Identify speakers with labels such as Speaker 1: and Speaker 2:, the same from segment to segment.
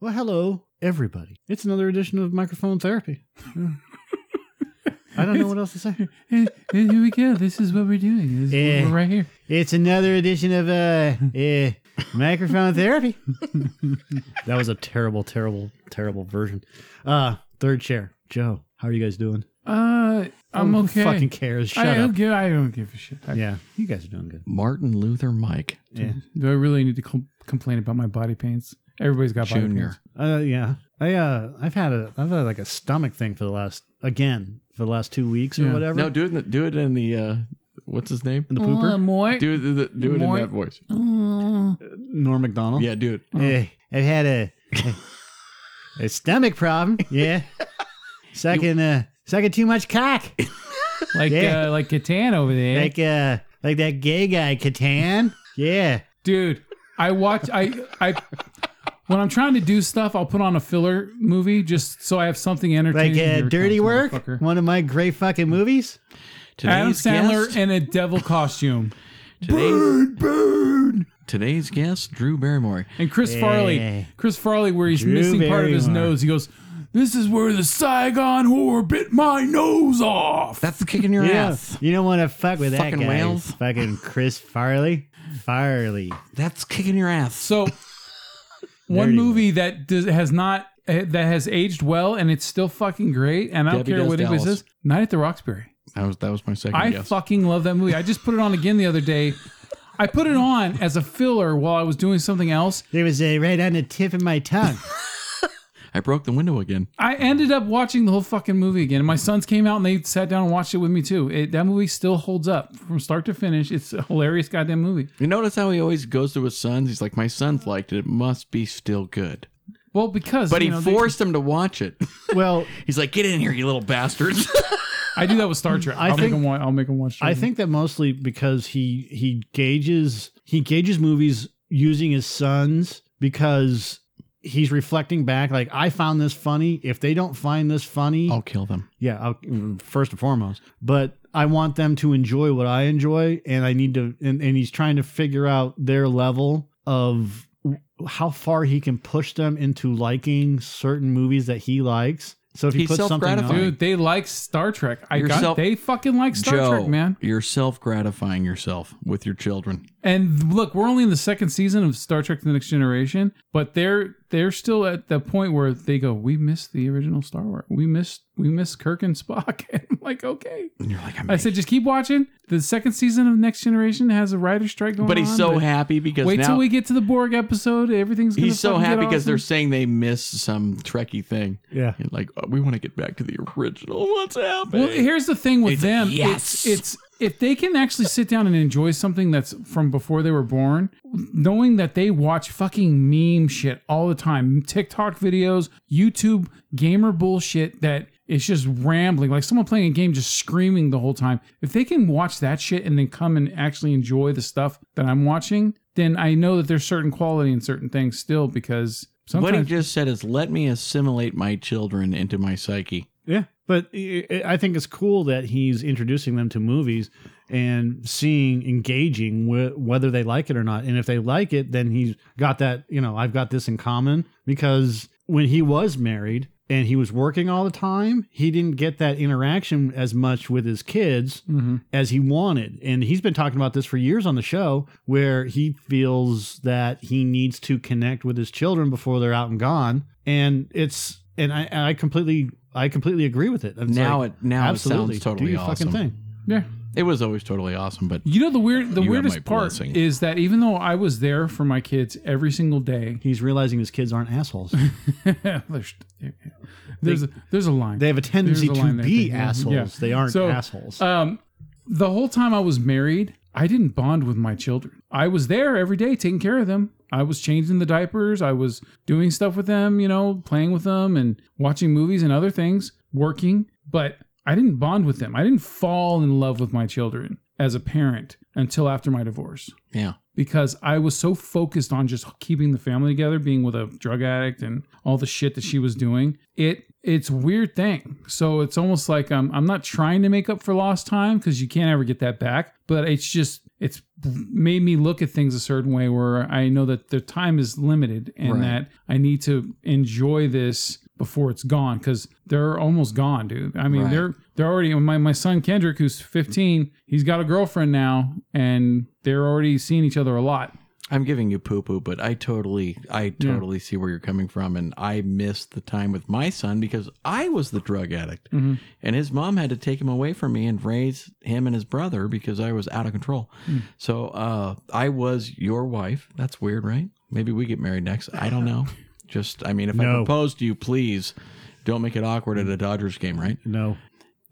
Speaker 1: Well, hello, everybody. It's another edition of Microphone Therapy. I don't know what else to say.
Speaker 2: And, and here we go. This is what we're doing. This-
Speaker 1: Eh.
Speaker 2: We're right here.
Speaker 1: It's another edition of uh, uh Microphone Therapy. that was a terrible, terrible, terrible version. Uh, third chair, Joe. How are you guys doing?
Speaker 2: Uh, I'm
Speaker 1: Who
Speaker 2: okay.
Speaker 1: Oh, Fucking cares. Shut
Speaker 2: I
Speaker 1: up.
Speaker 2: don't give. I don't give a shit. I-
Speaker 1: Yeah, you guys are doing good.
Speaker 3: Martin Luther Mike
Speaker 1: Yeah.
Speaker 2: Do I really need to com- complain about my body pains? Everybody's got body
Speaker 3: Jr.
Speaker 2: pains.
Speaker 1: Uh, yeah. I uh, I've had a, I've had like a stomach thing for the last, again, for the last two weeks or
Speaker 2: Yeah.
Speaker 1: whatever.
Speaker 3: No, do it. In the, do it in the uh, what's his name?
Speaker 1: In the pooper.
Speaker 2: Uh, moi.
Speaker 3: Do it. in the- Do it in
Speaker 2: Moi-
Speaker 3: that voice.
Speaker 2: Uh,
Speaker 1: Norm Macdonald.
Speaker 3: Yeah, do it.
Speaker 1: Eh, I've had a, a stomach problem. Yeah. Sucking uh, sucking too much cock.
Speaker 2: like
Speaker 1: Yeah.
Speaker 2: uh, like Catan over there,
Speaker 1: Like uh like that gay guy Catan. Yeah.
Speaker 2: dude. I watch. I I. When I'm trying to do stuff, I'll put on a filler movie just so I have something entertaining.
Speaker 1: Like
Speaker 2: to
Speaker 1: uh,
Speaker 2: hear
Speaker 1: Dirty
Speaker 2: about,
Speaker 1: Work.
Speaker 2: motherfucker.
Speaker 1: One of my great fucking movies.
Speaker 2: Adam
Speaker 3: Today's
Speaker 2: Sandler
Speaker 3: guest-
Speaker 2: in a devil costume
Speaker 3: today's, Today's guest, Drew Barrymore.
Speaker 2: and Chris
Speaker 1: Yeah.
Speaker 2: Farley. Chris Farley, where he's
Speaker 1: Drew
Speaker 2: missing part of his
Speaker 1: Barrymore.
Speaker 2: nose, he goes, "This is where the Saigon whore bit my nose off."
Speaker 3: That's the kick in your
Speaker 1: Yeah.
Speaker 3: ass.
Speaker 1: You don't want to fuck with
Speaker 3: Fucking
Speaker 1: that guy.
Speaker 3: whales.
Speaker 1: Fucking Chris Farley. Farley.
Speaker 3: That's kicking your ass.
Speaker 2: So, one
Speaker 1: Dirty
Speaker 2: movie that does, has not eh, that has aged well and it's still fucking great, and I don't
Speaker 3: Debbie
Speaker 2: care
Speaker 3: Does
Speaker 2: what anybody
Speaker 3: Dallas.
Speaker 2: says. Night at the Roxbury.
Speaker 3: That was that was my second
Speaker 2: I
Speaker 3: guess.
Speaker 2: fucking love that movie. I just put it on again the other day. I put it on as a filler while I was doing something else.
Speaker 1: There was a right on the tip of my tongue.
Speaker 3: I broke the window again.
Speaker 2: I ended up watching the whole fucking movie again. And my sons came out and they sat down and watched it with me too. It, that movie still holds up from start to finish. It's a hilarious goddamn movie.
Speaker 3: You notice how he always goes to his sons? He's like, my sons liked it. It must be still good.
Speaker 2: Well, because
Speaker 3: But
Speaker 2: you
Speaker 3: he
Speaker 2: know, they-
Speaker 3: forced them to watch it.
Speaker 1: well,
Speaker 3: He's like, get in here, you little bastards.
Speaker 2: I do that with Star Trek.
Speaker 1: I
Speaker 2: I'll
Speaker 1: think-
Speaker 2: make him watch. I'll make him watch.
Speaker 1: I
Speaker 2: Trek.
Speaker 1: think that mostly because he he gauges he gauges movies using his sons because he's reflecting back like I found this funny. If they don't find this funny,
Speaker 3: I'll kill them.
Speaker 1: yeah, I'll, mm, first and foremost. But I want them to enjoy what I enjoy, and I need to. And, and he's trying to figure out their level of w- how far he can push them into liking certain movies that he likes. So if he
Speaker 3: He's
Speaker 1: puts something,
Speaker 3: self-gratifying.
Speaker 1: on,
Speaker 2: Dude, they like Star Trek. I
Speaker 3: You're
Speaker 2: got
Speaker 3: self-
Speaker 2: they fucking like Star
Speaker 3: Joe,
Speaker 2: Trek, man.
Speaker 3: you're self gratifying yourself with your children.
Speaker 2: And look, we're only in the second season of Star Trek: The Next Generation, but they're they're still at the point where they go, "We missed the original Star Wars. We missed we missed Kirk and Spock." And I'm like, okay.
Speaker 3: And you're like, I'm
Speaker 2: I said, just keep watching. The second season of Next Generation has a writer's strike going on.
Speaker 3: but he's so happy because
Speaker 2: Wait
Speaker 3: now
Speaker 2: till we get to the Borg episode. Everything's gonna
Speaker 3: he's so
Speaker 2: fucking get
Speaker 3: happy because
Speaker 2: awesome.
Speaker 3: they're saying they miss some Trekkie thing.
Speaker 1: yeah.
Speaker 3: And like, oh, we want to get back to the original. What's happening?
Speaker 2: Well, here's the thing with
Speaker 3: It's like,
Speaker 2: them.
Speaker 3: yes.
Speaker 2: It's, it's if they can actually sit down and enjoy something that's from before they were born, knowing that they watch fucking meme shit all the time, TikTok videos, YouTube gamer bullshit that it's just rambling, like someone playing a game just screaming the whole time. If they can watch that shit and then come and actually enjoy the stuff that I'm watching, then I know that there's certain quality in certain things still because
Speaker 3: what he
Speaker 2: sometimes
Speaker 3: just said is, let me assimilate my children into my psyche.
Speaker 1: Yeah, but i- i- I think it's cool that he's introducing them to movies and seeing, engaging wh- whether they like it or not. And if they like it, then he's got that. You know, I've got this in common because when he was married and he was working all the time, he didn't get that interaction as much with his kids
Speaker 2: Mhm.
Speaker 1: as he wanted. And he's been talking about this for years on the show, where he feels that he needs to connect with his children before they're out and gone. And it's and I, I completely I completely agree with it. It's
Speaker 3: now
Speaker 1: like,
Speaker 3: it now it
Speaker 1: absolutely
Speaker 3: sounds totally
Speaker 1: do your
Speaker 3: awesome.
Speaker 1: fucking thing.
Speaker 2: yeah.
Speaker 3: It was always totally awesome, but
Speaker 2: You know the weird the
Speaker 3: You have my
Speaker 2: weirdest part
Speaker 3: blessing.
Speaker 2: is that even though I was there for my kids every single day,
Speaker 1: He's realizing his kids aren't assholes.
Speaker 2: there's there's a, there's a line.
Speaker 1: They have a tendency
Speaker 2: a
Speaker 1: to
Speaker 2: line there,
Speaker 1: be
Speaker 2: too. Yeah.
Speaker 1: assholes.
Speaker 2: Yeah.
Speaker 1: They aren't
Speaker 2: So,
Speaker 1: assholes.
Speaker 2: um, the whole time I was married, I didn't bond with my children. I was there every day taking care of them. I was changing the diapers. I was doing stuff with them, you know, playing with them and watching movies and other things, working. But I didn't bond with them. I didn't fall in love with my children as a parent until after my divorce.
Speaker 3: yeah.
Speaker 2: because I was so focused on just keeping the family together, being with a drug addict and all the shit that she was doing. It it's a weird thing. So um, it's almost like I'm I'm not trying to make up for lost time because you can't ever get that back. But it's just it's made me look at things a certain way where I know that the time is limited and
Speaker 3: Right.
Speaker 2: that I need to enjoy this before it's gone because they're almost gone, dude. I mean,
Speaker 3: Right.
Speaker 2: they're they're already my my son Kendrick, who's 15, he's got a girlfriend now, and they're already seeing each other a lot.
Speaker 3: I'm giving you poo poo, but I totally, I totally see where you're coming from, and I missed the time with my son because I was the drug addict,
Speaker 1: Mm-hmm.
Speaker 3: and his mom had to take him away from me and raise him and his brother because I was out of control.
Speaker 1: Mm.
Speaker 3: So uh, I was your wife. That's weird, right? Maybe we get married next. I don't know. Just, I mean, if I
Speaker 1: No. Mm.
Speaker 3: propose to you, please don't make it awkward at a Dodgers game, right?
Speaker 1: No.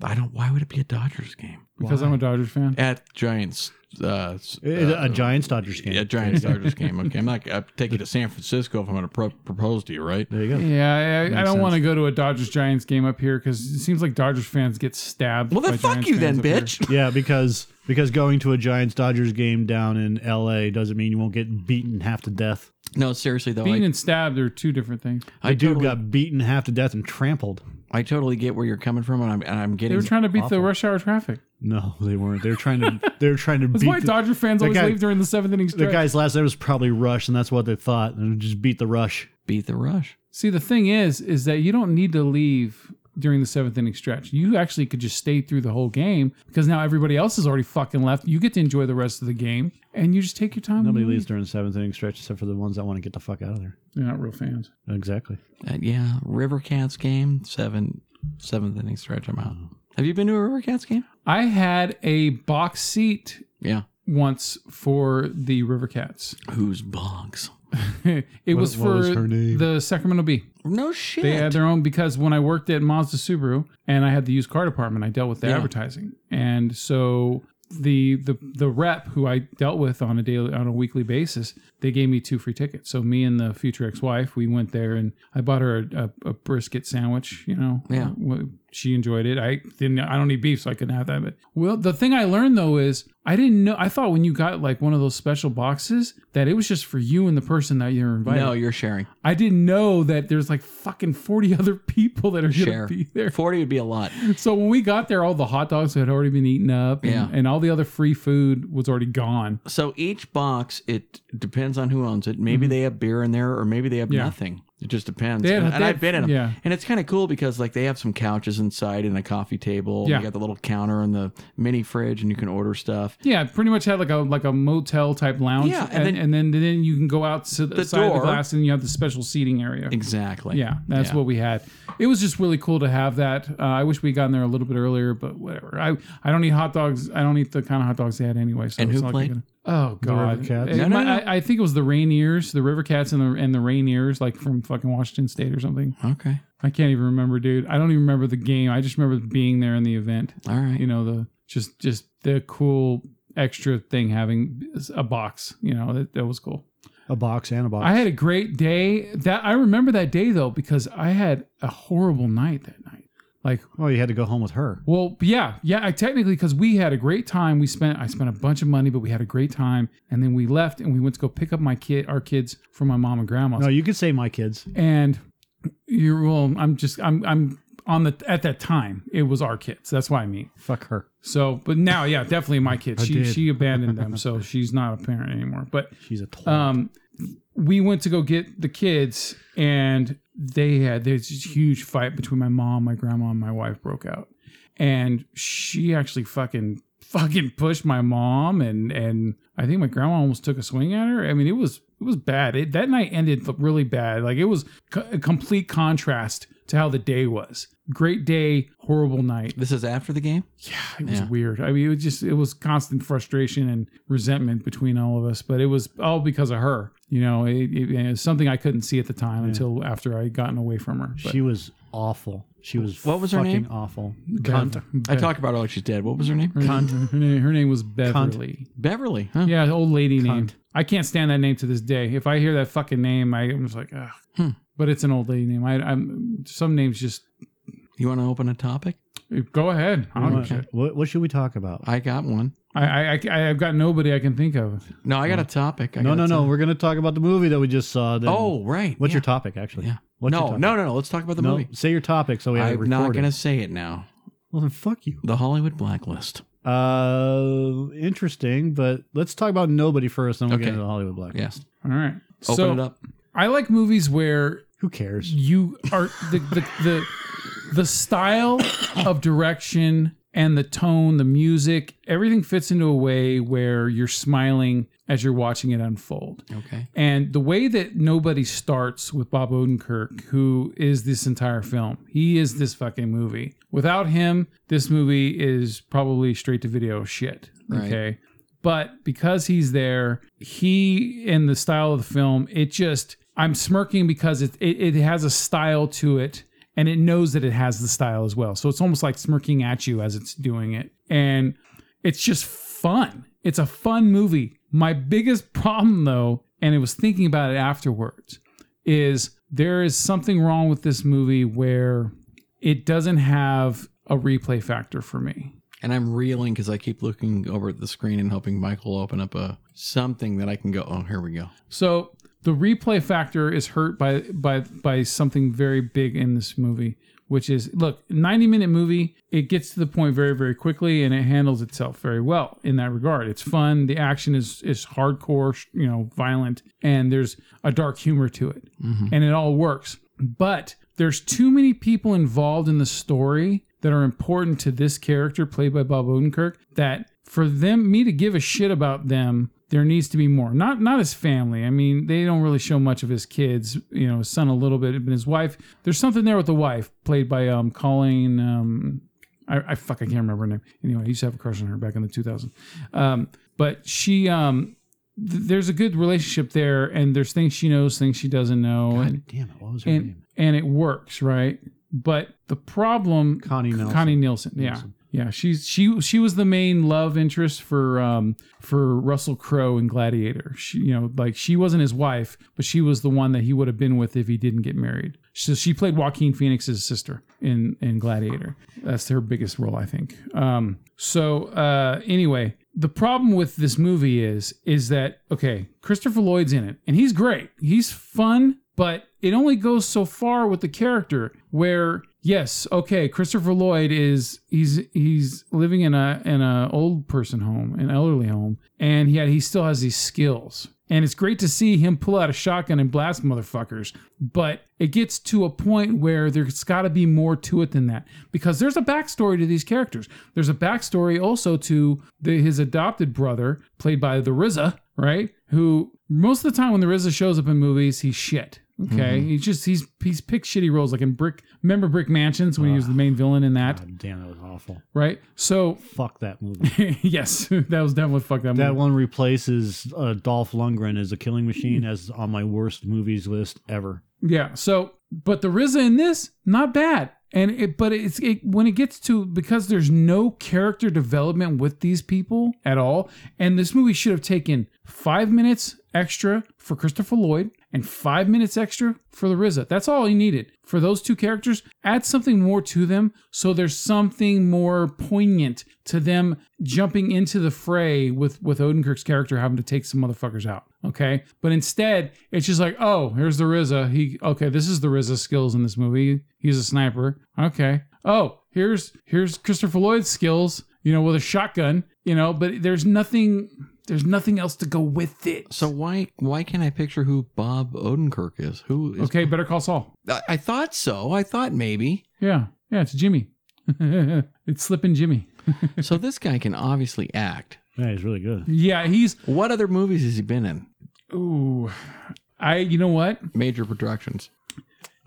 Speaker 3: I don't. Why would it be a Dodgers game?
Speaker 2: Because I'm a Dodgers fan.
Speaker 3: At Giants. Uh, s-
Speaker 1: It-
Speaker 3: uh,
Speaker 1: a Giants Dodgers game.
Speaker 3: yeah, Giants Dodgers game. Okay, I'm not. I take you to San Francisco if I'm going to pro- propose to you, right?
Speaker 1: There you go.
Speaker 2: Yeah, I, I don't want to go to a Dodgers Giants game up here because it seems like Dodgers fans get stabbed.
Speaker 3: Well,
Speaker 2: by
Speaker 3: then fuck
Speaker 2: Giants
Speaker 3: you,
Speaker 2: fans
Speaker 3: then,
Speaker 2: up here.
Speaker 3: bitch.
Speaker 1: Yeah, because because going to a Giants Dodgers game down in L.A. doesn't mean you won't get beaten half to death.
Speaker 3: No, seriously though,
Speaker 2: Being
Speaker 3: I,
Speaker 2: and stabbed are two different things.
Speaker 1: I
Speaker 3: I
Speaker 1: dude
Speaker 3: totally,
Speaker 1: got beaten half to death and trampled.
Speaker 3: I totally get where you're coming from, and I'm, and I'm
Speaker 2: They
Speaker 3: getting.
Speaker 2: were trying to beat the rush hour traffic.
Speaker 1: No, they weren't. They're trying to. They're trying to
Speaker 2: That's why
Speaker 1: beat. The,
Speaker 2: Dodger fans
Speaker 1: the
Speaker 2: always
Speaker 1: guy-
Speaker 2: leave during the seventh inning
Speaker 1: the
Speaker 2: stretch.
Speaker 1: guy's last name was probably Rush, and that's what they thought, and just beat the Rush.
Speaker 3: beat the rush.
Speaker 2: See, the thing is, is that you don't need to leave during the seventh inning stretch. You actually could just stay through the whole game because now everybody else has already fucking left. You get to enjoy the rest of the game, and you just take your time.
Speaker 1: Nobody
Speaker 2: and
Speaker 1: leaves during the seventh inning stretch except for the ones that want to get the fuck out of there.
Speaker 2: They're not real fans.
Speaker 1: Exactly.
Speaker 3: Uh, yeah, River Cats game seven seventh inning stretch. I'm out. Have you been to a River Cats game?
Speaker 2: I had a box seat
Speaker 3: Yeah.
Speaker 2: once for the River Cats.
Speaker 3: Who's Boggs?
Speaker 2: it was
Speaker 1: what
Speaker 2: for
Speaker 1: was her name?
Speaker 2: the Sacramento Bee.
Speaker 3: No shit.
Speaker 2: They had their own because when I worked at Mazda Subaru and I had the used car department, I dealt with the
Speaker 3: Yeah.
Speaker 2: advertising, and so the the the rep who I dealt with on a daily on a weekly basis, they gave me two free tickets. So me and the future ex wife, we went there and I bought her a, a, a brisket sandwich. You know,
Speaker 3: Yeah.
Speaker 2: Wh- she enjoyed it. I didn't. I don't eat beef, so I couldn't have that. But well, the thing I learned though is I didn't know. I thought when you got like one of those special boxes that it was just for you and the person that you're invited.
Speaker 3: no, you're sharing.
Speaker 2: I didn't know that there's like fucking 40 other people that are
Speaker 3: Share.
Speaker 2: going to be there.
Speaker 3: Forty would be a lot.
Speaker 2: So when we got there, all the hot dogs had already been eaten up and,
Speaker 3: Yeah.
Speaker 2: and all the other free food was already gone.
Speaker 3: So each box, it depends on who owns it.
Speaker 1: Mm-hmm.
Speaker 3: Maybe they have beer in there, or maybe they have
Speaker 2: Yeah.
Speaker 3: nothing. It just depends.
Speaker 2: They had-
Speaker 3: and
Speaker 2: they
Speaker 3: and
Speaker 2: had-
Speaker 3: I've been in them.
Speaker 2: yeah.
Speaker 3: And it's kind of cool because like they have some couches inside and a coffee table.
Speaker 2: Yeah.
Speaker 3: You got the little counter and the mini fridge, and you can order stuff.
Speaker 2: Yeah, pretty much had like a like a motel type lounge.
Speaker 3: Yeah,
Speaker 2: and,
Speaker 3: and
Speaker 2: and, then, then you can go out to the,
Speaker 3: The
Speaker 2: side of
Speaker 3: door-
Speaker 2: the glass and you have the special seating area.
Speaker 3: Exactly.
Speaker 2: Yeah, that's
Speaker 3: Yeah.
Speaker 2: what we had. It was just really cool to have that. Uh, I wish we would gotten there a little bit earlier, but whatever. I I don't eat hot dogs. I don't eat the kind of hot dogs they had anyway. So
Speaker 3: And
Speaker 2: it's
Speaker 3: who
Speaker 2: not
Speaker 3: played?
Speaker 2: Gonna, oh
Speaker 1: River
Speaker 2: god,
Speaker 1: Cats?
Speaker 2: It
Speaker 3: No, no,
Speaker 2: might-
Speaker 3: no.
Speaker 2: I, I think it was the Rainiers, the River Cats, and the and the Rainiers, like from fucking Washington State or something.
Speaker 3: Okay.
Speaker 2: I can't even remember, dude. I don't even remember the game. I just remember being there in the event.
Speaker 3: All right.
Speaker 2: You know the just just the cool extra thing having a box. You know that that was cool.
Speaker 1: A box and a box.
Speaker 2: I had a great day. That I remember that day though because I had a horrible night that night. Like,
Speaker 1: well, Oh, you had to go home with her.
Speaker 2: well, yeah, yeah. I technically because we had a great time. We spent I spent a bunch of money, but we had a great time. And then we left and we went to go pick up my kid, our kids from my mom and grandma's.
Speaker 1: No, you could say my kids.
Speaker 2: and you're well. I'm just I'm I'm on the at that time it was our kids. That's what I mean.
Speaker 1: Fuck her.
Speaker 2: So, but now, yeah, definitely my kids. She
Speaker 1: did.
Speaker 2: she abandoned them, so she's not a parent anymore. But
Speaker 1: She's a toy.
Speaker 2: um we went to go get the kids and they had there's this huge fight between my mom my grandma and my wife broke out and she actually fucking fucking pushed my mom and and i think my grandma almost took a swing at her i mean it was it was bad it, that night ended really bad like it was co- a complete contrast to how the day was great day horrible night
Speaker 3: this is after the game.
Speaker 2: yeah, it was
Speaker 3: Yeah.
Speaker 2: weird. I mean, it was just it was constant frustration and resentment between all of us, but it was all because of her. You know, it, it, it was something I couldn't see at the time until after I had gotten away from her. But
Speaker 1: she was awful. She was
Speaker 3: What was her
Speaker 1: fucking
Speaker 3: name?
Speaker 1: awful.
Speaker 2: Bev-
Speaker 3: I
Speaker 2: Bev-
Speaker 3: talk about her like she's dead. What was her name?
Speaker 2: Her, name- her name, her name was Beverly.
Speaker 3: Beverly. Huh?
Speaker 2: Yeah, old lady name. I can't stand that name to this day. If I hear that fucking name, I, I'm just like, ugh.
Speaker 3: Hmm.
Speaker 2: But it's an old lady name. I, I'm some names just
Speaker 3: You want to open a topic?
Speaker 2: go ahead. I don't give a shit.
Speaker 1: What, what should we talk about?
Speaker 3: I got one.
Speaker 2: I, I, I, I've got nobody I can think of.
Speaker 3: No, I got a topic. I
Speaker 1: no,
Speaker 3: got
Speaker 1: no,
Speaker 3: a
Speaker 1: no.
Speaker 3: topic.
Speaker 1: We're going to talk about the movie that we just saw. then-
Speaker 3: Oh, right.
Speaker 1: What's
Speaker 3: yeah.
Speaker 1: your topic, actually?
Speaker 3: Yeah.
Speaker 1: What's your
Speaker 3: no,
Speaker 1: topic?
Speaker 3: no, no, no. Let's talk about the
Speaker 1: No,
Speaker 3: movie.
Speaker 1: say your topic so we have it
Speaker 3: I'm not
Speaker 1: recorded.
Speaker 3: going to say it now.
Speaker 1: Well, then fuck you.
Speaker 3: The Hollywood Blacklist.
Speaker 1: Uh, interesting, but let's talk about nobody first, then we'll get
Speaker 3: Okay.
Speaker 1: into the Hollywood Blacklist.
Speaker 3: Yes.
Speaker 2: All right.
Speaker 3: Open
Speaker 2: so
Speaker 3: it up.
Speaker 2: I like movies where
Speaker 1: Who cares?
Speaker 2: you are the the, the the style of direction and the tone, the music, everything fits into a way where you're smiling as you're watching it unfold.
Speaker 3: Okay.
Speaker 2: And the way that nobody starts with Bob Odenkirk, who is this entire film, he is this fucking movie. Without him, this movie is probably straight to video shit.
Speaker 3: Right.
Speaker 2: Okay. But because he's there, he and the style of the film, it just, I'm smirking because it, it, it has a style to it and it knows that it has the style as well. So it's almost like smirking at you as it's doing it. And it's just fun. It's a fun movie. My biggest problem, though, and I was thinking about it afterwards, is there is something wrong with this movie where it doesn't have a replay factor for me.
Speaker 3: And I'm reeling because I keep looking over at the screen and hoping Michael open up a something that I can go. Oh, here we go.
Speaker 2: So the replay factor is hurt by by by something very big in this movie, which is look, 90 minute movie, it gets to the point very, very quickly and it handles itself very well in that regard. It's fun, the action is is hardcore, sh- you know, violent, and there's a dark humor to it. And it all works. But there's too many people involved in the story that are important to this character played by Bob Odenkirk that for them me to give a shit about them there needs to be more not not his family i mean they don't really show much of his kids you know his son a little bit and his wife there's something there with the wife played by um colleen um I, I fuck I can't remember her name. Anyway, I used to have a crush on her back in the 2000s. Um, but she, um, th- there's a good relationship there, and there's things she knows, things she doesn't know, and
Speaker 1: God damn it! What was her
Speaker 2: and
Speaker 1: name?
Speaker 2: and it works, right? But the problem,
Speaker 1: Connie Nelson.
Speaker 2: Connie Nielsen, yeah,
Speaker 1: Nielsen.
Speaker 2: yeah, she's she she was the main love interest for um for Russell Crowe in Gladiator. She, you know, like she wasn't his wife, but she was the one that he would have been with if he didn't get married. So she played Joaquin Phoenix's sister in in Gladiator. That's her biggest role, I think. Um, so uh, anyway. The problem with this movie is is that okay, Christopher Lloyd's in it and he's great. He's fun, but it only goes so far with the character where yes okay christopher lloyd is he's he's living in a in a old person home an elderly home and yet he still has these skills and it's great to see him pull out a shotgun and blast motherfuckers but it gets to a point where there's got to be more to it than that because there's a backstory to these characters there's a backstory also to the, his adopted brother played by the rizza right who most of the time when the RZA shows up in movies, he's shit. Okay, he's just he's he's picked shitty roles like in Brick. Remember Brick Mansions when he was the main villain in that,
Speaker 1: God damn, that was awful.
Speaker 2: right? So
Speaker 1: Fuck that movie.
Speaker 2: yes, that was definitely fucked up.
Speaker 1: that one replaces uh, Dolph Lundgren as a killing machine as on my worst movies list ever.
Speaker 2: Yeah. So, but the RZA in this not bad, and it but it's it, when it gets to because there's no character development with these people at all, and this movie should have taken five minutes extra for Christopher Lloyd and five minutes extra for the RZA. That's all he needed for those two characters. Add something more to them, so there's something more poignant to them jumping into the fray with with Odenkirk's character having to take some motherfuckers out. Okay, but instead it's just like, oh, here's the RZA. He okay, this is the RZA skills in this movie. He's a sniper. Okay. Oh, here's here's Christopher Lloyd's skills. You know, with a shotgun. You know, but there's nothing. There's nothing else to go with it.
Speaker 3: So why why can't I picture who Bob Odenkirk is? Who is?
Speaker 2: okay, Better Call Saul.
Speaker 3: I, I thought so. I thought maybe.
Speaker 2: Yeah, yeah, it's Jimmy. it's slipping Jimmy.
Speaker 3: so this guy can obviously act.
Speaker 1: Yeah, he's really good.
Speaker 2: Yeah, he's.
Speaker 3: What other movies has he been in?
Speaker 2: Ooh, I. You know what?
Speaker 3: Major productions.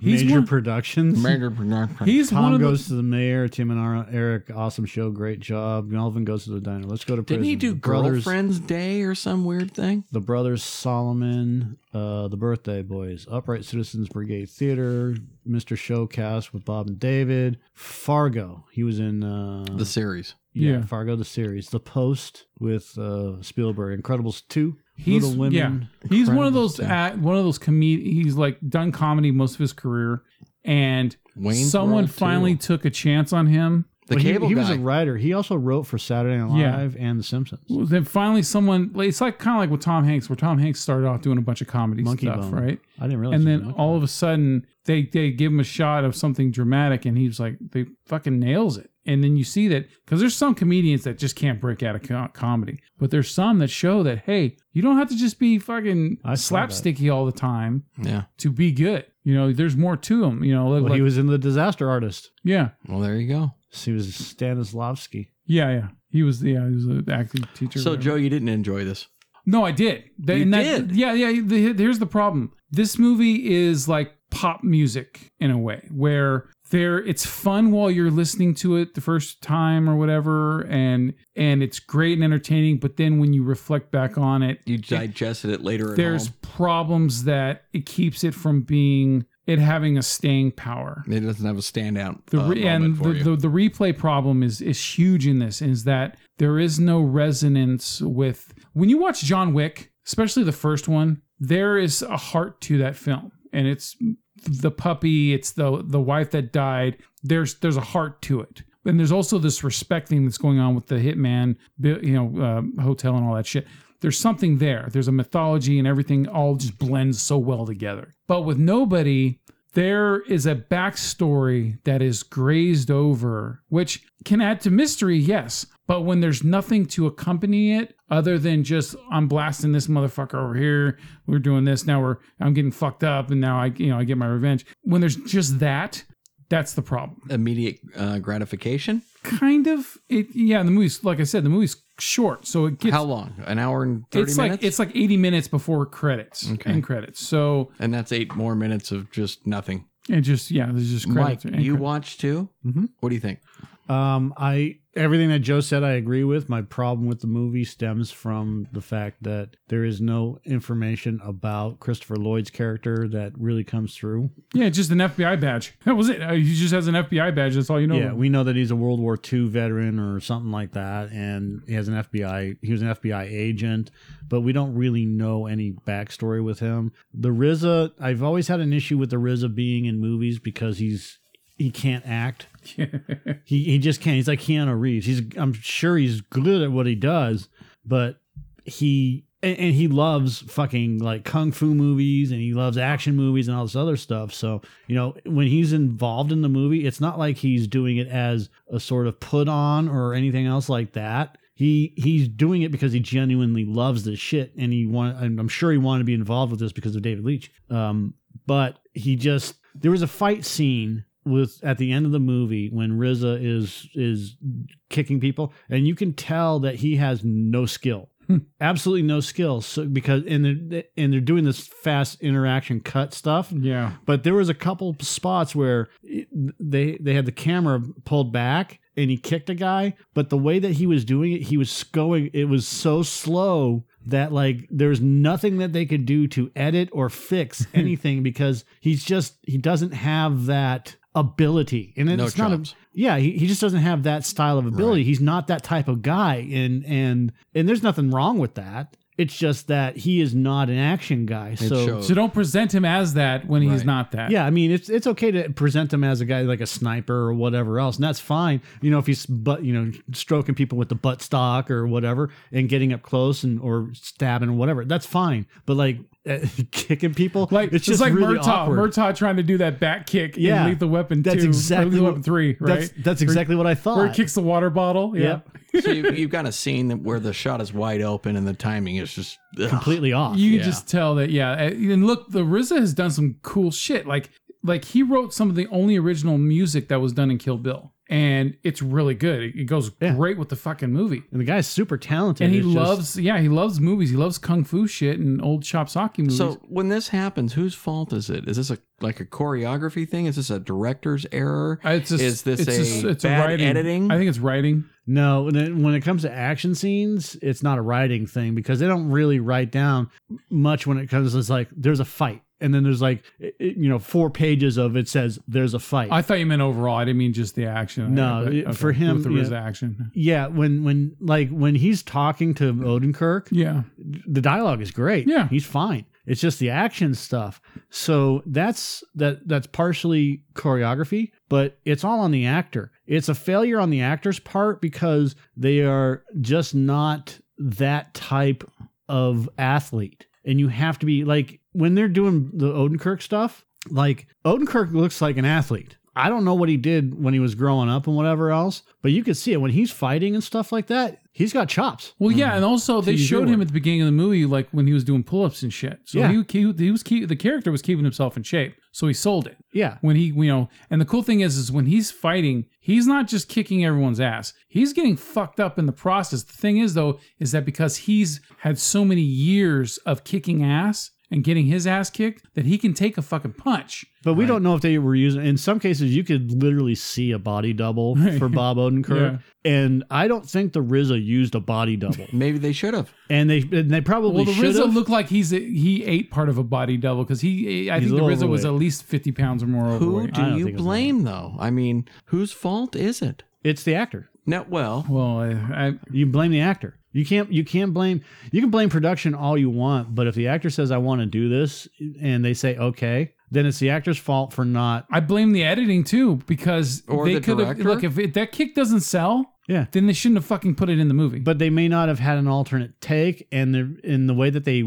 Speaker 2: He's
Speaker 1: Major
Speaker 2: one-
Speaker 1: productions.
Speaker 3: Major productions.
Speaker 2: He's one
Speaker 1: Tom
Speaker 2: of
Speaker 1: goes to the mayor. Tim and Ar- Eric, awesome show, great job. Melvin goes to the diner. Let's go to prison.
Speaker 3: Didn't he do
Speaker 1: the brothers?
Speaker 3: Girlfriend's Day or some weird thing?
Speaker 1: The brothers Solomon, uh, the Birthday Boys, Upright Citizens Brigade Theater, Mister Showcast with Bob and David, Fargo. He was in uh,
Speaker 3: The series.
Speaker 1: yeah,
Speaker 2: Yeah.
Speaker 1: Fargo the series, The Post with uh, Spielberg, Incredibles two,
Speaker 2: He's-
Speaker 1: Little Women.
Speaker 2: the. He's one of those.
Speaker 3: Incredibles,
Speaker 2: At, one of those comedians. He's like done comedy most of his career, and
Speaker 3: Wayne's
Speaker 2: someone
Speaker 3: World
Speaker 2: finally
Speaker 3: too.
Speaker 2: took a chance on him
Speaker 3: The
Speaker 1: But he-
Speaker 3: cable
Speaker 1: he,
Speaker 3: guy.
Speaker 1: was a writer. He also wrote for Saturday Night
Speaker 2: Yeah.
Speaker 1: Live and The Simpsons.
Speaker 2: Well, then finally someone like, it's like kind of like with Tom Hanks, where Tom Hanks started off doing a bunch of comedy
Speaker 1: Monkey Bone.
Speaker 2: stuff, right?
Speaker 1: I didn't realize.
Speaker 2: And
Speaker 1: he was
Speaker 2: then
Speaker 1: like-
Speaker 2: all of a sudden they they give him a shot of something dramatic, and he's like, they fucking nails it. And then you see that because there's some comedians that just can't break out of co- comedy, but there's some that show that hey, you don't have to just be fucking
Speaker 1: I saw that.
Speaker 2: slapsticky all the time
Speaker 3: yeah.
Speaker 2: to be good. You know, there's more to them. You know, like,
Speaker 1: well, he was in The Disaster Artist.
Speaker 2: yeah,
Speaker 3: Well, there you go.
Speaker 1: He was Stanislavski.
Speaker 2: yeah, yeah. He was yeah, he was an acting teacher.
Speaker 3: So,
Speaker 2: whatever.
Speaker 3: Joe, you didn't enjoy this.
Speaker 2: No, I did. They,
Speaker 3: You
Speaker 2: and that-
Speaker 3: did?
Speaker 2: Yeah, yeah. the- here's the problem. This movie is like pop music in a way, where there it's fun while you're listening to it the first time or whatever, and and it's great and entertaining. But then when you reflect back on it,
Speaker 3: You digested it later. At
Speaker 2: there's
Speaker 3: home.
Speaker 2: problems that it keeps it from being it having a staying power.
Speaker 3: It doesn't have a standout.
Speaker 2: The
Speaker 3: uh,
Speaker 2: re-
Speaker 3: moment
Speaker 2: and
Speaker 3: for
Speaker 2: the,
Speaker 3: you.
Speaker 2: the, the replay problem is is huge in this is that there is no resonance with when you watch John Wick, especially the first one, there is a heart to that film. And it's the puppy, it's the the wife that died. There's there's a heart to it. And there's also this respect thing that's going on with the hitman, bu- you know, uh, hotel and all that shit. There's something there. There's a mythology and everything all just blends so well together. But with nobody, there is a backstory that is grazed over, which can add to mystery, yes. But when there's nothing to accompany it other than just I'm blasting this motherfucker over here, we're doing this, now we're I'm getting fucked up and now I you know I get my revenge. When there's just that, that's the problem.
Speaker 3: immediate uh, gratification.
Speaker 2: Kind of it yeah, the movie's like I said, the movie's short, so it gets
Speaker 3: How long? An hour and thirty
Speaker 2: it's
Speaker 3: minutes.
Speaker 2: like it's like 80 minutes before credits
Speaker 3: Okay.
Speaker 2: and credits. So
Speaker 3: and that's eight more minutes of just nothing.
Speaker 2: it just yeah, there's just
Speaker 3: Mike,
Speaker 2: credits. Mm-hmm. and
Speaker 3: you
Speaker 2: credits.
Speaker 3: watched too.
Speaker 1: Mhm.
Speaker 3: What do you think?
Speaker 1: Um, I everything that Joe said, I agree with. My problem with the movie stems from the fact that there is no information about Christopher Lloyd's character that really comes through.
Speaker 2: Yeah, it's just an FBI badge. That was it. Uh, He just has an FBI badge. That's all you know.
Speaker 1: Yeah, we know that he's a World War II veteran or something like that, and he has an FBI. He was an FBI agent, but we don't really know any backstory with him. The RZA, I've always had an issue with the RZA being in movies because he's he can't act. he he just can't. He's like Keanu Reeves. He's I'm sure he's good at what he does, but he and, and he loves fucking like kung fu movies and he loves action movies and all this other stuff. So you know when he's involved in the movie, it's not like he's doing it as a sort of put on or anything else like that. He he's doing it because he genuinely loves this shit and he want. And I'm sure he wanted to be involved with this because of David Leitch. Um, but he just there was a fight scene with at the end of the movie when Riza is is kicking people and you can tell that he has no skill absolutely no skill so because and they're, and they're doing this fast interaction cut stuff
Speaker 2: Yeah.
Speaker 1: but there was a couple spots where it- they they had the camera pulled back and he kicked a guy but the way that he was doing it he was going it was so slow that like there's nothing that they could do to edit or fix anything because he's just he doesn't have that ability and
Speaker 3: No
Speaker 1: it's not a,
Speaker 3: chops.
Speaker 1: yeah he, he just doesn't have that style of ability he's not that type of guy and and and there's nothing wrong with that it's just that he is not an action guy so
Speaker 3: shows.
Speaker 2: So don't present him as that when he's
Speaker 3: Right.
Speaker 2: not that.
Speaker 1: yeah, I mean it's it's okay to present him as a guy like a sniper or whatever else, and that's fine. You know, if he's but you know stroking people with the butt stock or whatever, and getting up close and or stabbing or whatever, that's fine. But like eh, kicking people,
Speaker 2: Like
Speaker 1: it's just
Speaker 2: like
Speaker 1: really
Speaker 2: Murtaugh.
Speaker 1: awkward.
Speaker 2: Murtaugh trying to do that back kick
Speaker 1: Yeah.
Speaker 2: in Lethal Weapon
Speaker 1: That's
Speaker 2: 2. or
Speaker 1: exactly
Speaker 2: Lethal
Speaker 1: what-
Speaker 2: Weapon 3, right?
Speaker 1: That's that's exactly what I thought.
Speaker 2: Where he kicks the water bottle. Yeah.
Speaker 1: Yep.
Speaker 3: so you, you've got a scene that where the shot is wide open and the timing is just ugh.
Speaker 1: completely off.
Speaker 2: You can
Speaker 3: Yeah.
Speaker 2: just tell that, yeah. And look, the RZA has done some cool shit. Like, like he wrote some of the only original music that was done in Kill Bill, and it's really good. It, it goes
Speaker 1: Yeah.
Speaker 2: great with the fucking movie.
Speaker 1: and the guy's super talented,
Speaker 2: And he
Speaker 1: It's just-
Speaker 2: loves, yeah, he loves movies. He loves kung fu shit and old chop sake movies.
Speaker 3: So when this happens, whose fault is it? Is this a like a choreography thing? Is this a director's error?
Speaker 2: Uh, It's just,
Speaker 3: is this
Speaker 2: it's
Speaker 3: a
Speaker 2: just- it's
Speaker 3: bad
Speaker 2: writing.
Speaker 3: editing?
Speaker 2: I think it's writing.
Speaker 1: No, when it, when it comes to action scenes, it's not a writing thing because they don't really write down much when it comes to it's like there's a fight. And then there's like it- it- you know four pages of it says there's a fight.
Speaker 2: I thought you meant overall. I didn't mean just the action.
Speaker 1: No,
Speaker 2: But-
Speaker 1: it- for him,
Speaker 2: with the
Speaker 1: yeah.
Speaker 2: RZA action.
Speaker 1: yeah, when when like when he's talking to Odenkirk,
Speaker 2: Yeah,
Speaker 1: the dialogue is great.
Speaker 2: Yeah.
Speaker 1: he's fine. It's just the action stuff. So that's that that's partially choreography, but it's all on the actor. It's a failure on the actor's part because they are just not that type of athlete. And you have to be like when they're doing the Odenkirk stuff, like Odenkirk looks like an athlete. I don't know what he did when he was growing up and whatever else, but you could see it when he's fighting and stuff like that. He's got chops.
Speaker 2: Well, yeah, and also they
Speaker 1: you do
Speaker 2: showed
Speaker 1: it.
Speaker 2: him at the beginning of the movie, like when he was doing pull-ups and shit. So
Speaker 1: Yeah.
Speaker 2: he, he, he was keep, the character was keeping himself in shape, so he sold it.
Speaker 1: Yeah.
Speaker 2: When he, you know, and the cool thing is, is when he's fighting, he's not just kicking everyone's ass. He's getting fucked up in the process. The thing is, though, is that because he's had so many years of kicking ass and getting his ass kicked, that he can take a fucking punch.
Speaker 1: But we don't know if they were using. In some cases, you could literally see a body double for Bob Odenkirk, and I don't think the RZA used a body double.
Speaker 3: Maybe they should have.
Speaker 1: and they and they probably
Speaker 2: Well, the
Speaker 1: should
Speaker 2: Rizzo
Speaker 1: have.
Speaker 2: looked like he's he ate part of a body double because he. I
Speaker 1: He's a
Speaker 2: think the
Speaker 1: little
Speaker 2: Rizzo was at
Speaker 1: overweight.
Speaker 2: least fifty pounds or more
Speaker 3: Who
Speaker 2: overweight.
Speaker 1: I
Speaker 3: do
Speaker 1: don't
Speaker 3: you
Speaker 1: think it was
Speaker 3: blame though? I mean, whose fault is it?
Speaker 1: it's the actor.
Speaker 3: No, well,
Speaker 2: well, I, I,
Speaker 1: You blame the actor. You can't. You can't blame. You can blame production all you want, but if the actor says, "I want to do this," and they say, "Okay," then it's the actor's fault for not.
Speaker 2: I blame the editing too because
Speaker 3: Or
Speaker 2: they
Speaker 3: the
Speaker 2: could have
Speaker 3: director?
Speaker 2: look if it, that kick doesn't sell,
Speaker 1: Yeah.
Speaker 2: then they shouldn't have fucking put it in the movie.
Speaker 1: but they may not have had an alternate take and the in the way that they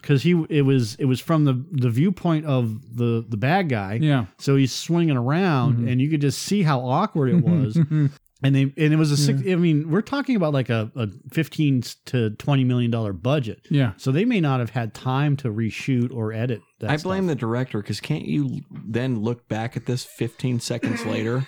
Speaker 1: because he it was it was from the the viewpoint of the the bad guy
Speaker 2: Yeah.
Speaker 1: so he's swinging around and you could just see how awkward it was and they and it was a six i mean we're talking about like a, a 15 to 20 million dollar budget
Speaker 2: yeah,
Speaker 1: so they may not have had time to reshoot or edit that
Speaker 3: I blame the director because can't you then look back at this 15 seconds later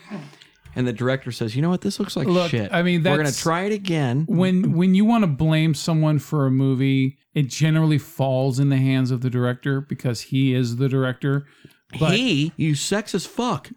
Speaker 3: and the director says, you know what, this looks like
Speaker 2: Look,
Speaker 3: shit.
Speaker 2: I mean,
Speaker 3: we're going to
Speaker 2: that's-
Speaker 3: try it again.
Speaker 2: when when you want to blame someone for a movie, it generally falls in the hands of the director because he is the director. But
Speaker 3: he, you sexist fuck.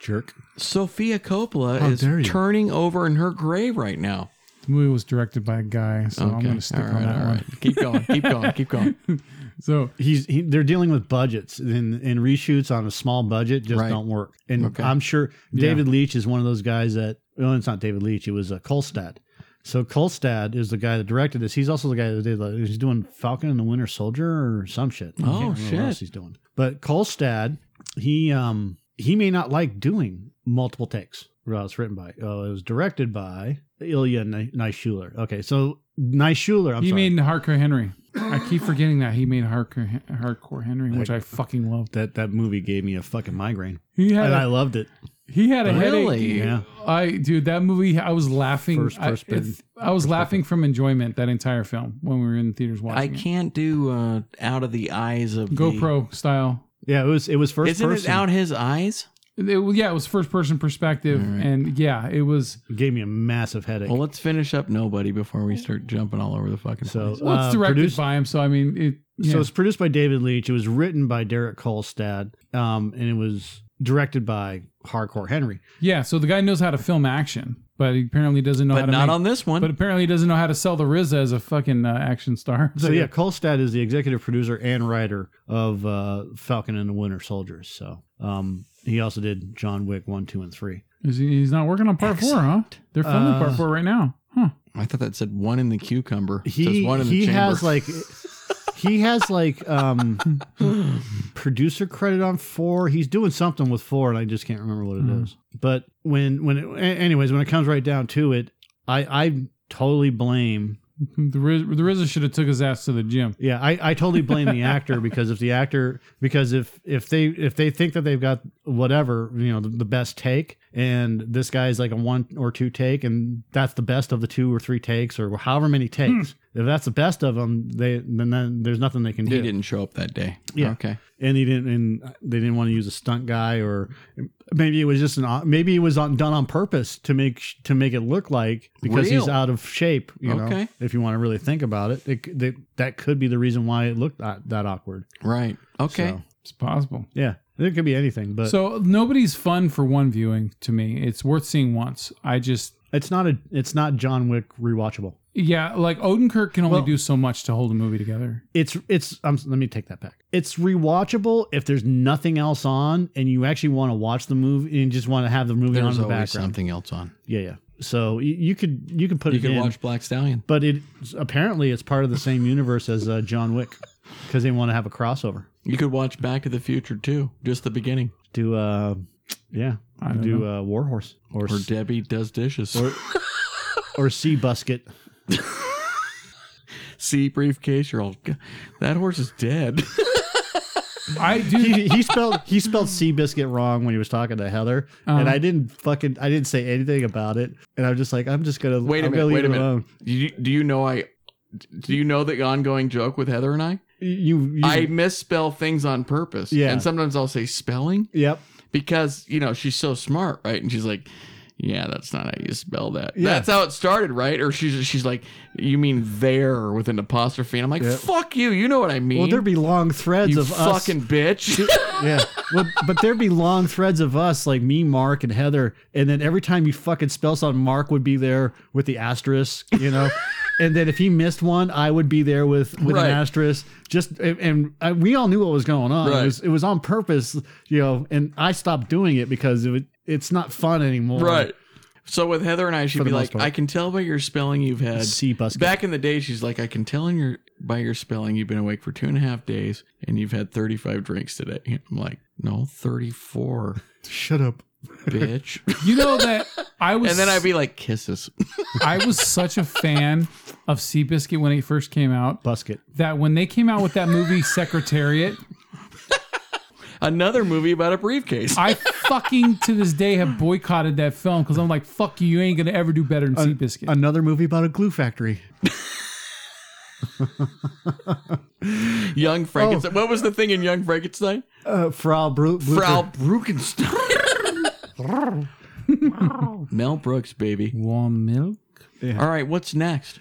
Speaker 1: jerk
Speaker 3: Sophia Coppola
Speaker 1: How
Speaker 3: is
Speaker 1: dare you.
Speaker 3: turning over in her grave right now.
Speaker 2: the movie was directed by a guy, so I'm
Speaker 3: Okay,
Speaker 2: going to stick
Speaker 3: all
Speaker 2: on
Speaker 3: right,
Speaker 2: that
Speaker 3: all
Speaker 2: one.
Speaker 3: right. Keep going, keep going, keep going.
Speaker 2: So
Speaker 1: he's he, they're dealing with budgets and, and reshoots on a small budget just
Speaker 3: Right.
Speaker 1: don't work. And
Speaker 3: Okay.
Speaker 1: I'm sure David Leach is one of those guys that well, it's not David Leach, it was uh, Kolstad. So Kolstad is the guy that directed this. He's also the guy that did like, he's doing Falcon and the Winter Soldier or some shit. I can't
Speaker 3: Oh,
Speaker 1: remember
Speaker 3: shit.
Speaker 1: What else he's doing? But Kolstad, he um he may not like doing multiple takes. Well, it's written by. Oh, it was directed by Ilya Ni- Nishuler. Okay, so Nishuler. I'm
Speaker 2: he
Speaker 1: sorry.
Speaker 2: made Hardcore Henry. I keep forgetting that he made Hardcore Hardcore Henry, which I fucking love.
Speaker 1: that that movie gave me a fucking migraine,
Speaker 2: He had
Speaker 1: and I
Speaker 2: a,
Speaker 1: loved it.
Speaker 2: he had a headache.
Speaker 3: Really?
Speaker 1: Yeah.
Speaker 2: I dude, that movie. I was laughing.
Speaker 1: First person-
Speaker 2: I, it's- I was laughing from enjoyment that entire film when we were in the theaters
Speaker 3: I
Speaker 2: watching. it.
Speaker 3: can't do uh, out of the eyes of the-
Speaker 2: GoPro style.
Speaker 1: Yeah, it was it was 1st
Speaker 3: Isn't
Speaker 1: person.
Speaker 3: it out his eyes?
Speaker 2: It, well, yeah, it was first person perspective, and yeah, it was.
Speaker 1: Gave me a massive headache.
Speaker 3: Well, let's finish up nobody before we start jumping all over the fucking
Speaker 1: so
Speaker 3: place.
Speaker 2: Well,
Speaker 1: uh,
Speaker 2: it's directed
Speaker 1: produced-
Speaker 2: by him, so I mean, it. Yeah.
Speaker 1: so it's produced by David Leitch. It was written by Derek Kolstad, um, and it was directed by Hardcore Henry.
Speaker 2: yeah, so the guy knows how to film action, but he apparently doesn't know how
Speaker 3: But
Speaker 2: to.
Speaker 3: not
Speaker 2: make-
Speaker 3: on this one.
Speaker 2: But apparently, he doesn't know how to sell the RZA as a fucking uh, action star.
Speaker 1: So yeah, Kolstad is the executive producer and writer of uh, Falcon and the Winter Soldiers. So um, he also did John Wick one, two, and three.
Speaker 2: Is he- he's not working on part four, huh? They're filming
Speaker 1: Uh,
Speaker 2: part four right now, huh?
Speaker 3: I thought that said one in the cucumber. It says
Speaker 1: He
Speaker 3: one in the
Speaker 1: he
Speaker 3: chamber.
Speaker 1: has like. He has like um producer credit on four. He's doing something with four, and I just can't remember what it is.
Speaker 2: Mhm.
Speaker 1: But when when it, a- anyways, when it comes right down to it, I I totally blame
Speaker 2: The Riz- the RZA should have took his ass to the gym.
Speaker 1: yeah I, I totally blame the actor because if the actor because if if they if they think that they've got whatever you know the, the best take and this guy's like a one or two take and that's the best of the two or three takes or however many takes if that's the best of them they then, then there's nothing they can
Speaker 3: Hmm. He
Speaker 1: do
Speaker 3: didn't show up that day.
Speaker 1: Yeah.
Speaker 3: Okay.
Speaker 1: and they didn't and they didn't want to use a stunt guy or maybe it was just an maybe it was on, done on purpose to make to make it look like because he's
Speaker 3: Real.
Speaker 1: out of shape you know
Speaker 3: Okay.
Speaker 1: if you want to really think about it, it, c- that that could be the reason why it looked that, that awkward
Speaker 3: Right. Okay.
Speaker 1: So,
Speaker 2: It's possible.
Speaker 1: yeah it could be anything but
Speaker 2: so nobody's fun for one viewing to me. It's worth seeing once. I just
Speaker 1: it's not a it's not John Wick rewatchable
Speaker 2: yeah, like Odenkirk can only
Speaker 1: Well-
Speaker 2: do so much to hold a movie together.
Speaker 1: it's it's um, let me take that back it's rewatchable if there's nothing else on and you actually want to watch the movie and just want to have the movie on in
Speaker 3: There's
Speaker 1: the
Speaker 3: always
Speaker 1: background
Speaker 3: something else on.
Speaker 1: yeah yeah so you, you could you could put
Speaker 3: You
Speaker 1: it
Speaker 3: could
Speaker 1: in.
Speaker 3: watch Black Stallion.
Speaker 1: but it apparently it's part of the same universe as uh, John Wick. because they want to have a crossover.
Speaker 3: You could watch Back to the Future too, just the beginning,
Speaker 1: Do uh, yeah,
Speaker 2: I don't
Speaker 1: do uh, Warhorse or
Speaker 3: where
Speaker 1: s-
Speaker 3: Debbie does dishes.
Speaker 1: or or Sea Busket.
Speaker 3: See briefcase, you're all. "God, That horse is dead.
Speaker 2: I do.
Speaker 1: He, he spelled he spelled Sea Biscuit wrong when he was talking to Heather, and I didn't fucking I didn't say anything about it, and I'm just like I'm just gonna
Speaker 3: Wait a
Speaker 1: I'm
Speaker 3: minute.
Speaker 1: gonna leave
Speaker 3: Wait a
Speaker 1: it
Speaker 3: minute.
Speaker 1: alone.
Speaker 3: Do you, do you know I? Do you know the ongoing joke with Heather and I?
Speaker 1: You, you
Speaker 3: I misspell things on purpose.
Speaker 1: Yeah.
Speaker 3: And sometimes I'll say spelling
Speaker 1: yep
Speaker 3: because, you know, she's so smart, right? And she's like, yeah, that's not how you spell that.
Speaker 1: Yeah.
Speaker 3: That's how it started, right? Or she's she's like, you mean there with an apostrophe. And I'm like, fuck you. You know what I mean.
Speaker 1: Well, there'd be long threads
Speaker 3: you
Speaker 1: of us.
Speaker 3: fucking bitch.
Speaker 1: yeah. Well, but there'd be long threads of us, like me, Mark, and Heather, and then every time you fucking spell something, Mark would be there with the asterisk, you know. and then if he missed one, I would be there with with
Speaker 3: Right.
Speaker 1: an asterisk. Just and, and I, we all knew what was going on.
Speaker 3: Right.
Speaker 1: It was it was on purpose, you know. And I stopped doing it because it would, it's not fun anymore.
Speaker 3: Right. So with Heather and I, she'd
Speaker 1: For the
Speaker 3: be
Speaker 1: most
Speaker 3: like,
Speaker 1: part.
Speaker 3: "I can tell by your spelling you've had
Speaker 1: Sea busket.
Speaker 3: Back in the day, she's like, "I can tell in your by your spelling you've been awake for two and a half days and you've had thirty five drinks today." I'm like, "No, thirty four,
Speaker 1: Shut up.
Speaker 3: bitch."
Speaker 2: You know that I was.
Speaker 3: and then I'd be like, "Kisses."
Speaker 2: I was such a fan of Seabiscuit when it first came out
Speaker 1: Busket.
Speaker 2: that when they came out with that movie Secretariat,
Speaker 3: Another movie about a briefcase.
Speaker 2: I fucking to this day have boycotted that film because I'm like, fuck you, you ain't gonna ever do better
Speaker 1: Uh,
Speaker 2: than Seabiscuit.
Speaker 1: Another movie about a glue factory.
Speaker 3: Young Frankenstein. What was the thing in Young Frankenstein?
Speaker 1: Uh, Frau Bru- Blücher.
Speaker 3: Frau Bruckenstein. Mel Brooks, baby.
Speaker 2: Warm milk.
Speaker 3: All right, what's next?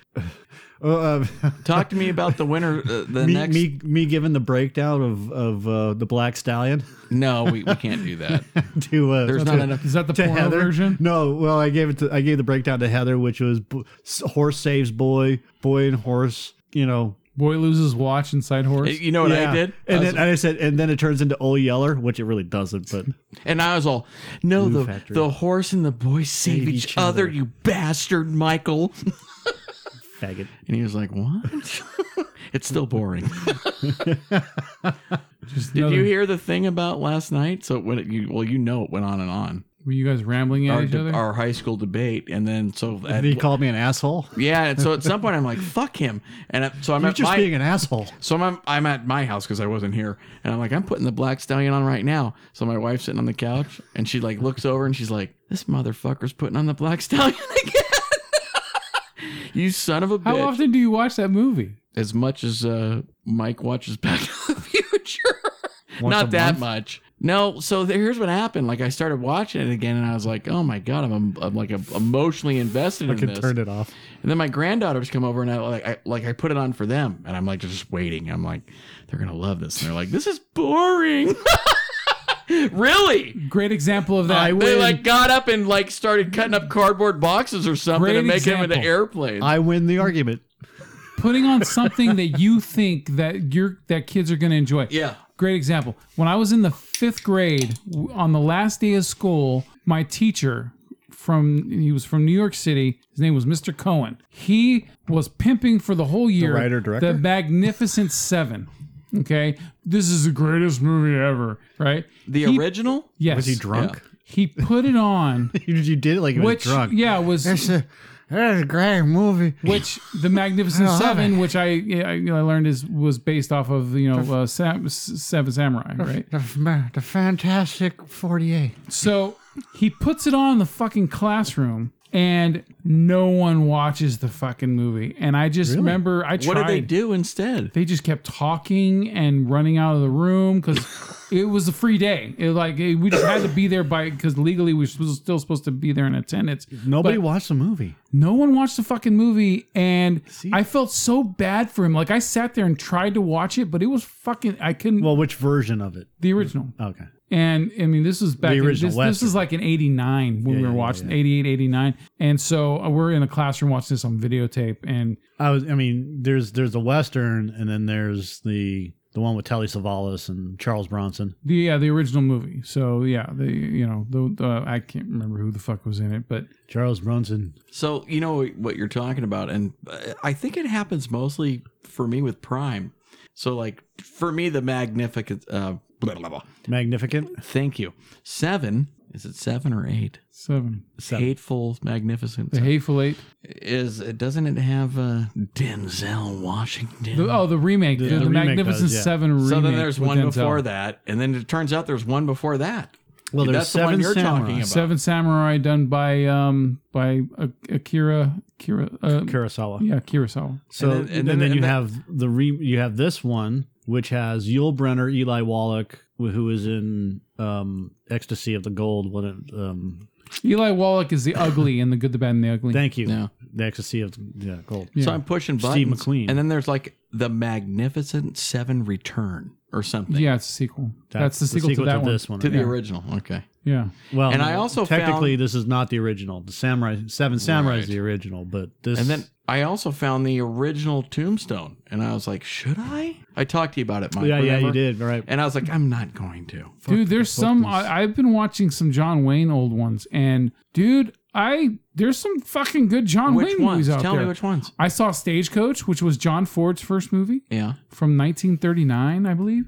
Speaker 1: Uh, uh,
Speaker 3: Talk to me about the winner. Uh, the
Speaker 1: me,
Speaker 3: next.
Speaker 1: me me giving the breakdown of of uh, the Black Stallion.
Speaker 3: No, we, we can't do that.
Speaker 1: to uh,
Speaker 3: There's
Speaker 1: to,
Speaker 3: not enough.
Speaker 2: Is that the
Speaker 1: to
Speaker 2: porno
Speaker 1: Heather.
Speaker 2: version?
Speaker 1: No, well, I gave it to I gave the breakdown to Heather, which was b- s- horse saves boy, boy and horse. You know,
Speaker 2: Boy loses watch inside horse.
Speaker 3: You know what
Speaker 1: Yeah.
Speaker 3: I Oh, did?
Speaker 1: and
Speaker 3: I was-
Speaker 1: then and I said, and then it turns into old Yeller, which it really doesn't. But
Speaker 3: And I was all, no, the
Speaker 1: factory.
Speaker 3: the horse and the boy save each,
Speaker 1: each
Speaker 3: other,
Speaker 1: other."
Speaker 3: you bastard, Michael.
Speaker 1: faggot.
Speaker 3: And he was like, what? it's still boring.
Speaker 2: Just
Speaker 3: Did
Speaker 2: another-
Speaker 3: you hear the thing about last night? So when it, you, well, you know, it went on and on.
Speaker 2: Were you guys rambling at
Speaker 3: Our,
Speaker 2: each
Speaker 3: de-
Speaker 2: other?
Speaker 3: our high school debate, and then so at-
Speaker 1: And he called me an asshole.
Speaker 3: yeah, and so at some point I'm like, fuck him, and I, so I'm
Speaker 1: You're
Speaker 3: at
Speaker 1: just
Speaker 3: my,
Speaker 1: being an asshole.
Speaker 3: So I'm I'm at my house because I wasn't here, and I'm like I'm putting the black stallion on right now. So my wife's sitting on the couch, and she like looks over and she's like, "This motherfucker's putting on the black stallion again." you son of a bitch!
Speaker 2: How often do you watch that movie?
Speaker 3: As much as uh, Mike watches Back to the Future,
Speaker 1: Once a
Speaker 3: not that
Speaker 1: month?
Speaker 3: much. No, so there- here's what happened. Like I started watching it again, and I was like, "Oh my god, I'm, I'm like emotionally invested
Speaker 1: I
Speaker 3: in
Speaker 1: could
Speaker 3: this."
Speaker 1: turn it off.
Speaker 3: And then my granddaughters come over and I like I like I put it on for them and I'm like just waiting. I'm like, they're gonna love this. And they're like, this is boring. really?
Speaker 2: Great example of that.
Speaker 1: I
Speaker 3: They
Speaker 1: When-
Speaker 3: like got up and like started cutting up cardboard boxes or something
Speaker 2: Great
Speaker 3: to make them into
Speaker 2: example.
Speaker 3: airplanes.
Speaker 1: I win the argument.
Speaker 2: putting on something that you think that you're that kids are going to enjoy.
Speaker 3: Yeah.
Speaker 2: Great example. When I was in the 5th grade w- on the last day of school, my teacher from he was from New York City. His name was Mr. Cohen. He was pimping for the whole year
Speaker 1: writer, director?
Speaker 2: the Magnificent 7. Okay? This is the greatest movie ever, right?
Speaker 3: the
Speaker 2: he-
Speaker 3: original?
Speaker 2: Yes.
Speaker 1: Was he drunk?
Speaker 2: He put it on
Speaker 1: You, you did it like he was
Speaker 2: which
Speaker 1: drunk.
Speaker 2: yeah, was
Speaker 1: It's a, it's a great movie.
Speaker 2: which the Magnificent
Speaker 1: I love
Speaker 2: Seven, which I I, I learned is was based off of you know uh, Sam, Seven Samurai, right?
Speaker 1: The, the Fantastic 48.
Speaker 2: So he puts it on in the fucking classroom, and no one watches the fucking movie. And I just remember I tried.
Speaker 3: What did they do instead?
Speaker 2: They just kept talking and running out of the room because it was a free day. It like it, we just had to be there by because legally we were supposed- still supposed to be there in attendance.
Speaker 1: Nobody
Speaker 2: But-
Speaker 1: watched the movie.
Speaker 2: no one watched the fucking movie and i felt so bad for him like i sat there and tried to watch it but it was fucking i couldn't
Speaker 1: Well, which version of it?
Speaker 2: the original
Speaker 1: Okay.
Speaker 2: and i mean this was back
Speaker 1: The
Speaker 2: in-
Speaker 1: original
Speaker 2: this, this is
Speaker 1: Western.
Speaker 2: like in 89 when we
Speaker 1: yeah,
Speaker 2: were
Speaker 1: yeah,
Speaker 2: watching 88 89 and so uh, we're in a classroom watching this on videotape and
Speaker 1: I was. I mean, there's there's the western, and then there's the the one with Telly Savalas and Charles Bronson.
Speaker 2: the yeah the original movie so yeah the you know the, the i can't remember who the fuck was in it but
Speaker 1: Charles Bronson.
Speaker 3: So you know what you're talking about, and uh, I think it happens mostly for me with Prime. So like for me, the magnificent. Uh, blah, blah, blah.
Speaker 1: Magnificent.
Speaker 3: Thank you. Seven. Is it seven or eight?
Speaker 2: Seven.
Speaker 1: Seven.
Speaker 3: Hateful, magnificent.
Speaker 2: The Hateful Eight.
Speaker 3: is doesn't it have uh, Denzel Washington?
Speaker 2: The, oh, the remake. The,
Speaker 1: the
Speaker 2: the
Speaker 1: remake
Speaker 2: Magnificent
Speaker 1: does, yeah.
Speaker 2: Seven remake.
Speaker 3: so then there's
Speaker 2: with
Speaker 3: one
Speaker 2: Denzel.
Speaker 3: before that, and then it turns out there's one before that.
Speaker 1: Well, there's
Speaker 3: that's the one
Speaker 1: Seven
Speaker 3: you're
Speaker 1: Samurai.
Speaker 3: talking about.
Speaker 2: Seven Samurai done by um by uh, Akira Akira uh,
Speaker 1: Kurosawa.
Speaker 2: yeah Kurosawa.
Speaker 1: So and
Speaker 3: And then-
Speaker 1: then,
Speaker 3: and then- and
Speaker 1: you
Speaker 3: that-
Speaker 1: have the re, you have this one which has Yul Brenner, Eli Wallach, wh- who is in um, Ecstasy of the Gold. When it, um,
Speaker 2: Eli Wallach is the ugly in the Good, the Bad, and the Ugly.
Speaker 1: thank you,
Speaker 3: Yeah.
Speaker 1: the Ecstasy of the yeah, Gold.
Speaker 2: Yeah.
Speaker 3: So I'm pushing buttons.
Speaker 1: Steve McQueen.
Speaker 3: And then there's like the Magnificent Seven Return or something
Speaker 2: yeah, it's a sequel. That's, the sequel, to that one.
Speaker 1: this one.
Speaker 3: to the original. Okay.
Speaker 2: Yeah,
Speaker 1: Well,
Speaker 3: And I also
Speaker 1: technically this is not the original. The Samurai Seven Samurai is
Speaker 3: Right.
Speaker 1: the original, but this
Speaker 3: And then I also found the original tombstone, and I was like, should I? I talked to you about it, Mike.
Speaker 1: yeah, yeah,
Speaker 3: remember?
Speaker 1: you did right.
Speaker 3: And I was like, I'm not going to.
Speaker 2: dude. There's some. I, I've been watching some John Wayne old ones, and dude, I there's some fucking good John
Speaker 3: which
Speaker 2: Wayne
Speaker 3: ones?
Speaker 2: movies out
Speaker 3: Tell
Speaker 2: there.
Speaker 3: me which ones.
Speaker 2: I saw Stagecoach, which was John Ford's first movie.
Speaker 3: Yeah.
Speaker 2: from 1939, I believe.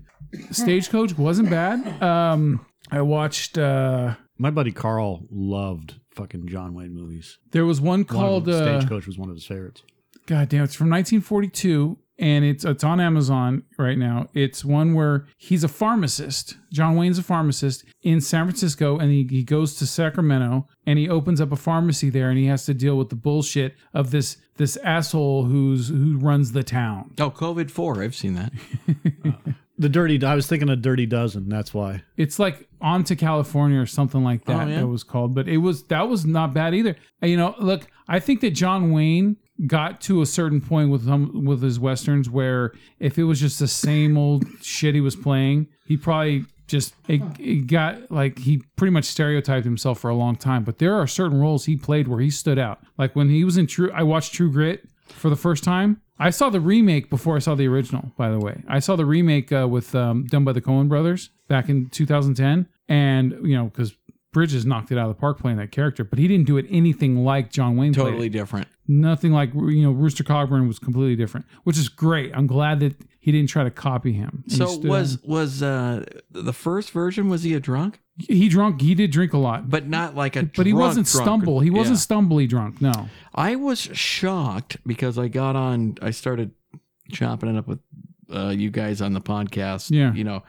Speaker 2: Stagecoach wasn't bad. Um, I watched. Uh,
Speaker 1: My buddy Carl loved fucking John Wayne movies.
Speaker 2: there was one
Speaker 1: One of
Speaker 2: called.
Speaker 1: them,
Speaker 2: Uh,
Speaker 1: Stagecoach was one of his favorites.
Speaker 2: God damn, it's from 1942, and it's it's on Amazon right now. It's one where he's a pharmacist. John Wayne's a pharmacist in San Francisco, and he, he goes to Sacramento and he opens up a pharmacy there, and he has to deal with the bullshit of this this asshole who's who runs the town.
Speaker 3: Oh, COVID four. I've seen that.
Speaker 1: The Dirty. I was thinking of Dirty Dozen. That's why.
Speaker 2: It's like on to California or something like that.
Speaker 3: Oh, yeah?
Speaker 2: That was called, but it was that was not bad either. And, You know, look, I think that John Wayne got to a certain point with him with his westerns where if it was just the same old shit he was playing, he probably just it, it got like he pretty much stereotyped himself for a long time. But there are certain roles he played where he stood out. Like when he was in True, I watched True Grit for the first time. I saw the remake before I saw the original. By the way, I saw the remake uh, with um, done by the Coen Brothers back in 2010, and you know because Bridges knocked it out of the park playing that character, but he didn't do it anything like John Wayne. played it
Speaker 3: Totally different.
Speaker 2: nothing like you know Rooster Cogburn was completely different, which is great. I'm glad that he didn't try to copy him. He
Speaker 3: So
Speaker 2: stood-
Speaker 3: was was uh the first version? Was he a drunk?
Speaker 2: he drunk? He did drink a lot,
Speaker 3: But not like a.
Speaker 2: but he
Speaker 3: drunk
Speaker 2: wasn't
Speaker 3: drunk.
Speaker 2: stumble. He wasn't
Speaker 3: Yeah.
Speaker 2: stumbly drunk. No,
Speaker 3: I was shocked because I got on. I started chopping it up with uh, you guys on the podcast.
Speaker 2: Yeah.
Speaker 3: you know,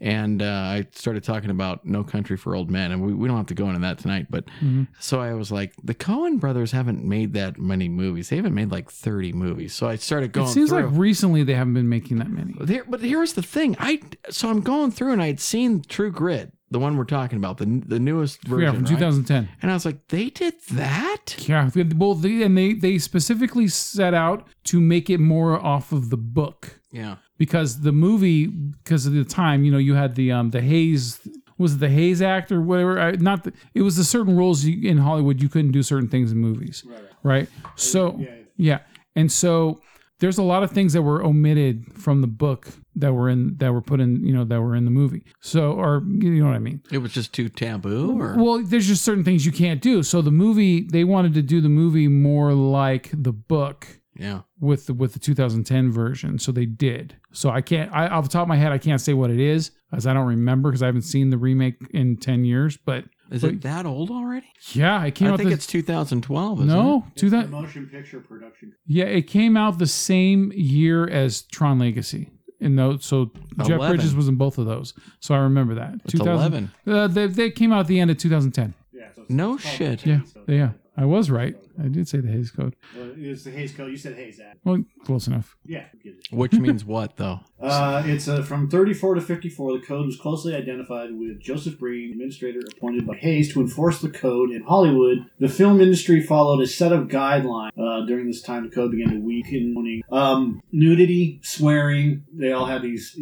Speaker 3: and uh, I started talking about No Country for Old Men, and we, we don't have to go into that tonight. But
Speaker 2: Mhm.
Speaker 3: so I was like, the Cohen brothers haven't made that many movies. They haven't made like thirty movies. So I started
Speaker 2: it
Speaker 3: going.
Speaker 2: seems
Speaker 3: through.
Speaker 2: like recently they haven't been making that many.
Speaker 3: There, but here's the thing. I so I'm going through and I had seen True Grit, the one we're talking about, the the newest version,
Speaker 2: yeah, from
Speaker 3: right?
Speaker 2: 2010.
Speaker 3: And I was like, they did that.
Speaker 2: Yeah, well, they, and they they specifically set out to make it more off of the book.
Speaker 3: Yeah,
Speaker 2: because the movie because of the time you know you had the um the Hayes was it the Hayes Act or whatever I, not the, it was the certain rules you, in Hollywood you couldn't do certain things in movies right, so yeah, and so there's a lot of things that were omitted from the book that were in that were put in you know that were in the movie so or you know what I mean
Speaker 3: it was just too taboo. Or
Speaker 2: well, there's just certain things you can't do. So the movie, they wanted to do the movie more like the book,
Speaker 3: yeah,
Speaker 2: with the, with the 2010 version. So they did. So I can't I off the top of my head I can't say what it is as I don't remember because I haven't seen the remake in 10 years, but
Speaker 3: is
Speaker 2: but-
Speaker 3: it that old already?
Speaker 2: yeah, it came
Speaker 3: I
Speaker 2: out
Speaker 3: think
Speaker 2: the,
Speaker 3: it's 2012. Isn't it?
Speaker 2: No, two thousand.
Speaker 1: motion picture production.
Speaker 2: Yeah, it came out the same year as Tron Legacy. And those, so Jeff
Speaker 3: 11.
Speaker 2: Bridges was in both of those. So I remember that.
Speaker 3: It's
Speaker 2: 2000
Speaker 3: 11.
Speaker 2: Uh, they, they came out at the end of 2010.
Speaker 1: Yeah, so
Speaker 3: No shit.
Speaker 2: Yeah. Yeah. I was right. I did say the Hayes Code.
Speaker 1: it's the Hayes Code. You said Hayes Act.
Speaker 2: Well, close enough.
Speaker 1: Yeah.
Speaker 3: Which means what though?
Speaker 1: Uh, it's uh, from 34 to 54. The code was closely identified with Joseph Breen, administrator appointed by Hayes to enforce the code in Hollywood. The film industry followed a set of guidelines. Uh, during this time, the code began to weaken. Um, nudity, swearing, they all had these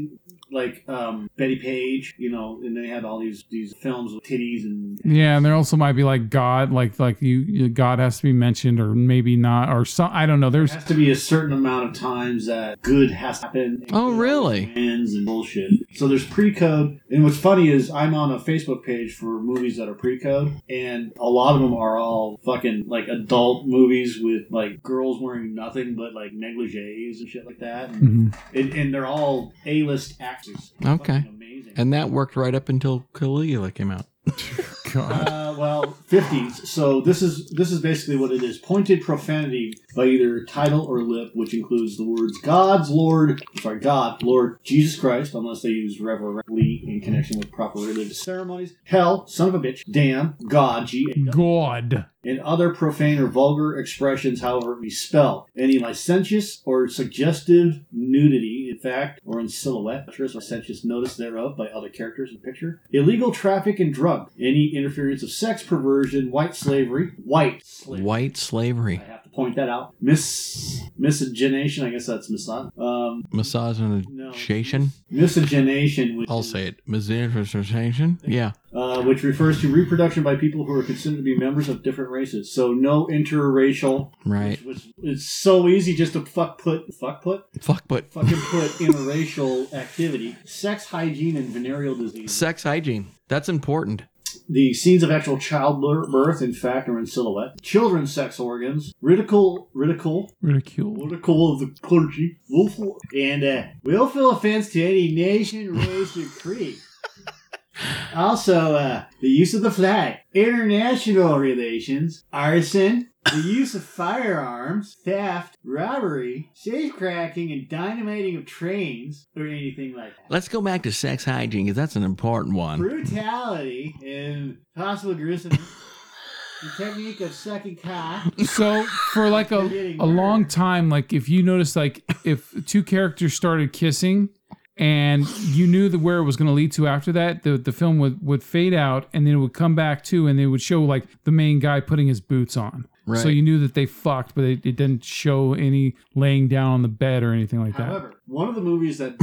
Speaker 1: like um, Betty Page, you know, and they had all these these films with titties and
Speaker 2: Yeah, and there also might be like God, like like you, you- God has to be mentioned, or maybe not, or some. I don't know. There's
Speaker 1: There has to be a certain amount of times that good has to happen.
Speaker 3: Oh, really?
Speaker 1: Ends and bullshit. So there's pre-code, and what's funny is I'm on a Facebook page for movies that are pre-code, and a lot of them are all fucking like adult movies with like girls wearing nothing but like negligees and shit like that, and,
Speaker 2: Mhm.
Speaker 1: and, and they're all A-list actors.
Speaker 3: Mm-hmm. Okay.
Speaker 1: Fucking amazing.
Speaker 3: and that worked right up until Caligula came out.
Speaker 2: God.
Speaker 1: Uh, well, fifties. So this is this is basically what it is: pointed profanity by either title or lip, which includes the words "God's Lord," sorry, God, Lord Jesus Christ, unless they use reverently in connection with proper religious ceremonies. Hell, son of a bitch, damn, God, G A W,
Speaker 2: God.
Speaker 1: and other profane or vulgar expressions, however it be spelled. Any licentious or suggestive nudity, in fact, or in silhouette, or licentious notice thereof by other characters in picture. Illegal traffic in drug. Any interference of sex, perversion, white slavery, white slavery.
Speaker 3: White
Speaker 1: I
Speaker 3: slavery,
Speaker 1: have to point that out. Mis miscegenation. I guess that's misog. Um,
Speaker 3: misogynization.
Speaker 1: miscegenation. Which
Speaker 3: I'll
Speaker 1: is-
Speaker 3: say it, misogynization. Yeah,
Speaker 1: uh, which refers to reproduction by people who are considered to be members of different races. So no interracial
Speaker 3: right.
Speaker 1: Which was, it's so easy just to fuck put, fuck put,
Speaker 3: Fuck, but
Speaker 1: fucking put interracial activity, sex hygiene, and venereal disease.
Speaker 3: sex hygiene. That's important.
Speaker 1: The scenes of actual childbirth, in fact, are in silhouette. Children's sex organs, ridicule, ridicule,
Speaker 2: Ridicule.
Speaker 1: ridicule of the clergy, willful, and uh, willful offense to any nation, race, or creed. Also, uh, the use of the flag, international relations, arson, the use of firearms, theft, robbery, safecracking, and dynamiting of trains, or anything like that.
Speaker 3: Let's go back to sex hygiene because that's an important one.
Speaker 1: Brutality and possible gruesomeness. the technique of sucking cock.
Speaker 2: So for like a, a long time, like if you notice, like if two characters started kissing, and you knew that where it was going to lead to after that, the the film would would fade out, and then it would come back to, and they would show like the main guy putting his boots on.
Speaker 3: Right.
Speaker 2: So you knew that they fucked, but it, it didn't show any laying down on the bed or anything like that.
Speaker 1: However, one of the movies that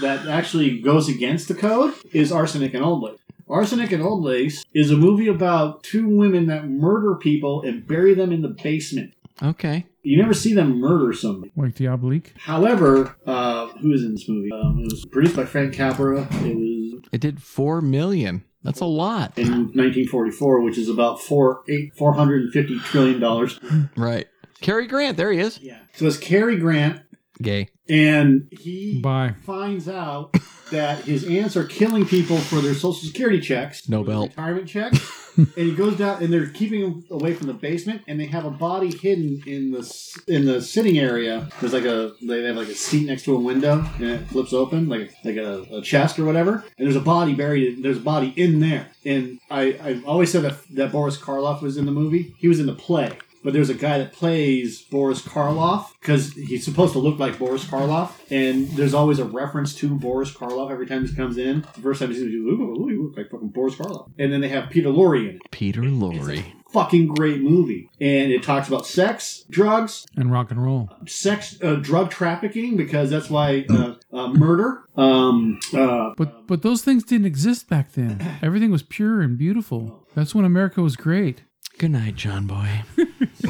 Speaker 1: that actually goes against the code is Arsenic and Old Lace. Arsenic and Old Lace is a movie about two women that murder people and bury them in the basement.
Speaker 3: Okay.
Speaker 1: You never see them murder somebody.
Speaker 2: like Diabolique.
Speaker 1: However, uh, who is in this movie? Um, it was produced by Frank Capra. It was
Speaker 3: It did four million. That's a lot.
Speaker 1: in 1944, which is about four eight four hundred and fifty trillion dollars.
Speaker 3: Right. Cary Grant, there he is.
Speaker 1: Yeah. So it's Cary Grant,
Speaker 3: Gay.
Speaker 1: and he
Speaker 2: Bye.
Speaker 1: finds out that his aunts are killing people for their social security checks,
Speaker 3: No
Speaker 1: for their
Speaker 3: belt.
Speaker 1: retirement checks, and he goes down and they're keeping him away from the basement, and they have a body hidden in the s- in the sitting area. There's like a they have like a seat next to a window, and it flips open like like a, a chest or whatever, and there's a body buried. In, there's a body in there, and I I've always said that that Boris Karloff was in the movie. He was in the play. But there's a guy that plays Boris Karloff because he's supposed to look like Boris Karloff, and there's always a reference to Boris Karloff every time he comes in. The first time he's ooh, ooh, ooh, you look like fucking Boris Karloff, and then they have Peter Lorre in it.
Speaker 3: Peter Lorre.
Speaker 1: Fucking great movie, and it talks about sex, drugs,
Speaker 2: And rock and roll.
Speaker 1: sex, uh, drug trafficking because that's why uh, uh, murder. Um, uh,
Speaker 2: But but those things didn't exist back then. Everything was pure and beautiful. That's when America was great.
Speaker 3: Good night, John Boy.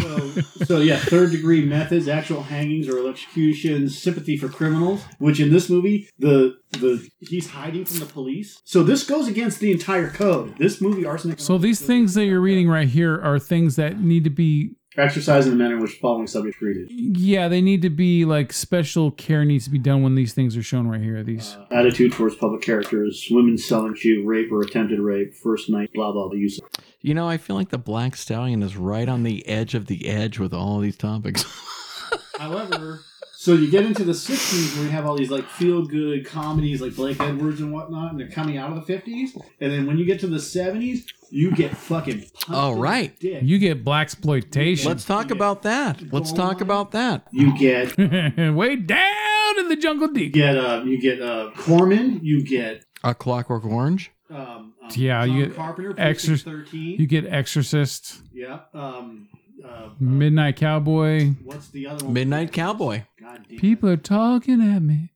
Speaker 1: So, so yeah, third degree methods, actual hangings or electrocutions, sympathy for criminals, which in this movie the the he's hiding from the police. So this goes against the entire code. This movie arsenic.
Speaker 2: So these things that you're reading right here are things that need to be
Speaker 1: exercise in the manner in which the following subject is treated.
Speaker 2: yeah, they need to be like special care needs to be done when these things are shown right here. These
Speaker 1: Attitude towards public characters, women selling shoe, rape or attempted rape, first night, blah blah. The use. Of,
Speaker 3: You know, I feel like the Black Stallion is right on the edge of the edge with all these topics.
Speaker 1: however. So you get into the '60s where you have all these like feel-good comedies like Blake Edwards and whatnot, and they're coming out of the '50s. And then when you get to the '70s, you get fucking punched
Speaker 3: All
Speaker 1: in the
Speaker 3: right.
Speaker 1: dick.
Speaker 2: you get black exploitation
Speaker 3: Let's talk about that. Let's talk about that.
Speaker 1: You get
Speaker 2: way down in the jungle deep.
Speaker 1: get uh, you get uh, Corman. You get
Speaker 3: A Clockwork Orange.
Speaker 1: um, um,
Speaker 2: Yeah,
Speaker 1: John
Speaker 2: you get
Speaker 1: Carpenter.
Speaker 2: Exorc-
Speaker 1: Exorcist Thirteen.
Speaker 2: You get Exorcist,
Speaker 1: yeah. Um, uh, uh,
Speaker 2: Midnight Cowboy.
Speaker 1: what's the other one?
Speaker 3: Midnight Cowboy.
Speaker 1: God damn. it.
Speaker 2: People are talking at me.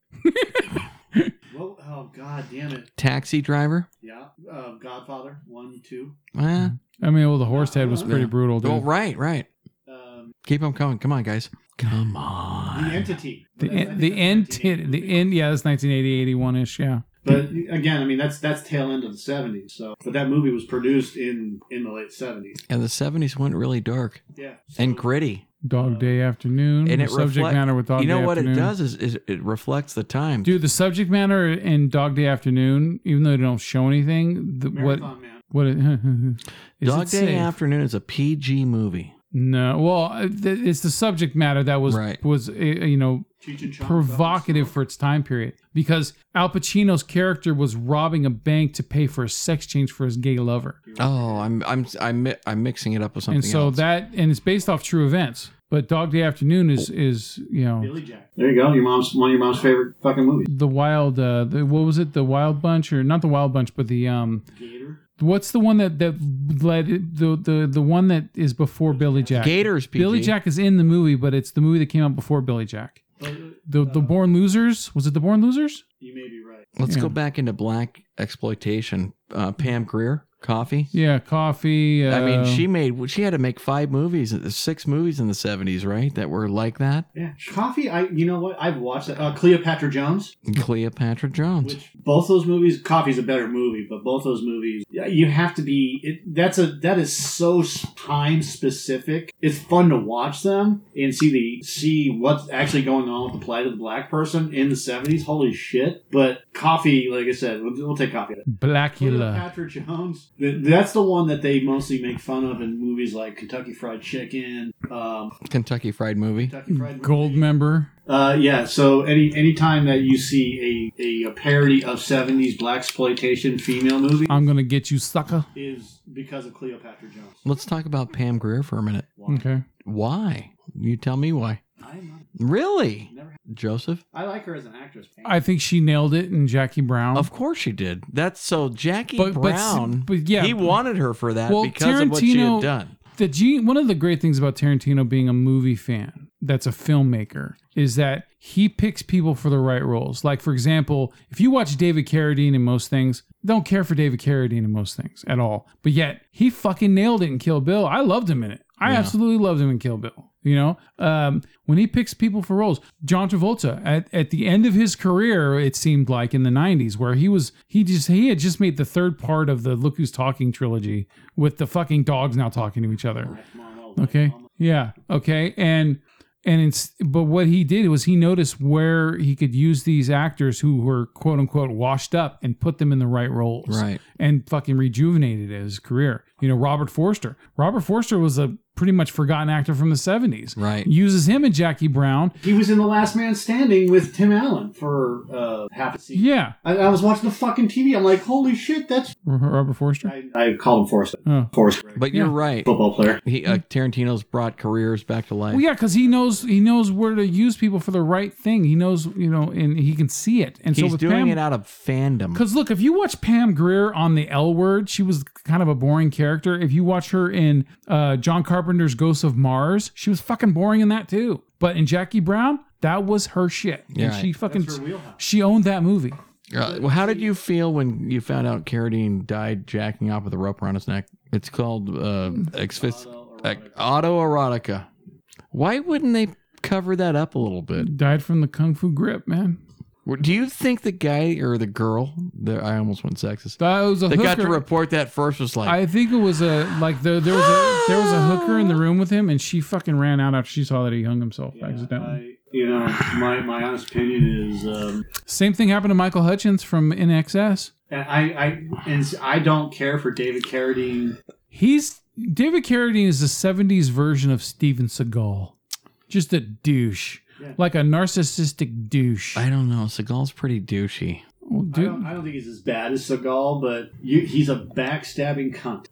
Speaker 1: Well, Oh god damn it!
Speaker 3: Taxi Driver.
Speaker 1: Yeah, uh, Godfather one, two.
Speaker 3: Eh.
Speaker 2: I mean, well, the horse head was pretty
Speaker 3: Yeah.
Speaker 2: brutal, dude.
Speaker 3: Oh, right, right.
Speaker 1: Um,
Speaker 3: Keep them coming. Come on, guys. Come
Speaker 1: the
Speaker 3: on.
Speaker 1: entity.
Speaker 2: The
Speaker 1: But I- I
Speaker 2: end,
Speaker 1: think
Speaker 2: the
Speaker 1: that's
Speaker 2: end,
Speaker 1: 1980.
Speaker 2: the end. Yeah, that's 1980, 81 ish. Yeah,
Speaker 1: But again, I mean that's that's tail end of the seventies. So, but that movie was produced in in the late seventies.
Speaker 3: And the seventies went really dark
Speaker 1: Yeah, so-
Speaker 3: and gritty.
Speaker 2: Dog Day Afternoon.
Speaker 3: Um, And
Speaker 2: the
Speaker 3: it
Speaker 2: subject
Speaker 3: reflect-
Speaker 2: matter with Dog
Speaker 3: you know
Speaker 2: Day
Speaker 3: what
Speaker 2: Afternoon.
Speaker 3: it does is, is it reflects the time.
Speaker 2: dude. The subject matter in Dog Day Afternoon, even though they don't show anything, the, what
Speaker 1: Marathon Man.
Speaker 2: what it, is
Speaker 3: Dog
Speaker 2: it
Speaker 3: Day
Speaker 2: safe?
Speaker 3: Afternoon is a PG movie.
Speaker 2: No, well, th- it's the subject matter that was
Speaker 3: Right.
Speaker 2: was uh, you know
Speaker 1: Cheech and Chong.
Speaker 2: provocative for its time period because Al Pacino's character was robbing a bank to pay for a sex change for his gay lover,
Speaker 3: Oh, I'm I'm I'm mi- I'm mixing it up with something
Speaker 2: and so
Speaker 3: else.
Speaker 2: that and it's based off true events. But Dog Day Afternoon is is you know
Speaker 1: Billy Jack. There you go. Your mom's one of your mom's favorite fucking movies.
Speaker 2: the wild uh the, what was it the Wild Bunch or not the Wild Bunch but the um
Speaker 1: Gator.
Speaker 2: what's the one that that led the the the one that is before Billy Jack
Speaker 3: Gators PG.
Speaker 2: Billy Jack is in the movie but it's the movie that came out before Billy Jack
Speaker 1: But
Speaker 2: the the Born Losers was it the Born Losers
Speaker 1: you may be right.
Speaker 3: Let's
Speaker 2: Yeah.
Speaker 3: go back into black exploitation. Uh, Pam Greer, Coffee.
Speaker 2: yeah Coffee uh,
Speaker 3: I mean, she made she had to make five movies, six movies in the seventies, right? That were like that.
Speaker 1: Yeah, coffee. I you know what? I've watched that. Uh, Cleopatra Jones.
Speaker 3: Cleopatra Jones.
Speaker 1: Which both those movies, Coffee's a better movie, but both those movies, yeah, you have to be. It, that's a that is so time specific. It's fun to watch them and see the see what's actually going on with the plight of the black person in the seventies. Holy shit! But Coffee, like I said, we'll, we'll take Coffee.
Speaker 2: Blackula
Speaker 1: Cleopatra Jones. Th- That's the one that they mostly make fun of in movies like Kentucky Fried Chicken, um,
Speaker 3: Kentucky Fried Movie.
Speaker 1: Kentucky Fried
Speaker 2: Gold Member
Speaker 1: uh, yeah, so any any time that you see a, a, a parody of seventies black exploitation female movie
Speaker 2: I'm gonna get you sucker
Speaker 1: is because of Cleopatra Jones.
Speaker 3: Let's talk about Pam Greer for a minute.
Speaker 1: Why?
Speaker 2: okay
Speaker 3: Why? You tell me why.
Speaker 1: I'm
Speaker 3: Really?
Speaker 1: not, never.
Speaker 3: Joseph?
Speaker 1: I like her as an actress. man.
Speaker 2: I think she nailed it in Jackie Brown
Speaker 3: Of course she did. That's so Jackie
Speaker 2: Uh-huh. But- but s-
Speaker 3: Brown.
Speaker 2: but yeah.
Speaker 3: he wanted her for that
Speaker 2: Well,
Speaker 3: because of what she
Speaker 2: Tarantino-
Speaker 3: had done.
Speaker 2: the G, one of the great things about Tarantino being a movie fan that's a filmmaker is that he picks people for the right roles. Like for example, if you watch David Carradine in most things, don't care for David Carradine in most things at all. But yet he fucking nailed it in Kill Bill. I loved him in it. I absolutely loved him in Kill Bill. You know, um, when he picks people for roles, John Travolta at, at the end of his career, it seemed like in the '90s, where he was he just he had just made the third part of the Look Who's Talking trilogy with the fucking dogs now talking to each other.
Speaker 1: Come on, I'll-
Speaker 2: Okay,
Speaker 1: I'll-
Speaker 2: yeah, okay, and and it's but what he did was he noticed where he could use these actors who were quote unquote washed up and put them in the right roles,
Speaker 3: Right.
Speaker 2: and fucking rejuvenated his career. You know, Robert Forster. Robert Forster was a pretty much forgotten actor from the 70s.
Speaker 3: Right.
Speaker 2: Uses him and Jackie Brown.
Speaker 1: He was in The Last Man Standing with Tim Allen for uh, half a season.
Speaker 2: Yeah.
Speaker 1: I, I was watching the fucking TV. I'm like, holy shit, that's.
Speaker 2: R- Robert Forster.
Speaker 1: I, I called him Forrest.
Speaker 2: Oh.
Speaker 1: Forrest, Gray,
Speaker 3: But you're
Speaker 2: Yeah.
Speaker 3: right.
Speaker 1: football player.
Speaker 3: He uh, Tarantino's brought careers back to life.
Speaker 2: Well, yeah, because he knows he knows where to use people for the right thing. He knows, you know, and he can see it. And so
Speaker 3: He's
Speaker 2: with
Speaker 3: doing
Speaker 2: Pam,
Speaker 3: it out of fandom.
Speaker 2: Because look, if you watch Pam Greer on the L Word, she was kind of a boring character. If you watch her in uh, John Carpenter's Ghosts of Mars, she was fucking boring in that too. But in Jackie Brown, that was her shit, and
Speaker 3: Yeah,
Speaker 2: she fucking
Speaker 1: That's her wheelhouse.
Speaker 2: she owned that movie.
Speaker 3: Uh, well, how did you feel when you found out Carradine died jacking off with a rope around his neck? It's called uh, exfis-
Speaker 1: Autoerotica.
Speaker 3: autoerotica. Why wouldn't they cover that up a little bit?
Speaker 2: Died from the kung fu grip, man.
Speaker 3: Do you think the guy or the girl? The, I almost went sexist.
Speaker 2: That was a
Speaker 3: They got to
Speaker 2: hooker.
Speaker 3: report that first. Was like,
Speaker 2: I think it was a like the, there was a there was a hooker in the room with him, and she fucking ran out after she saw that he hung himself accidentally.
Speaker 1: I, you know, my, my honest opinion is um,
Speaker 2: Same thing happened to Michael Hutchins from NXS.
Speaker 1: And I, I, and s- I don't care for David Carradine.
Speaker 2: He's David Carradine is the '70s version of Steven Seagal, just a douche,
Speaker 1: Yeah.
Speaker 2: like a narcissistic douche.
Speaker 3: I don't know. Seagal's pretty douchey.
Speaker 2: Well,
Speaker 1: I
Speaker 2: dude,
Speaker 1: don't, I don't think he's as bad as Seagal, but you, he's a backstabbing cunt.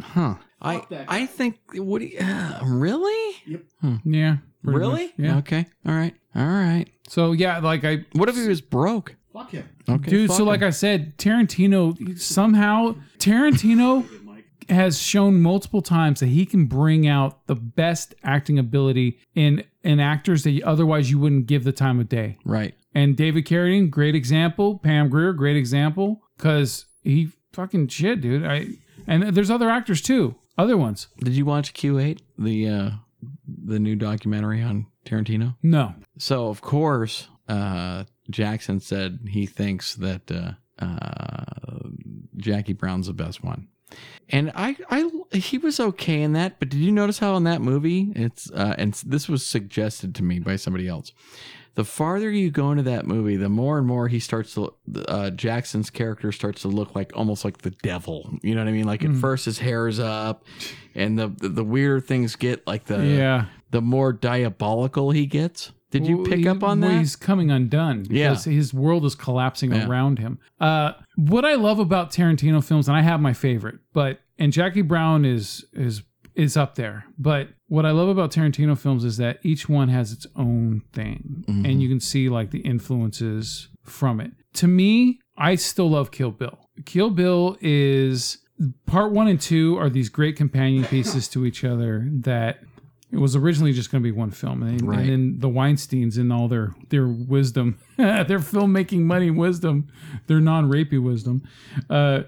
Speaker 3: Huh. I
Speaker 1: Fuck that guy.
Speaker 3: I think what do you uh, really?
Speaker 2: yeah, pretty
Speaker 3: really?
Speaker 2: much. Yeah.
Speaker 3: Okay. All right. All right.
Speaker 2: So yeah, like I,
Speaker 3: What if he was broke?
Speaker 1: Fuck him.
Speaker 3: Okay.
Speaker 2: dude.
Speaker 3: fuck
Speaker 2: So like
Speaker 3: him.
Speaker 2: I said, Tarantino somehow Tarantino
Speaker 1: Good Mike.
Speaker 2: has shown multiple times that he can bring out the best acting ability in in actors that you, otherwise you wouldn't give the time of day.
Speaker 3: right.
Speaker 2: And David Carradine, great example. Pam Grier, great example. Cause he fucking shit, dude. I and there's other actors too. Other ones.
Speaker 3: Did you watch Q8? The uh, the new documentary on Tarantino.
Speaker 2: No.
Speaker 3: So of course, uh, Jackson said he thinks that uh, uh, Jackie Brown's the best one, and I, I, he was okay in that. But did you notice how in that movie it's uh, and this was suggested to me by somebody else. The farther you go into that movie, the more and more he starts to uh, Jackson's character starts to look like almost like the devil. You know what I mean? Like at first his hair is up, and the the, the weirder things get, like the
Speaker 2: yeah.
Speaker 3: the more diabolical he gets. Did you
Speaker 2: Well,
Speaker 3: pick
Speaker 2: he-
Speaker 3: up on
Speaker 2: well,
Speaker 3: that?
Speaker 2: He's coming undone.
Speaker 3: Yeah.
Speaker 2: because his world is collapsing
Speaker 3: Yeah.
Speaker 2: around him. Uh, what I love about Tarantino films, and I have my favorite, but and Jackie Brown is is is up there. But what I love about Tarantino films is that each one has its own thing,
Speaker 3: Mm-hmm.
Speaker 2: and you can see like the influences from it. To me, I still love Kill Bill. Kill Bill is part one and two are these great companion pieces to each other that it was originally just going to be one film, and,
Speaker 3: Right.
Speaker 2: and then the Weinstein's in all their their wisdom, their filmmaking money wisdom, their non-rapey wisdom, uh,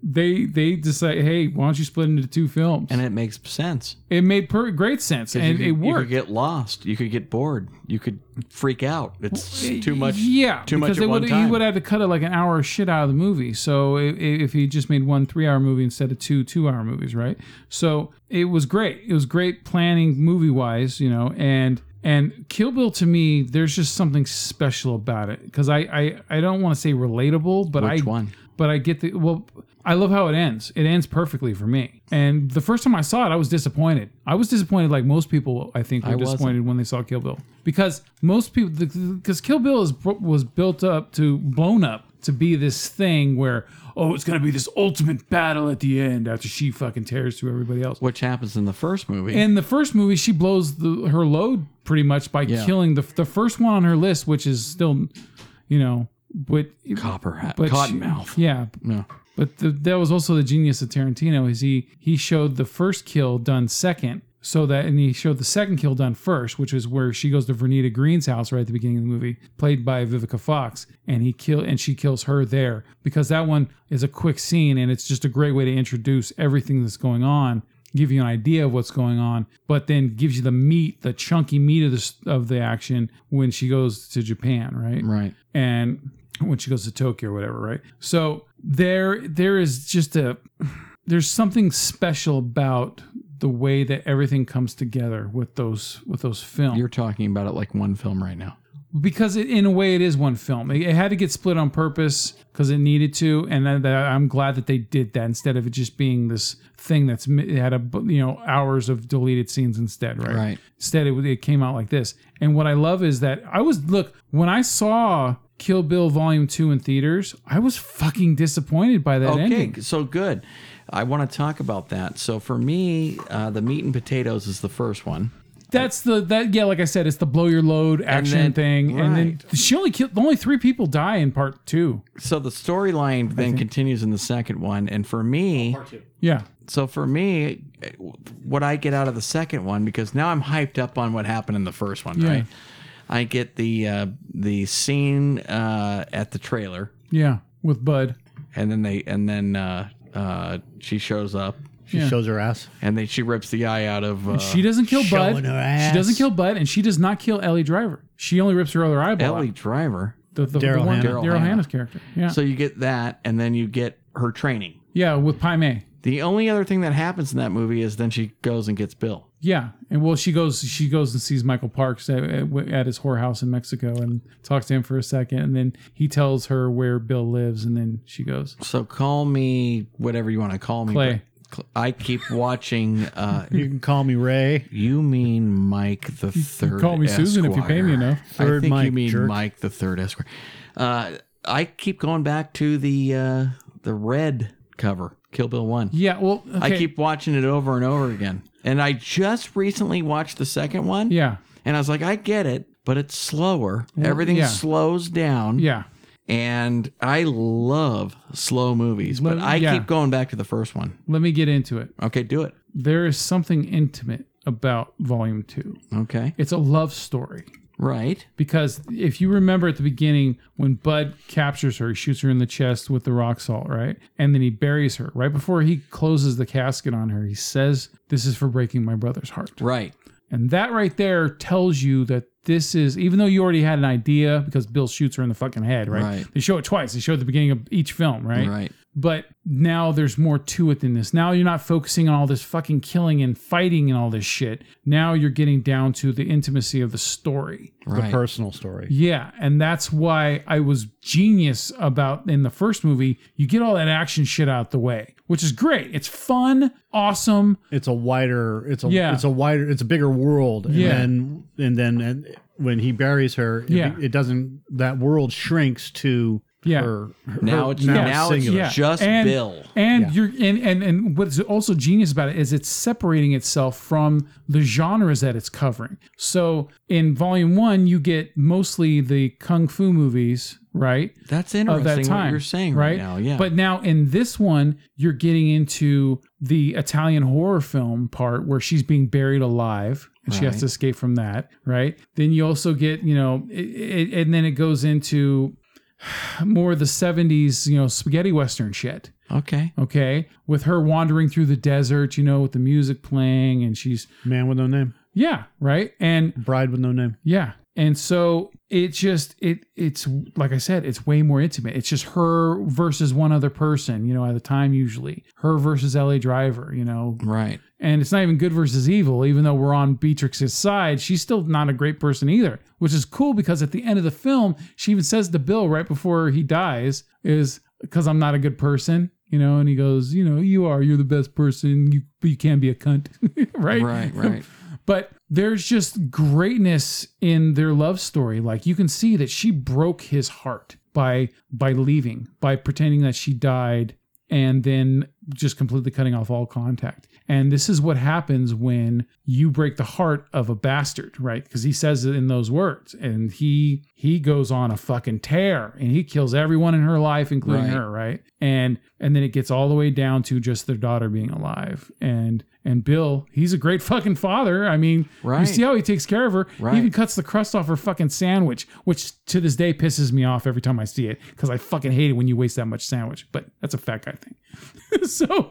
Speaker 2: they they decide, hey, why don't you split into two films?
Speaker 3: and
Speaker 2: And
Speaker 3: it makes sense.
Speaker 2: it made per- great sense,
Speaker 3: 'Cause
Speaker 2: and
Speaker 3: you could-
Speaker 2: it
Speaker 3: You could
Speaker 2: worked.
Speaker 3: get lost. You could get bored. You could freak out. It's too much.
Speaker 2: yeah,
Speaker 3: too much
Speaker 2: because
Speaker 3: at
Speaker 2: they
Speaker 3: one
Speaker 2: would-
Speaker 3: time.
Speaker 2: he would have to cut it like an hour of shit out of the movie. So i- i- if he just made one three-hour movie instead of two two-hour movies, right? So it was great. It was great planning movie-wise, you know, and and Kill Bill to me, there's just something special about it because I, I I don't want to say relatable, but
Speaker 3: Which
Speaker 2: I
Speaker 3: one?
Speaker 2: but I get the well. I love how it ends. It ends perfectly for me. And the first time I saw it, I was disappointed. I was disappointed, like most people, I think, were
Speaker 3: I wasn't.
Speaker 2: disappointed when they saw Kill Bill because most people, because Kill Bill is was built up to blown up to be this thing where oh, it's gonna be this ultimate battle at the end after she fucking tears through everybody else.
Speaker 3: Which happens in the first movie.
Speaker 2: In the first movie, she blows the, her load pretty much by
Speaker 3: Yeah.
Speaker 2: killing the the first one on her list, which is still, you know, but
Speaker 3: Copper hat.
Speaker 2: but she-
Speaker 3: Cottonmouth.
Speaker 2: yeah,
Speaker 3: No.
Speaker 2: but the, that was also the genius of Tarantino is he he showed the first kill done second, so that and he showed the second kill done first, which is where she goes to Vernita Green's house right at the beginning of the movie, played by Vivica Fox, and he kill and she kills her there because that one is a quick scene and it's just a great way to introduce everything that's going on, give you an idea of what's going on, but then gives you the meat, the chunky meat of the s- of the action when she goes to Japan, right?
Speaker 3: Right.
Speaker 2: and when she goes to Tokyo or whatever, right? So there there is just a there's something special about the way that everything comes together with those with those films
Speaker 3: You're talking about it like one film right now.
Speaker 2: because it, in a way it is one film. It, it had to get split on purpose because it needed to, and I, that- I'm glad that they did that instead of it just being this thing that's mi- it had a bu- you know hours of deleted scenes instead, right?
Speaker 3: Right.
Speaker 2: Instead, it, it came out like this. And what I love is that I was look when I saw Kill Bill Volume Two in theaters, I was fucking disappointed by that
Speaker 3: okay,
Speaker 2: ending.
Speaker 3: so good. I want to talk about that. So for me, uh, the meat and potatoes is the first one.
Speaker 2: That's the that yeah, like I said, it's the blow your load action
Speaker 3: then-
Speaker 2: thing, and then
Speaker 3: right.
Speaker 2: she only killed only three people die in part two.
Speaker 3: So the storyline then continues in the second one, and for me,
Speaker 2: Yeah,
Speaker 3: so for me, what I get out of the second one because now I'm hyped up on what happened in the first one,
Speaker 2: Yeah.
Speaker 3: right? I get the uh, the scene uh, at the trailer,
Speaker 2: yeah, with Bud.
Speaker 3: and then they and then uh, uh, she shows up,
Speaker 1: She
Speaker 2: Yeah.
Speaker 1: shows her ass.
Speaker 3: and then she rips the eye out of. Uh,
Speaker 2: She doesn't kill
Speaker 1: Showing
Speaker 2: Bud.
Speaker 1: her ass.
Speaker 2: She doesn't kill Bud, and she does not kill Ellie Driver. She only rips her other eyeball.
Speaker 3: uh, Ellie
Speaker 2: out.
Speaker 3: Driver.
Speaker 2: the, the,
Speaker 1: Daryl
Speaker 2: the one
Speaker 1: Hannah.
Speaker 2: Daryl
Speaker 3: Daryl Hannah.
Speaker 2: Hannah's character. Yeah,
Speaker 3: So you get that, and then you get her training.
Speaker 2: yeah, with Pai Mei.
Speaker 3: The only other thing that happens in that movie is then she goes and gets Bill.
Speaker 2: Yeah, and well, she goes. She goes and sees Michael Parks at, at, at his whorehouse in Mexico, and talks to him for a second, and then he tells her where Bill lives, and then she goes.
Speaker 3: So call me whatever you want to call me.
Speaker 2: Clay.
Speaker 3: but cl- I keep watching. Uh,
Speaker 1: You can call me Ray.
Speaker 3: you mean Mike the Third?
Speaker 2: call me Susan if you pay me
Speaker 3: Esquire.
Speaker 2: enough.
Speaker 1: Third
Speaker 3: I think you
Speaker 1: Mike,
Speaker 3: mean
Speaker 1: jerk.
Speaker 3: Mike the Third Esquire. Uh, I keep going back to the uh, the red cover, Kill Bill One.
Speaker 2: Yeah, well, okay.
Speaker 3: I keep watching it over and over again, and I just recently watched the second one.
Speaker 2: Yeah,
Speaker 3: and I was like, I get it, but it's slower. Everything
Speaker 2: yeah.
Speaker 3: slows down.
Speaker 2: yeah.
Speaker 3: and I love slow movies, but
Speaker 2: Lo-
Speaker 3: I
Speaker 2: yeah.
Speaker 3: keep going back to the first one.
Speaker 2: Let me get into it.
Speaker 3: Okay, do it.
Speaker 2: There is something intimate about Volume Two.
Speaker 3: Okay.
Speaker 2: It's a love story.
Speaker 3: Right.
Speaker 2: Because if you remember at the beginning, when Bud captures her, he shoots her in the chest with the rock salt, right? And then he buries her. Right before he closes the casket on her, he says, This is for breaking my brother's heart.
Speaker 3: Right.
Speaker 2: And that right there tells you that this is, even though you already had an idea, because Bill shoots her in the fucking head, right?
Speaker 3: Right.
Speaker 2: They show it twice. They show it at the beginning of each film, right?
Speaker 3: Right.
Speaker 2: But now there's more to it than this. Now you're not focusing on all this fucking killing and fighting and all this shit. Now you're getting down to the intimacy of the story.
Speaker 1: the
Speaker 3: Right.
Speaker 1: personal story.
Speaker 2: Yeah, and that's why I was genius about in the first movie. You get all that action shit out the way, which is great. It's fun, awesome.
Speaker 1: It's a wider. It's a.
Speaker 2: Yeah.
Speaker 1: It's a wider. It's a bigger world. And
Speaker 2: Yeah.
Speaker 1: Then, and then and when he buries her, it,
Speaker 2: Yeah.
Speaker 1: it doesn't. That world shrinks to.
Speaker 2: Yeah.
Speaker 1: Her, her-
Speaker 3: Now it's- now it's-
Speaker 1: singular.
Speaker 2: Yeah,
Speaker 3: Just
Speaker 2: and,
Speaker 3: Bill.
Speaker 2: And you're and, and and what's also genius about it is it's separating itself from the genres that it's covering. So in volume one, you get mostly the kung fu movies, right?
Speaker 3: That's
Speaker 2: of
Speaker 3: interesting
Speaker 2: that time.
Speaker 3: what you're saying right, now. Yeah.
Speaker 2: But now in this one, you're getting into the Italian horror film part where she's being buried alive and she has
Speaker 3: Right.
Speaker 2: to escape from that, right? Then you also get, you know, it, it, and then it goes into more of the 70s, you know, spaghetti western shit.
Speaker 3: okay.
Speaker 2: Okay, with her wandering through the desert, you know, with the music playing, and she's
Speaker 1: Man with no name.
Speaker 2: yeah, right, and
Speaker 1: Bride with no name.
Speaker 2: yeah. And so it just it it's like I said, it's way more intimate. It's just her versus one other person, you know, at the time usually. Her versus LA Driver, you know.
Speaker 3: Right.
Speaker 2: And it's not even good versus evil, even though we're on Beatrix's side, she's still not a great person either. Which is cool because at the end of the film, she even says to Bill right before he dies, is because I'm not a good person. You know, and he goes, you know, you are. You're the best person. You, but you can be a cunt, right?
Speaker 3: Right. Right.
Speaker 2: But there's just greatness in their love story. Like you can see that she broke his heart by by leaving, by pretending that she died and then just completely cutting off all contact. And this is what happens when you break the heart of a bastard, right? Because he says it in those words and he he goes on a fucking tear and he kills everyone in her life including
Speaker 3: Right.
Speaker 2: her right and and then it gets all the way down to just their daughter being alive and and bill he's a great fucking father i mean you
Speaker 3: Right.
Speaker 2: see how he takes care of her
Speaker 3: Right.
Speaker 2: he even cuts the crust off her fucking sandwich which to this day pisses me off every time i see it because i fucking hate it when you waste that much sandwich but that's a fat guy thing so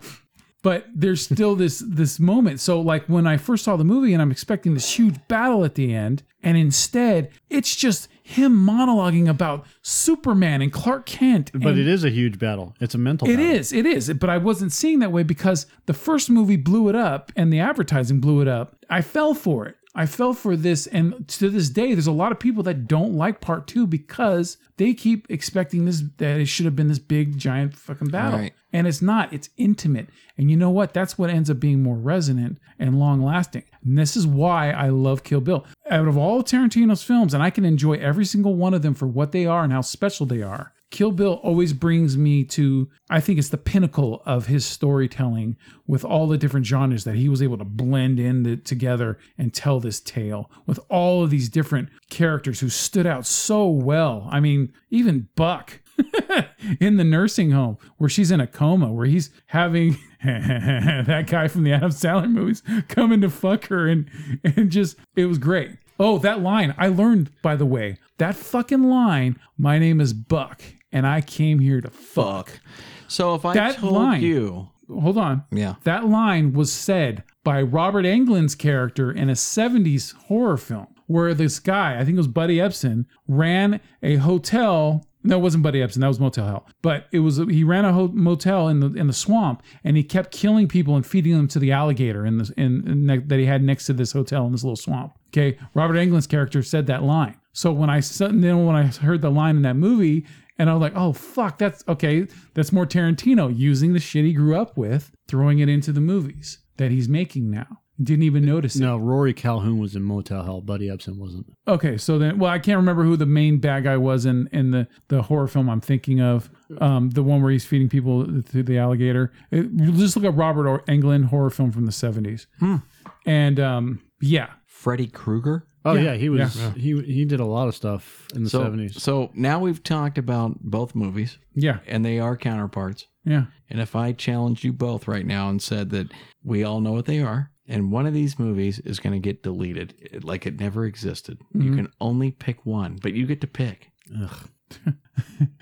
Speaker 2: but there's still this this moment so like when i first saw the movie and i'm expecting this huge battle at the end and instead it's just him monologuing about superman and clark kent
Speaker 1: But
Speaker 2: and
Speaker 1: it is a huge battle. It's a mental.
Speaker 2: it
Speaker 1: battle.
Speaker 2: is, it is. But I wasn't seeing that way because the first movie blew it up and the advertising blew it up. I fell for it. I fell for this. And to this day, there's a lot of people that don't like part two because they keep expecting this, that it should have been this big, giant fucking battle.
Speaker 3: Right.
Speaker 2: And it's not, it's intimate. And you know what? That's what ends up being more resonant and long lasting. And this is why I love Kill Bill. Out of all Tarantino's films, and I can enjoy every single one of them for what they are and how special they are. Kill Bill always brings me to, I think it's the pinnacle of his storytelling with all the different genres that he was able to blend in the, together and tell this tale with all of these different characters who stood out so well. I mean, even Buck in the nursing home where she's in a coma, where he's having that guy from the Adam Sandler movies coming to fuck her, and and just it was great. Oh, that line I learned by the way. That fucking line. My name is Buck, and I came here to fuck.
Speaker 3: So if I
Speaker 2: That
Speaker 3: told
Speaker 2: line-
Speaker 3: you,
Speaker 2: Hold on.
Speaker 3: yeah,
Speaker 2: That line was said by Robert Englund's character in a 70s horror film where this guy, I think it was Buddy Epson, ran a hotel. No, it wasn't Buddy Epson. That was Motel Hell. But it was he ran a ho- motel in the in the swamp, and he kept killing people and feeding them to the alligator in the in, in ne- that he had next to this hotel in this little swamp. Okay, Robert Englund's character said that line. So when I said- then when I heard the line in that movie, and I was like, oh, fuck, that's okay. That's more Tarantino using the shit he grew up with, throwing it into the movies that he's making now. Didn't even notice it.
Speaker 1: No, Rory Calhoun was in Motel Hell. Buddy Epson wasn't.
Speaker 2: Okay, so then, well, I can't remember who the main bad guy was in, in the, the horror film I'm thinking of. Um, the one where he's feeding people through the alligator. It, you just look up Robert or Englund horror film from the 70s.
Speaker 1: Hmm.
Speaker 2: And um, yeah,
Speaker 3: Freddy Krueger.
Speaker 1: Oh
Speaker 2: Yeah.
Speaker 1: yeah, he was.
Speaker 2: Yeah.
Speaker 1: He he did a lot of stuff in the
Speaker 3: So
Speaker 1: seventies.
Speaker 3: so now we've talked about both movies,
Speaker 2: yeah,
Speaker 3: and they are counterparts.
Speaker 2: yeah.
Speaker 3: And if I challenged you both right now and said that we all know what they are, and one of these movies is going to get deleted it- like it never existed. You
Speaker 2: Mhm.
Speaker 3: can only pick one, but you get to pick.
Speaker 1: Ugh.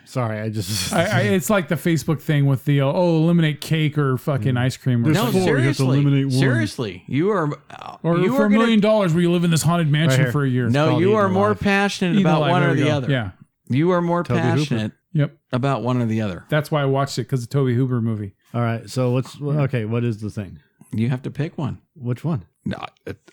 Speaker 1: Sorry, I just.
Speaker 2: I, I, it's like the Facebook thing with the uh, oh eliminate cake or fucking ice cream or
Speaker 1: Hmm. There's
Speaker 3: No,
Speaker 1: It's
Speaker 2: something.
Speaker 1: four, you have to
Speaker 3: seriously,
Speaker 1: eliminate one.
Speaker 3: seriously, you are uh,
Speaker 2: Or
Speaker 3: you
Speaker 2: for
Speaker 3: are
Speaker 2: a
Speaker 3: gonna-
Speaker 2: million dollars, will you live in this haunted mansion
Speaker 1: Right here.
Speaker 2: for a year?
Speaker 1: It's
Speaker 3: No,
Speaker 1: called
Speaker 3: you
Speaker 1: Eating
Speaker 3: are more
Speaker 1: Alive.
Speaker 3: passionate
Speaker 2: Eat
Speaker 3: about
Speaker 2: alive,
Speaker 3: one
Speaker 2: there
Speaker 3: or
Speaker 2: we
Speaker 3: the
Speaker 2: go.
Speaker 3: other.
Speaker 2: Yeah.
Speaker 3: You are more
Speaker 1: Toby Hooper.
Speaker 3: passionate
Speaker 2: Yep.
Speaker 3: about one or the other.
Speaker 2: That's why I watched it because the Toby Hooper movie.
Speaker 1: All right, so what's okay? What is the thing?
Speaker 3: You have to pick one.
Speaker 1: Which one
Speaker 3: No,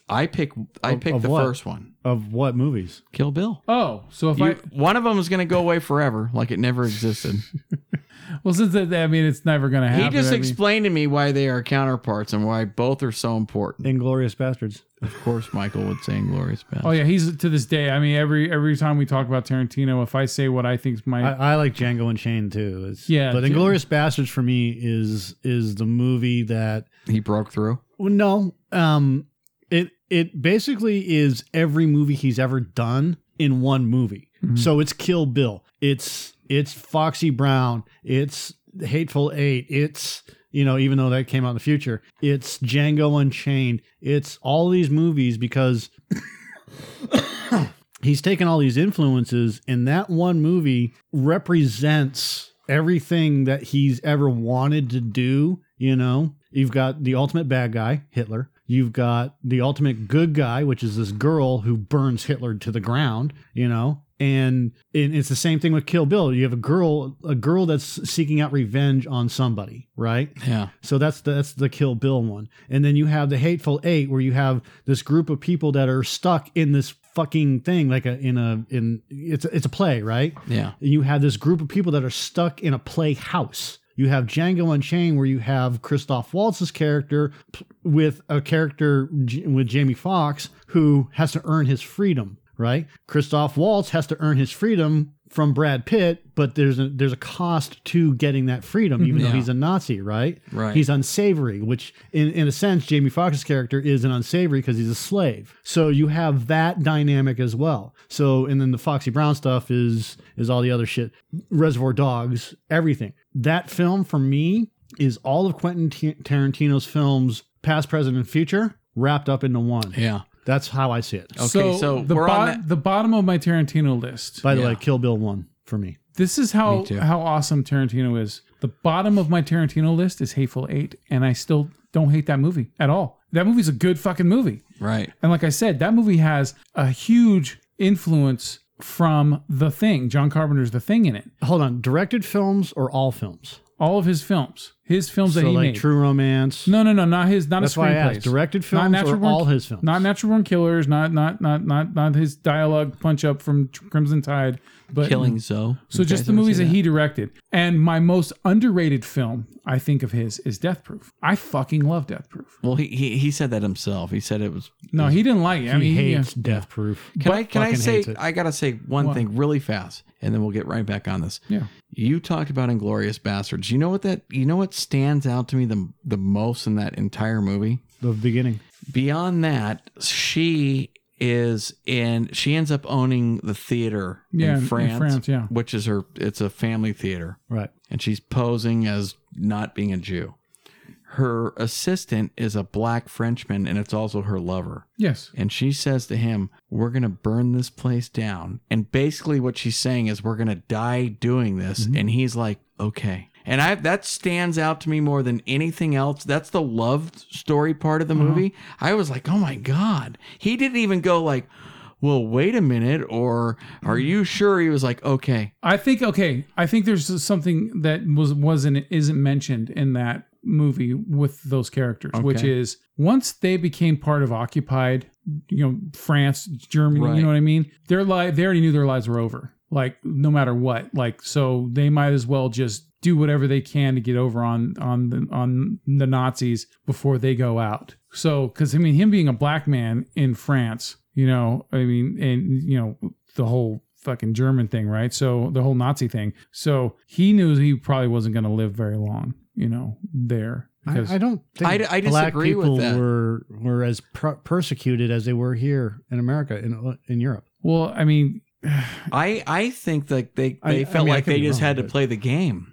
Speaker 3: I pick. I
Speaker 1: Of-
Speaker 3: pick
Speaker 1: of
Speaker 3: the
Speaker 1: what?
Speaker 3: first one.
Speaker 1: of what movies?
Speaker 3: Kill Bill.
Speaker 2: Oh, so if
Speaker 3: You- one of them is going to go away forever, like it never existed.
Speaker 2: I well, since that, I mean, it's never gonna
Speaker 3: he
Speaker 2: happen.
Speaker 3: just
Speaker 2: I mean-
Speaker 3: explained to me why they are counterparts and why both are so important.
Speaker 1: Inglorious Bastards.
Speaker 3: Of course, Michael would say Inglorious Bastards.
Speaker 2: Oh yeah, he's to this day. I mean, every every time we talk about Tarantino, if I say what I think's my
Speaker 1: I, I like Django and Shane too. It's,
Speaker 2: Yeah,
Speaker 1: but
Speaker 2: Jan-
Speaker 1: Inglorious Bastards for me is is the movie that
Speaker 3: He broke through.
Speaker 1: Well, no. Um, it it basically is every movie he's ever done in one movie. So it's Kill Bill. It's it's Foxy Brown. It's Hateful Eight. It's you know even though that came out in the future, it's Django Unchained. It's all these movies because he's taken all these influences and that one movie represents everything that he's ever wanted to do you know you've got the ultimate bad guy hitler you've got the ultimate good guy which is this girl who burns hitler to the ground you know and and it's the same thing with kill bill you have a girl a girl that's seeking out revenge on somebody right
Speaker 3: Yeah.
Speaker 1: so that's the, that's the Kill Bill one, and then you have the Hateful Eight, where you have this group of people that are stuck in this fucking thing, like a in a in it's a, it's a play, right?
Speaker 3: Yeah.
Speaker 1: And you have this group of people that are stuck in a playhouse. You have Django Unchained, where you have Christoph Waltz's character p- with a character J- with Jamie Foxx who has to earn his freedom, right? Christoph Waltz has to earn his freedom from Brad Pitt, but there's a, there's a cost to getting that freedom, even though
Speaker 3: Yeah.
Speaker 1: he's a Nazi, right?
Speaker 3: Right.
Speaker 1: He's unsavory, which in, in a sense, Jamie Foxx's character is an unsavory because he's a slave. So you have that dynamic as well. So and then the Foxy Brown stuff is is all the other shit. Reservoir Dogs, everything. That film for me is all of Quentin T- Tarantino's films, past, present, and future, wrapped up into one.
Speaker 3: Yeah.
Speaker 1: That's how I see it.
Speaker 3: Okay. So,
Speaker 2: so, the,
Speaker 3: we're on
Speaker 2: bot
Speaker 3: that.
Speaker 2: the bottom of my Tarantino list.
Speaker 1: By the
Speaker 3: yeah.
Speaker 1: way, Kill Bill one for me.
Speaker 2: This is how
Speaker 3: Me too.
Speaker 2: how awesome Tarantino is. The bottom of my Tarantino list is Hateful Eight, and I still don't hate that movie at all. That movie's a good fucking movie.
Speaker 3: Right.
Speaker 2: And like I said, that movie has a huge influence from The Thing. John Carpenter's The Thing in it.
Speaker 1: Hold on, directed films or all films?
Speaker 2: All of his films, his films that
Speaker 1: so
Speaker 2: he
Speaker 1: like
Speaker 2: made.
Speaker 1: True Romance.
Speaker 2: no, no, no, not his. Not
Speaker 1: That's
Speaker 2: a screenplay.
Speaker 1: why I asked. Directed films or all his films?
Speaker 2: Not natural born killers. Not not not not not his dialogue punch up from Tr- Crimson Tide. But
Speaker 3: Killing Zoe.
Speaker 2: So
Speaker 3: You
Speaker 2: just
Speaker 3: guys
Speaker 2: the
Speaker 3: ever
Speaker 2: movies
Speaker 3: see
Speaker 2: that he directed. And my most underrated film, I think of his, is Death Proof. I fucking love Death Proof.
Speaker 3: Well, he, he he said that himself. He said it was.
Speaker 2: No, he didn't like it. I
Speaker 1: he
Speaker 2: mean, he-
Speaker 1: hates Death Proof.
Speaker 3: Can I can I
Speaker 1: fucking
Speaker 3: say
Speaker 1: hates it.
Speaker 3: I gotta say one
Speaker 2: What?
Speaker 3: thing really fast, and then we'll get right back on this.
Speaker 2: Yeah.
Speaker 3: You talked about Inglorious Bastards. You know what that you know what stands out to me the the most in that entire movie?
Speaker 1: The beginning.
Speaker 3: Beyond that, she is in she ends up owning the theater
Speaker 2: Yeah,
Speaker 3: in
Speaker 2: in
Speaker 3: France,
Speaker 2: France, yeah.
Speaker 3: which is her it's a family theater
Speaker 1: Right.
Speaker 3: and she's posing as not being a Jew. Her assistant is a black Frenchman and it's also her lover.
Speaker 2: Yes.
Speaker 3: And she says to him, We're going to burn this place down. And basically, what she's saying is, We're going to die doing this.
Speaker 1: Mm-hmm.
Speaker 3: And he's like, Okay. And I that stands out to me more than anything else. That's the love story part of the
Speaker 1: Uh-huh.
Speaker 3: movie. I was like, Oh my God. He didn't even go like, well, wait a minute, or
Speaker 1: Mm-hmm.
Speaker 3: are you sure? He was like, okay,
Speaker 2: I think okay. I think there's something that was wasn't isn't mentioned in that movie with those characters, which
Speaker 3: Okay.
Speaker 2: is once they became part of occupied, you know, France, Germany.
Speaker 3: Right.
Speaker 2: You know what I mean? Their life, they already knew their lives were over. Like no matter what, like so they might as well just do whatever they can to get over on on the on the Nazis before they go out. So because I mean, him being a black man in France, you know, I mean, and you know, the whole fucking German thing, right? So the whole Nazi thing. So he knew he probably wasn't going to live very long, you know, there. Because
Speaker 1: I, I don't think
Speaker 3: I d- I
Speaker 1: black
Speaker 3: disagree with
Speaker 1: people
Speaker 3: that.
Speaker 1: were were as per- persecuted as they were here in America in in Europe.
Speaker 2: well, I mean,
Speaker 3: I I think that they
Speaker 1: I-
Speaker 3: they
Speaker 1: I
Speaker 3: felt
Speaker 1: mean, I
Speaker 3: like
Speaker 1: could
Speaker 3: they
Speaker 1: be
Speaker 3: just
Speaker 1: wrong,
Speaker 3: had to
Speaker 1: but-
Speaker 3: play the game.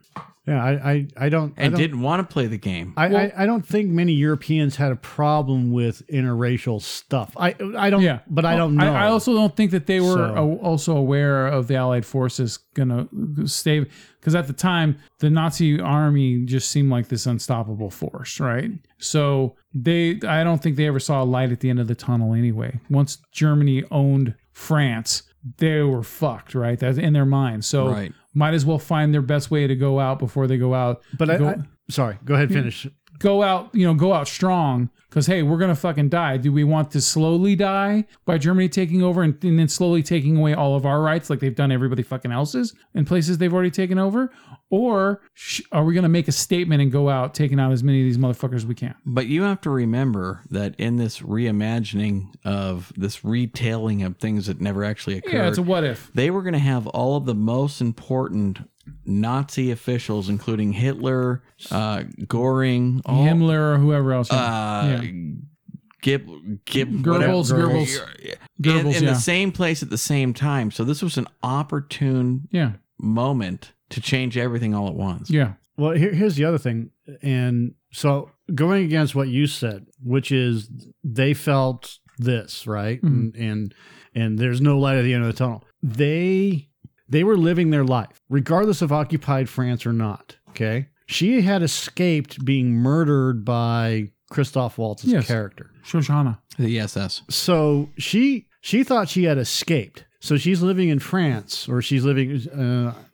Speaker 1: Yeah, I, I, I don't. I
Speaker 3: and
Speaker 1: don't,
Speaker 3: didn't want to play the game.
Speaker 1: I,
Speaker 2: Well-
Speaker 1: I, I don't think many Europeans had a problem with interracial stuff. I I don't.
Speaker 2: Yeah,
Speaker 1: but I don't know.
Speaker 2: Well, I, I also don't think that they were
Speaker 1: So-
Speaker 2: a- also aware of the Allied forces gonna stay because at the time the Nazi army just seemed like this unstoppable force, right? So they, I don't think they ever saw a light at the end of the tunnel. Anyway, once Germany owned France, they were fucked, right? That's in their mind. So
Speaker 3: Right.
Speaker 2: might as well find their best way to go out before they go out.
Speaker 1: But I,
Speaker 2: go,
Speaker 1: I sorry. Go ahead. Finish.
Speaker 2: go out, you know, go out strong because hey, we're gonna fucking die. Do we want to slowly die by Germany taking over and, and then slowly taking away all of our rights like they've done everybody fucking else's in places they've already taken over, or sh- are we gonna make a statement and go out taking out as many of these motherfuckers as we can?
Speaker 3: But you have to remember that in this reimagining of this retelling of things that never actually occurred,
Speaker 2: Yeah, it's a what if.
Speaker 3: they were going to have all of the most important Nazi officials, including Hitler, uh, Goring, all,
Speaker 2: Himmler or whoever else.
Speaker 3: Oh. uh, Gib, Gib, whatever-
Speaker 2: Goebbels, Goebbels,
Speaker 3: in,
Speaker 2: Goebbels,
Speaker 3: in
Speaker 2: yeah.
Speaker 3: the same place at the same time. So this was an opportune
Speaker 2: yeah,
Speaker 3: moment to change everything all at once.
Speaker 2: yeah,
Speaker 1: Well, here, here's the other thing, and so going against what you said, which is they felt this right, and, and and there's no light at the end of the tunnel. They they were living their life, regardless of occupied France or not. Okay, she had escaped being murdered by Christoph Waltz's
Speaker 2: Yes.
Speaker 1: character,
Speaker 2: Shoshana.
Speaker 3: The SS.
Speaker 1: so she she thought she had escaped. So she's living in France, or she's living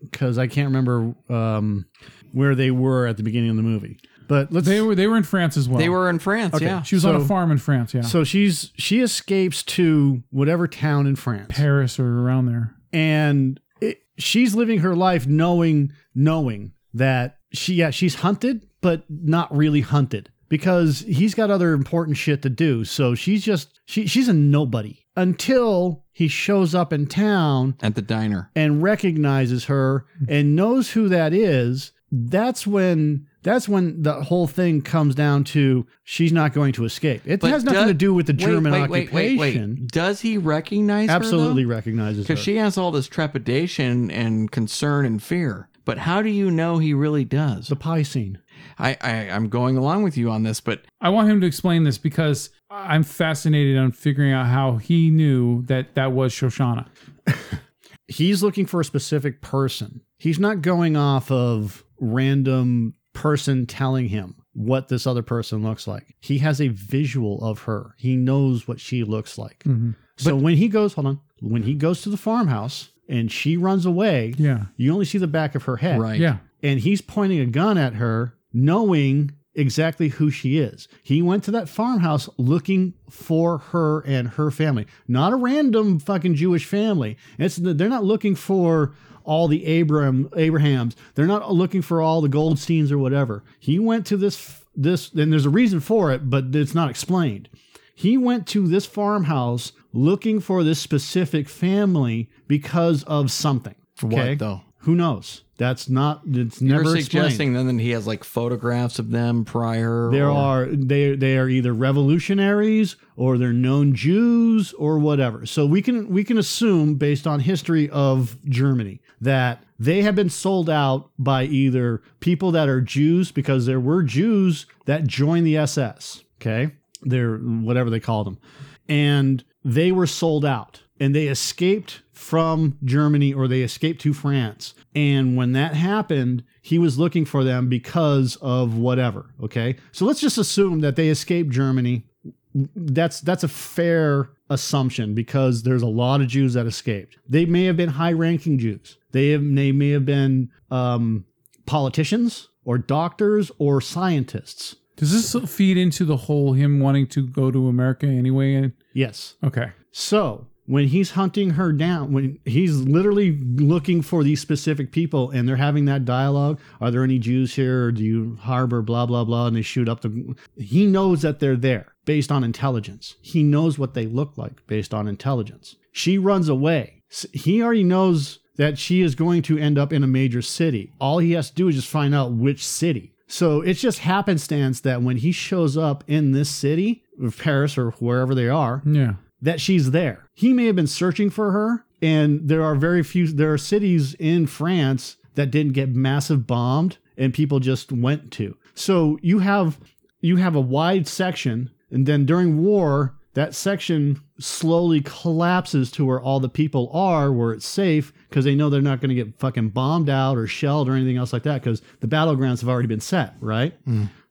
Speaker 1: because I can't remember um, where they were at the beginning of the movie. But let's
Speaker 2: They were they were in France as well.
Speaker 3: They were in France, yeah.
Speaker 2: She was on a
Speaker 1: so-
Speaker 2: farm in France. Yeah,
Speaker 1: so she's she escapes to whatever town in France,
Speaker 2: Paris or around there.
Speaker 1: and it, she's living her life knowing knowing that she yeah she's hunted, but not really hunted because he's got other important shit to do. So she's just she she's a nobody until he shows up in town
Speaker 3: At the diner.
Speaker 1: and recognizes her and knows who that is that's when that's when the whole thing comes down to she's not going to escape it
Speaker 3: But
Speaker 1: has nothing
Speaker 3: does-
Speaker 1: to do with the
Speaker 3: wait,
Speaker 1: german
Speaker 3: wait, wait,
Speaker 1: occupation
Speaker 3: wait, wait. Does he recognize
Speaker 1: absolutely recognizes her
Speaker 3: Because she has all this trepidation and concern and fear. But how do you know he really does?
Speaker 1: the pie scene
Speaker 3: I, I I'm going along with you on this, but
Speaker 2: I want him to explain this because I'm fascinated on figuring out how he knew that that was Shoshana.
Speaker 1: he's looking for a specific person he's not going off of random person telling him what this other person looks like he has a visual of her he knows what she looks like So when he goes, hold on, when he goes to the farmhouse and she runs away,
Speaker 2: Yeah.
Speaker 1: you only see the back of her head.
Speaker 3: right.
Speaker 2: Yeah.
Speaker 1: And he's pointing a gun at her, knowing exactly who she is. He went to that farmhouse looking for her and her family, not a random fucking Jewish family. It's they're not looking for all the Abram Abrahams. They're not looking for all the Goldsteins or whatever. He went to this this and there's a reason for it, but it's not explained. He went to this farmhouse looking for this specific family because of something.
Speaker 3: For what, though?
Speaker 1: Who knows? That's not. It's
Speaker 3: You're
Speaker 1: never
Speaker 3: suggesting
Speaker 1: explained.
Speaker 3: then that he has like photographs of them prior.
Speaker 1: There
Speaker 3: or-
Speaker 1: are they they are either revolutionaries or they're known Jews or whatever. So we can we can assume based on history of Germany that they have been sold out by either people that are Jews because there were Jews that joined the SS. Okay, they're whatever they call them, and they were sold out and they escaped from Germany or they escaped to France. And when that happened, he was looking for them because of whatever. Okay. So let's just assume that they escaped Germany. That's that's a fair assumption because there's a lot of Jews that escaped. They may have been high-ranking Jews. They have, they may have been um, politicians or doctors or scientists.
Speaker 2: Does this feed into the whole him wanting to go to America anyway?
Speaker 1: Yes.
Speaker 2: Okay.
Speaker 1: So when he's hunting her down, when he's literally looking for these specific people and they're having that dialogue, are there any Jews here? Or do you harbor blah, blah, blah? And they shoot up the. He knows that they're there based on intelligence. He knows what they look like based on intelligence. She runs away. S- He already knows that she is going to end up in a major city. All he has to do is just find out which city. So it's just happenstance that when he shows up in this city, Paris or wherever they are,
Speaker 2: Yeah.
Speaker 1: that she's there. He may have been searching for her, and there are very few, there are cities in France that didn't get massive bombed and people just went to. So you have you have a wide section, and then during war, that section slowly collapses to where all the people are, where it's safe, because they know they're not going to get fucking bombed out or shelled or anything else like that, because the battlegrounds have already been set, right?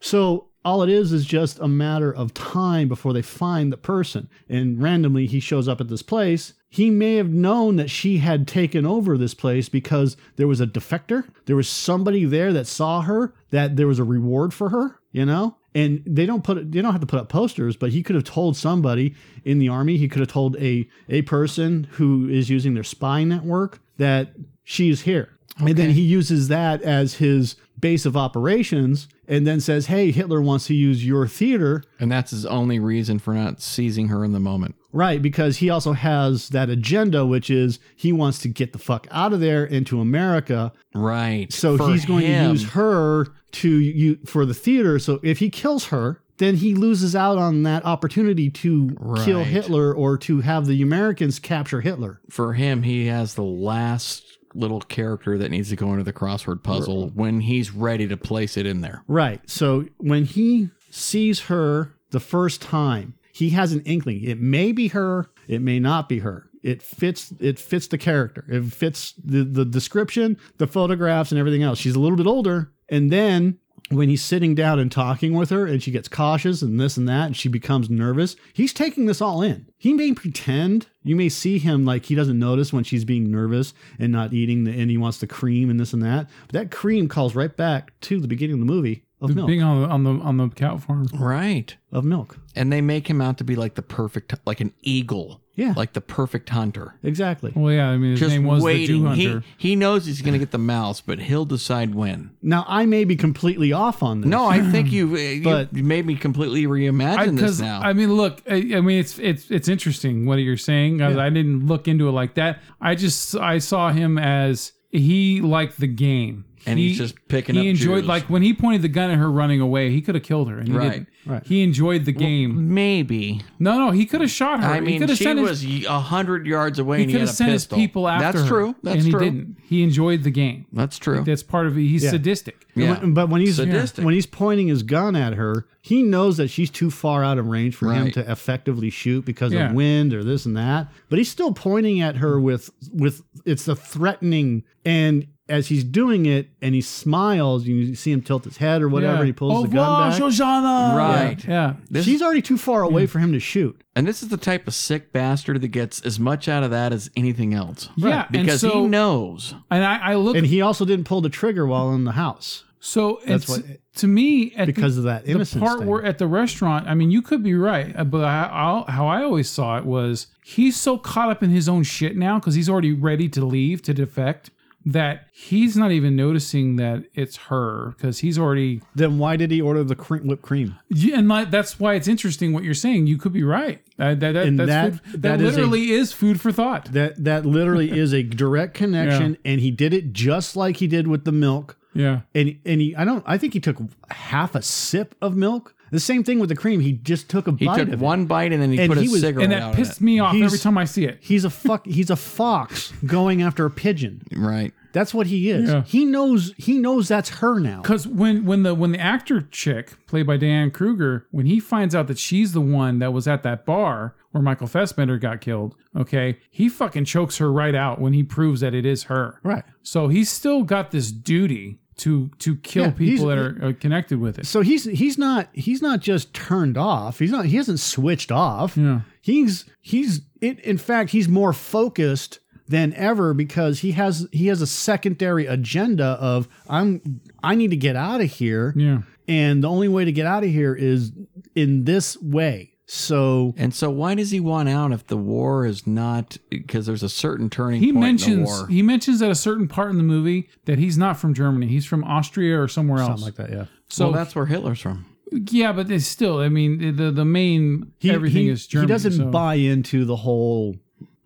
Speaker 1: So all it is is just a matter of time before they find the person. And randomly, he shows up at this place. He may have known that she had taken over this place because there was a defector. There was somebody there that saw her, that there was a reward for her, you know? And they don't put they don't have to put up posters, but he could have told somebody in the army, he could have told a a person who is using their spy network that she's here. And then he uses that as his base of operations and then says, hey, Hitler wants to use your theater.
Speaker 3: And that's his only reason for not seizing her in the moment.
Speaker 1: Right, because he also has that agenda, which is he wants to get the fuck out of there into America.
Speaker 3: Right.
Speaker 1: So
Speaker 3: For
Speaker 1: he's going
Speaker 3: him,
Speaker 1: to use her to you for the theater. So if he kills her, then he loses out on that opportunity to kill
Speaker 3: Right.
Speaker 1: Hitler or to have the Americans capture Hitler.
Speaker 3: For him, he has the last little character that needs to go into the crossword puzzle when he's ready to place it in there.
Speaker 1: Right. So when he sees her the first time, he has an inkling. It may be her, it may not be her. It fits it fits the character. It fits the, the description, the photographs, and everything else. She's a little bit older. And then when he's sitting down and talking with her and she gets cautious and this and that and she becomes nervous, he's taking this all in. He may pretend you may see him like he doesn't notice when she's being nervous and not eating the, and he wants the cream and this and that. But that cream calls right back to the beginning of the movie of milk.
Speaker 2: Being on the on the on the cow farm.
Speaker 3: Right.
Speaker 1: Of milk.
Speaker 3: And they make him out to be like the perfect, like an eagle.
Speaker 1: Yeah.
Speaker 3: Like the perfect hunter.
Speaker 1: Exactly.
Speaker 2: Well, yeah, I mean, his
Speaker 3: Just
Speaker 2: name was
Speaker 3: waiting.
Speaker 2: the Jew
Speaker 3: he,
Speaker 2: Hunter.
Speaker 3: he knows he's going to get the mouse, but he'll decide when.
Speaker 1: Now I may be completely off on this.
Speaker 3: No, I think you, you
Speaker 1: But-
Speaker 3: made me completely reimagine this
Speaker 2: Because
Speaker 3: now.
Speaker 2: I mean, look, I, I mean, it's it's it's interesting what you're saying. 'cause I didn't look into it like that. I just I saw him as he liked the game,
Speaker 3: And
Speaker 2: he,
Speaker 3: he's just picking
Speaker 2: He
Speaker 3: up
Speaker 2: enjoyed
Speaker 3: Jews.
Speaker 2: like when he pointed the gun at her running away. He could have killed her, and he
Speaker 3: Right.
Speaker 2: didn't.
Speaker 1: Right.
Speaker 2: He enjoyed the game.
Speaker 3: Maybe.
Speaker 2: No, no, he could have shot her.
Speaker 3: I
Speaker 2: He
Speaker 3: mean,
Speaker 2: could have
Speaker 3: she
Speaker 2: sent his-
Speaker 3: was a hundred yards away,
Speaker 2: He
Speaker 3: and he
Speaker 2: could
Speaker 3: had
Speaker 2: have
Speaker 3: a
Speaker 2: sent his
Speaker 3: pistol.
Speaker 2: people after
Speaker 3: That's
Speaker 2: her,
Speaker 3: true. That's
Speaker 2: and
Speaker 3: true.
Speaker 2: he didn't. He enjoyed the game.
Speaker 3: That's true.
Speaker 2: That's part of it. He's
Speaker 1: Yeah.
Speaker 2: sadistic.
Speaker 3: yeah.
Speaker 1: When- But when he's
Speaker 3: Sadistic.
Speaker 1: when he's pointing his gun at her, he knows that she's too far out of range for him
Speaker 3: Right.
Speaker 1: to effectively shoot because
Speaker 2: Yeah.
Speaker 1: of wind or this and that. But he's still pointing at her with with it's the threatening and as he's doing it and he smiles, you see him tilt his head or whatever,
Speaker 2: Yeah.
Speaker 1: and he pulls
Speaker 2: Au
Speaker 1: the gun
Speaker 2: revoir,
Speaker 1: back.
Speaker 2: Shoshana!
Speaker 3: Right.
Speaker 2: Yeah. yeah.
Speaker 3: This-
Speaker 1: uh, She's already too far away for him to shoot.
Speaker 3: and this is the type of sick bastard that gets as much out of that as anything else.
Speaker 2: Yeah,
Speaker 3: Because
Speaker 2: and so,
Speaker 3: he knows.
Speaker 2: and I, I look
Speaker 1: And he also didn't pull the trigger while in the house
Speaker 2: so
Speaker 1: That's
Speaker 2: it's
Speaker 1: what-
Speaker 2: to me at
Speaker 1: because
Speaker 2: the,
Speaker 1: of that
Speaker 2: the
Speaker 1: innocence
Speaker 2: part
Speaker 1: thing.
Speaker 2: where at the restaurant. I mean, you could be right, uh, but I, I, how I always saw it was he's so caught up in his own shit now because he's already ready to leave to defect that he's not even noticing that it's her because he's already
Speaker 1: then why did he order the cre- whipped cream?
Speaker 2: Yeah, and like, that's why it's interesting what you're saying. You could be right. Uh, that that,
Speaker 1: And
Speaker 2: that's
Speaker 1: that-
Speaker 2: food, that,
Speaker 1: that is a-
Speaker 2: literally is, food for thought.
Speaker 1: That that literally is a direct connection, and he did it just like he did with the milk.
Speaker 2: yeah.
Speaker 1: And and he, I don't, I think he took half a sip of milk. The same thing with the cream. He just took a
Speaker 3: He
Speaker 1: bite
Speaker 3: took
Speaker 1: of
Speaker 3: one bite and then he
Speaker 1: And
Speaker 3: put
Speaker 1: he
Speaker 3: a
Speaker 1: was-
Speaker 3: cigarette
Speaker 2: And
Speaker 3: out
Speaker 2: that
Speaker 3: in
Speaker 2: pissed me off
Speaker 1: He's-
Speaker 2: every time I see it.
Speaker 1: it. He's a fuck. He's a fox going after a pigeon.
Speaker 3: it. Right.
Speaker 1: That's what he is.
Speaker 2: Yeah.
Speaker 1: He knows. He knows that's her now.
Speaker 2: Because when when the when the actor chick played by Diane Kruger, when he finds out that she's the one that was at that bar where Michael Fassbender got killed, okay, he fucking chokes her right out when he proves that it is her.
Speaker 1: Right.
Speaker 2: So he's still got this duty to to kill
Speaker 1: Yeah,
Speaker 2: people
Speaker 1: he's-
Speaker 2: that are uh, connected with it.
Speaker 1: So he's he's not he's not just turned off. He's not. He hasn't switched off.
Speaker 2: Yeah.
Speaker 1: he's he's it, in fact he's more focused than ever because he has he has a secondary agenda of I'm I need to get out of here
Speaker 2: Yeah.
Speaker 1: and the only way to get out of here is in this way. So
Speaker 3: And so why does he want out if the war is not because there's a certain turning
Speaker 2: he
Speaker 3: point in the
Speaker 2: mentions
Speaker 3: war.
Speaker 2: he mentions at a certain part in the movie that he's not from Germany. He's from Austria or somewhere else.
Speaker 1: something like that, yeah.
Speaker 2: so
Speaker 3: well, that's where Hitler's from.
Speaker 2: yeah, but it's still. I mean, the the main everything
Speaker 1: he,
Speaker 2: is Germany.
Speaker 1: He doesn't
Speaker 2: so-
Speaker 1: buy into the whole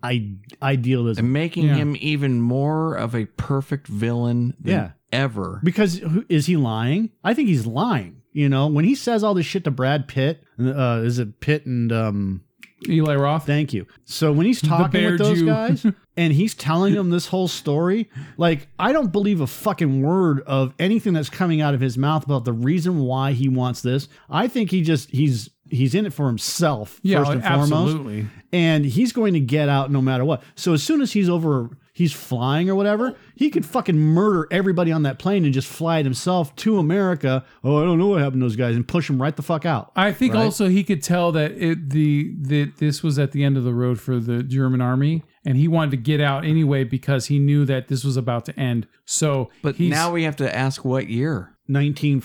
Speaker 1: I- idealism
Speaker 3: And making
Speaker 2: Yeah.
Speaker 3: him even more of a perfect villain than
Speaker 1: Yeah.
Speaker 3: ever.
Speaker 1: Because who- is he lying? I think he's lying. You know, when he says all this shit to Brad Pitt, uh, is it Pitt and um,
Speaker 2: Eli Roth.
Speaker 1: Thank you. So when he's talking
Speaker 2: bear
Speaker 1: with those
Speaker 2: Jew.
Speaker 1: guys and he's telling them this whole story, like I don't believe a fucking word of anything that's coming out of his mouth about the reason why he wants this. I think he just he's he's in it for himself
Speaker 2: yeah,
Speaker 1: first and foremost,
Speaker 2: absolutely.
Speaker 1: and he's going to get out no matter what. So as soon as he's over. He's flying or whatever. He could fucking murder everybody on that plane and just fly it himself to America. Oh, I don't know what happened to those guys and push them right the fuck out.
Speaker 2: I think
Speaker 1: Right?
Speaker 2: also he could tell that it the that this was at the end of the road for the German army, and he wanted to get out anyway because he knew that this was about to end. So,
Speaker 3: But
Speaker 2: he's,
Speaker 3: now we have to ask what year.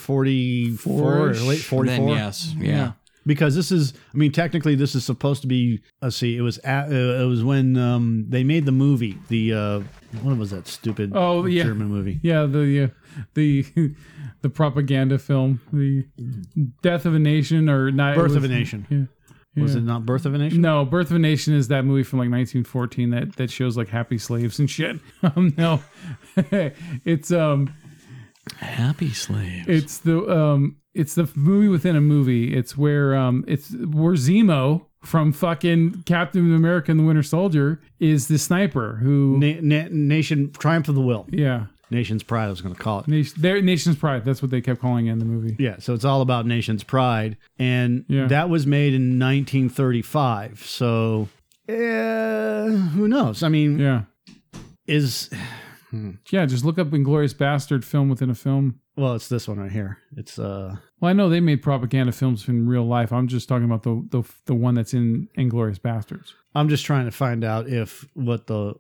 Speaker 1: 1944 or late 44.
Speaker 3: Then yes, yeah.
Speaker 1: because this is i mean technically this is supposed to be let's see it was at, uh, it was when um, they made the movie the uh, what was that stupid
Speaker 2: Oh, yeah.
Speaker 1: german movie
Speaker 2: yeah the uh, the the propaganda film, the Death of a Nation or not it
Speaker 1: birth of
Speaker 2: was-
Speaker 1: a nation
Speaker 2: Yeah.
Speaker 1: was
Speaker 2: yeah.
Speaker 1: it not birth of a nation
Speaker 2: No, Birth of a Nation is that movie from like 1914 that that shows like happy slaves and shit. Um, no, it's um,
Speaker 3: Happy slaves.
Speaker 2: It's the um it's the movie within a movie. It's where um it's where Zemo from fucking Captain America and the Winter Soldier is the sniper who
Speaker 1: Na- na- nation triumph of the will
Speaker 2: yeah
Speaker 1: nation's pride i was going to call it
Speaker 2: nation their nation's pride. That's what they kept calling it in the movie.
Speaker 1: yeah so it's all about nation's pride and
Speaker 2: Yeah.
Speaker 1: that was made in 1935 so eh, who knows i mean
Speaker 2: Yeah,
Speaker 1: is
Speaker 2: yeah. Just look up Inglorious Bastard film within a film.
Speaker 1: well it's this one right here it's uh
Speaker 2: Well, I know they made propaganda films in real life. I'm just talking about the the, the one that's in Inglorious Bastards.
Speaker 1: I'm just trying to find out if what the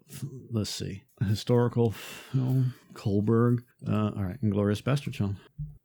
Speaker 1: let's see historical film Kohlberg. Uh, all right, Inglorious Bastard film,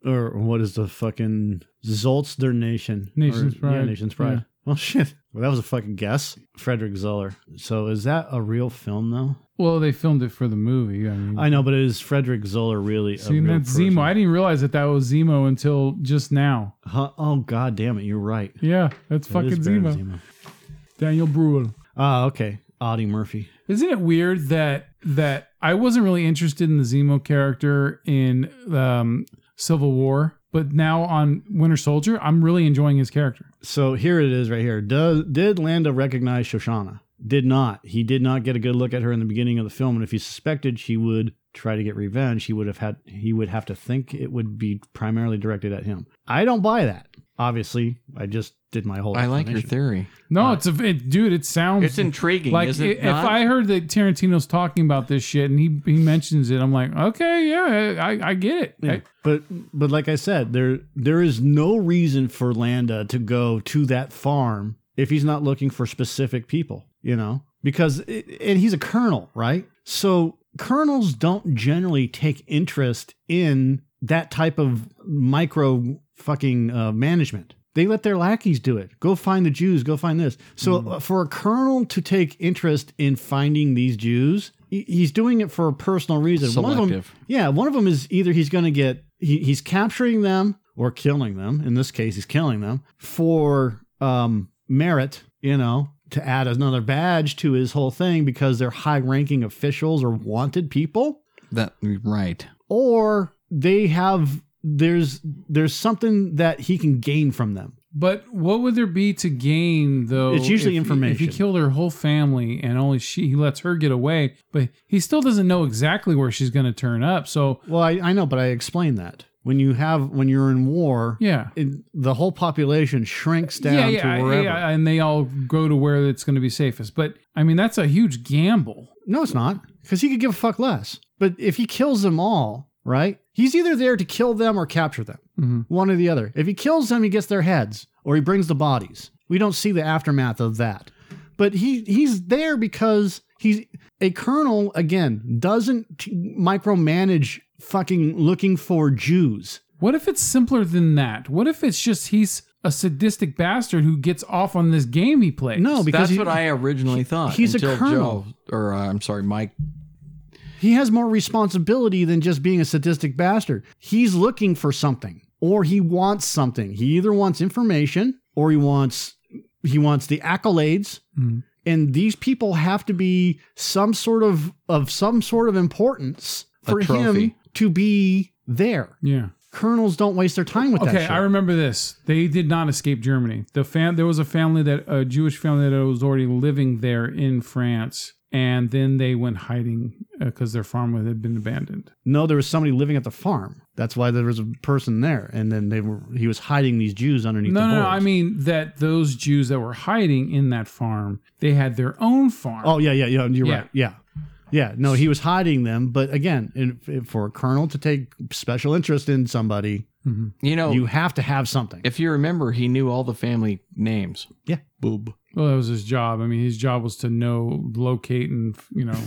Speaker 1: or what is the fucking Zolt's their nation?
Speaker 2: Nation's
Speaker 1: Or- Yeah,
Speaker 2: Pride.
Speaker 1: Nation's Pride.
Speaker 2: Yeah.
Speaker 1: Well, shit. Well, that was a fucking guess. Frederick Zoller. So is that a real film though?
Speaker 2: Well, they filmed it for the movie. I mean,
Speaker 1: I know, but is Frederick Zoller really?
Speaker 2: see,
Speaker 1: a
Speaker 2: and
Speaker 1: real
Speaker 2: that's
Speaker 1: person?
Speaker 2: Zemo. I didn't realize that that was Zemo until just now.
Speaker 1: Huh? Oh god damn it! You're right.
Speaker 2: Yeah, that's
Speaker 1: It is
Speaker 2: fucking
Speaker 1: Baron
Speaker 2: Zemo. Daniel Bruhl.
Speaker 1: Ah, okay. Audie Murphy.
Speaker 2: Isn't it weird that that I wasn't really interested in the Zemo character in um, Civil War, but now on Winter Soldier, I'm really enjoying his character.
Speaker 1: So here it is right here. Does did Lando recognize Shoshana? Did not. He did not get a good look at her in the beginning of the film, and if he suspected she would try to get revenge, he would have had he would have to think it would be primarily directed at him. I don't buy that. Obviously, I just did my whole
Speaker 3: I like your
Speaker 1: explanation.
Speaker 3: theory.
Speaker 2: No, it's a it, dude. It sounds
Speaker 3: It's intriguing,
Speaker 2: Like
Speaker 3: is it
Speaker 2: if
Speaker 3: not?
Speaker 2: I heard that Tarantino's talking about this shit and he he mentions it, I'm like, okay, yeah, I, I get it.
Speaker 1: Yeah.
Speaker 2: I-
Speaker 1: But but like I said, there there is no reason for Landa to go to that farm if he's not looking for specific people, you know? Because it, and he's a colonel, right? So colonels don't generally take interest in that type of micro fucking uh, management. They let their lackeys do it. Go find the Jews. Go find this. So uh, for a colonel to take interest in finding these Jews, he- he's doing it for a personal reason. One of them,
Speaker 3: Selective.
Speaker 1: yeah, one of them is either he's going to get he, he's capturing them or killing them. In this case, he's killing them for um, merit, you know, to add another badge to his whole thing because they're high-ranking officials or wanted people,
Speaker 3: That right.
Speaker 1: or they have there's there's something that he can gain from them.
Speaker 2: But what would there be to gain though?
Speaker 1: It's usually
Speaker 2: if- If he
Speaker 1: information.
Speaker 2: killed her whole family and only she he lets her get away, but he still doesn't know exactly where she's going to turn up. So
Speaker 1: Well, I, I know, but I explained that when you have when you're in war,
Speaker 2: yeah.
Speaker 1: it, the whole population shrinks down
Speaker 2: yeah, yeah,
Speaker 1: to
Speaker 2: I-
Speaker 1: wherever.
Speaker 2: yeah, and they all go to where it's going to be safest. But I mean, that's a huge gamble.
Speaker 1: No, it's not, because he could give a fuck less. But if he kills them all, right? He's either there to kill them or capture them,
Speaker 3: Mm-hmm.
Speaker 2: Mhm.
Speaker 1: one or the other. If he kills them, he gets their heads, or he brings the bodies. We don't see the aftermath of that. But he he's there because he's a colonel again doesn't t- micromanage fucking looking for Jews.
Speaker 2: What if it's simpler than that? What if it's just he's a sadistic bastard who gets off on this game he plays?
Speaker 1: No, because
Speaker 3: That's
Speaker 1: he,
Speaker 3: what I originally thought.
Speaker 1: he's a
Speaker 3: until
Speaker 1: colonel.
Speaker 3: Joe, or uh, I'm sorry, Mike.
Speaker 1: He has more responsibility than just being a sadistic bastard. He's looking for something or he wants something. He either wants information or he wants he wants the accolades
Speaker 2: Mhm.
Speaker 1: and these people have to be some sort of of some sort of importance
Speaker 3: A
Speaker 1: for
Speaker 3: trophy.
Speaker 1: him to be there.
Speaker 2: Yeah.
Speaker 1: colonels don't waste their time with that
Speaker 2: Okay,
Speaker 1: shit.
Speaker 2: I remember this. They did not escape Germany. The fam- there was a family that a Jewish family that was already living there in France, and then they went hiding because their farm had been abandoned.
Speaker 1: no, there was somebody living at the farm. That's why there was a person there, and then they were he was hiding these Jews underneath.
Speaker 2: No,
Speaker 1: the
Speaker 2: no, no,
Speaker 1: boards.
Speaker 2: I mean that those Jews that were hiding in that farm, they had their own farm.
Speaker 1: Oh yeah, yeah, yeah. You're
Speaker 2: Yeah.
Speaker 1: right. Yeah, yeah. No, he was hiding them. But again, in, in- for a colonel to take special interest in somebody,
Speaker 3: You know,
Speaker 1: you have to have something.
Speaker 3: if you remember, he knew all the family names.
Speaker 1: Yeah.
Speaker 3: Boob.
Speaker 2: Well, that was his job. I mean, his job was to know, locate, and you know,